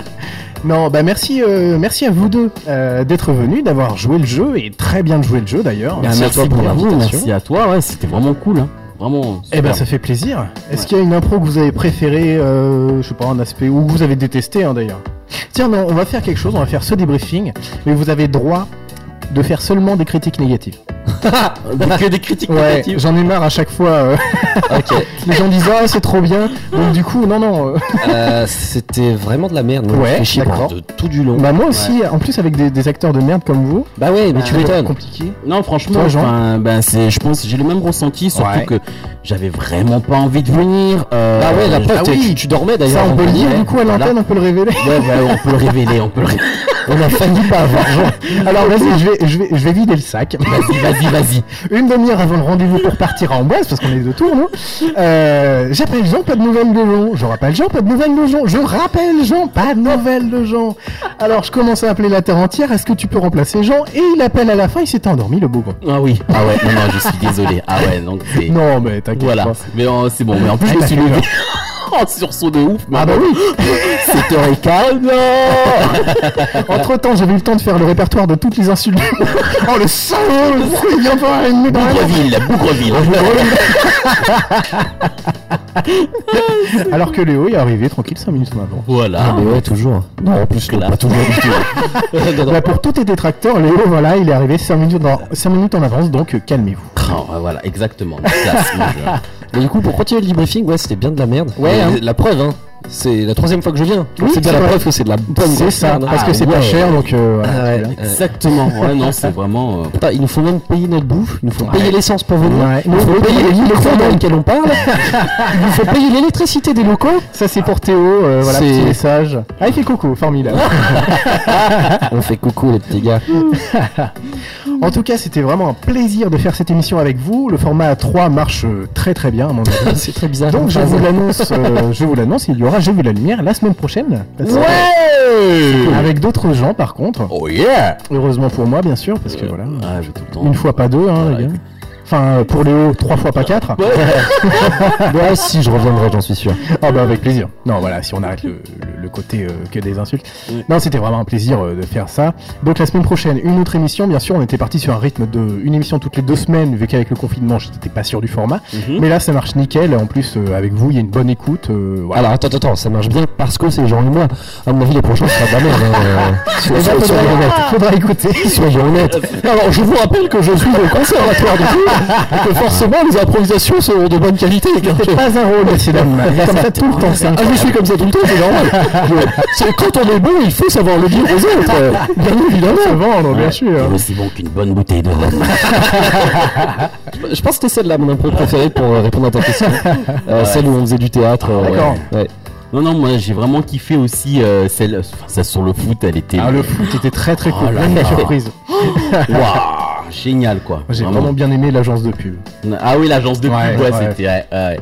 Non, bah merci, euh, merci à vous deux euh, d'être venus, d'avoir joué le jeu et très bien de jouer le jeu d'ailleurs.
Bah, merci
à toi pour
vous,
l'invitation.
Merci à toi, ouais, c'était vraiment cool. hein. Vraiment.
Eh
super.
ben ça fait plaisir. Est-ce qu'il y a une impro que vous avez préférée, euh, je sais pas, un aspect ou que vous avez détesté hein, d'ailleurs Tiens, non, on va faire quelque chose, on va faire ce débriefing, mais vous avez droit de faire seulement des critiques négatives.
que des critiques
Ouais,
négatives.
j'en ai marre à chaque fois. [LAUGHS] euh,
[LAUGHS] Ok.
les gens disent ah c'est trop bien, donc du coup non [LAUGHS] non. euh,
Euh, C'était vraiment de la merde.
Ouais,
Je suis
d'accord.
de tout du long.
bah moi aussi, en plus avec des, des acteurs de merde comme vous,
Bah ouais, mais tu
c'est
m'étonnes.
compliqué.
Non, franchement,
Ah, Toi, Jean
enfin, ben, c'est, je pense, j'ai le même ressenti, surtout
Ouais.
que j'avais vraiment pas envie de venir. euh,
Bah ouais, la
je-
preuve,
ah
t'es-
oui.
tu, tu dormais
Ça
d'ailleurs.
on peut le
avant de
dire
venir.
du coup à l'antenne,
Voilà.
on peut le révéler.
Ouais, bah, on peut le révéler, on peut le révéler.
On a failli
[LAUGHS]
pas avoir Jean. Alors vas-y, je vais, je, vais, je vais vider le sac.
Vas-y, vas-y, vas-y.
[LAUGHS] Une demi-heure avant le rendez-vous pour partir à Amboise, parce qu'on est de tour, non euh, J'appelle Jean, pas de nouvelles de Jean. Je rappelle Jean, pas de nouvelles de Jean. Je rappelle Jean, pas de nouvelles de Jean. Alors je commence à appeler la terre entière. Est-ce que tu peux remplacer Jean Et il appelle à la fin, il s'est endormi, le bougre.
Ah oui. Ah ouais, non, non, je suis désolé. Ah ouais, donc c'est.
Non, mais t'inquiète.
Voilà.
pas.
Mais euh, c'est bon, mais en plus, je me suis levé. [LAUGHS] En sursaut de ouf,
Ah bah oui
7h15, non
Entre temps, j'ai eu le temps de faire le répertoire de toutes les insultes. [LAUGHS] oh le salaud, le pourquoi il vient pas à une minute dans la main
Bougreville, Bougreville.
Alors que Léo est arrivé tranquille 5 minutes maintenant.
Ah,
Voilà.
mais ouais, toujours. Non, en plus,
Là.
pas toujours du tout.
Bah, pour tous tes détracteurs, Léo, voilà, il est arrivé 5 minutes, dans- cinq minutes en avance, donc euh, calmez-vous.
Ah, ouais, voilà, exactement. Classe, mon gars.
[LAUGHS] Mais du coup, pour continuer le debriefing, ouais, c'était bien de la merde.
Ouais,
Et
hein.
La preuve, hein. C'est la troisième fois que je viens.
Oui,
c'est bien
c'est
la
vrai.
preuve que c'est de la bonne
C'est
grosse
ça,
merde.
parce que
Ah,
c'est pas
ouais.
cher, donc euh, voilà.
Ah ouais,
c'est bien.
Exactement. Ouais, non, c'est vraiment. euh,
Putain, il nous faut même payer notre bouffe, il nous faut
Ouais.
payer l'essence pour venir,
Ouais.
il nous faut
Ouais.
payer
Ouais.
les micros dans
Ouais.
lesquels on parle, il nous faut payer l'électricité des locaux.
Ça c'est pour Théo, euh, voilà,
C'est-
petit message. Ah, il fait coucou, formidable.
[LAUGHS] On fait coucou les petits gars.
En tout cas, c'était vraiment un plaisir de faire cette émission avec vous. Le format à 3 marche euh, très très bien, à mon avis.
[LAUGHS] C'est très bizarre. hein.
Donc
comme
je
phrase.
vous l'annonce, euh, je vous l'annonce, il y aura Je vous la lumière la semaine prochaine.
Ouais
Avec d'autres gens par contre.
Oh yeah
Heureusement pour moi, bien sûr, parce que voilà,
Ah, j'ai tout le temps.
une fois pas deux, hein, les gars. Enfin, euh, pour Léo, trois fois pas quatre. [LAUGHS]
Ouais, si, je reviendrai, j'en suis sûr.
Ah bah avec plaisir. Non voilà, si on arrête le, le- le côté euh, que des insultes. Non, c'était vraiment un plaisir euh, de faire ça. Donc la semaine prochaine, une autre émission. Bien sûr, on était parti sur un rythme de une émission toutes les deux semaines, vu qu'avec le confinement, j'étais pas sûr du format. Mais là, ça marche nickel. En plus, euh, avec vous, il y a une bonne écoute. euh, voilà.
Alors attends, attends, attends, ça marche bien parce que c'est Jean et moi. À mon avis, les prochains, ça sera de la merde. hein, euh,
[LAUGHS]
so- so-
faudra-
soyons honnêtes.
faudra écouter.
Soyons honnêtes. Alors, je vous rappelle que je suis au conservatoire du tout, et que forcément, les improvisations seront de bonne qualité. car je-
C'est pas un rôle, messieurs dames. Il est comme ça tout le temps. c'est
Ah, je suis comme ça tout le temps, c'est normal. Je- c'est- Quand on est bon, il faut savoir le dire aux autres. euh, Bien évidemment.
Se vendre, bien
C'est
sûr.
aussi bon qu'une bonne bouteille de rhum.
Je pense que c'était celle-là mon impro préférée pour euh, répondre à ta
[LAUGHS]
question. Euh, Celle où on faisait du théâtre. euh,
D'accord.
ouais. Ouais.
Ah, Non, non, moi j'ai vraiment kiffé aussi euh, celle, enfin, celle sur le foot, elle était.
Ah, le foot était très très cool.
Oh là
Même la
là.
surprise.
Waouh, génial quoi.
J'ai
Vraiment.
vraiment bien aimé l'agence de pub.
Ah oui, l'agence de pub,
Ouais,
ouais,
ouais.
c'était. ouais, ouais.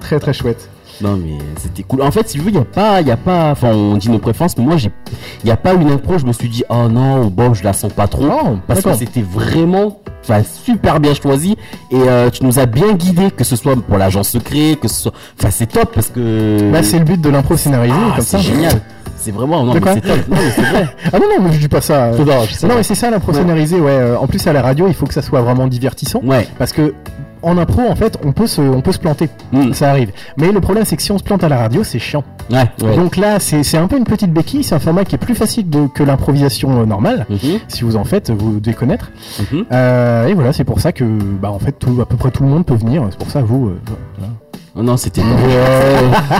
Très très chouette.
Non mais c'était cool. En fait, si je veux, il y a pas, il y a pas. Enfin, on dit nos préférences, mais moi j'ai, il y a pas une impro. Je me suis dit, oh non, bon, je la sens pas trop,
Non,
parce que
d'accord.
c'était vraiment, enfin, super bien choisi. Et euh, tu nous as bien guidé, que ce soit pour l'agent secret, que ce soit, enfin, c'est top parce que.
Là, Bah, c'est le but de l'impro scénarisée,
Ah,
comme ça.
c'est génial. C'est vraiment, non, mais
De quoi
c'est top. Non, mais c'est vrai.
[LAUGHS] Ah non, non, mais je dis pas ça. euh.
dommage, c'est
Non,
vrai.
mais c'est ça l'impro scénarisée, ouais. euh, En plus, à la radio, il faut que ça soit vraiment divertissant.
Ouais.
Parce que. En impro, en fait, on peut se, on peut se planter.
Hmm.
Mm.
Ça arrive. Mais le problème, c'est que si on se plante à la radio, c'est chiant.
Ouais, ouais.
Donc là, c'est c'est un peu une petite béquille. C'est un format qui est plus facile de- que l'improvisation euh, normale.
Mhm.
Si vous en faites, vous devez connaître.
Mhm.
Euh, et voilà, c'est pour ça que, bah, en fait, tout, à peu près tout le monde peut venir. C'est pour ça, vous. euh,
Oh non, c'était.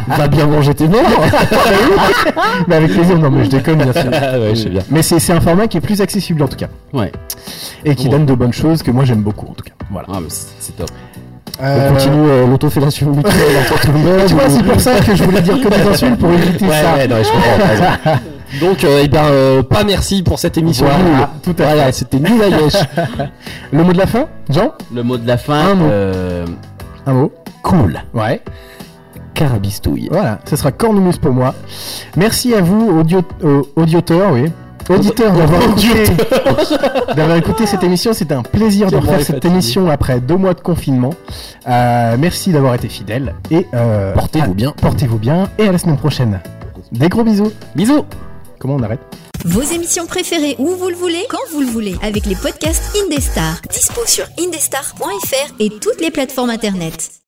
Va bien manger tes morts Mais avec plaisir, non mais je déconne bien sûr.
ouais, je sais bien.
Mais c'est c'est un format qui est plus accessible en tout cas.
[LAUGHS] Ouais.
Et qui
Bon.
donne de bonnes choses que moi j'aime beaucoup en tout cas. Voilà.
Ah, mais c'est c'est top.
Euh,
On continue euh, l'autofellation mutuelle entre tout le monde.
Tu vois, c'est pour ça que je voulais dire que des insultes pour éviter
Ouais,
ça. [LAUGHS]
ouais, non, je comprends, t'as raison. Donc, euh, eh bien, euh, pas merci pour cette émission.
Voilà,
nulle.
tout à fait.
Voilà, c'était nul à gauche.
Le mot de la fin, Jean
[LAUGHS] Le mot de la fin.
Un mot.
euh,
Un mot.
cool.
Ouais.
Carabistouille.
Voilà, ce sera cornemuse pour moi. Merci à vous, audio, euh, audioteur, oui. Auditeur d'avoir écouté, [LAUGHS] d'avoir écouté cette émission, c'était un plaisir de
Clément
refaire
est
cette
fatigué.
émission après deux mois de confinement. Euh, merci d'avoir été fidèle et euh,
Portez-vous
à-
bien.
Portez-vous bien et à la semaine prochaine. Des gros bisous.
Bisous.
Comment on arrête
Vos émissions préférées où vous le voulez, quand vous le voulez, avec les podcasts Indestar. Dispo sur indestar.fr et toutes les plateformes internet.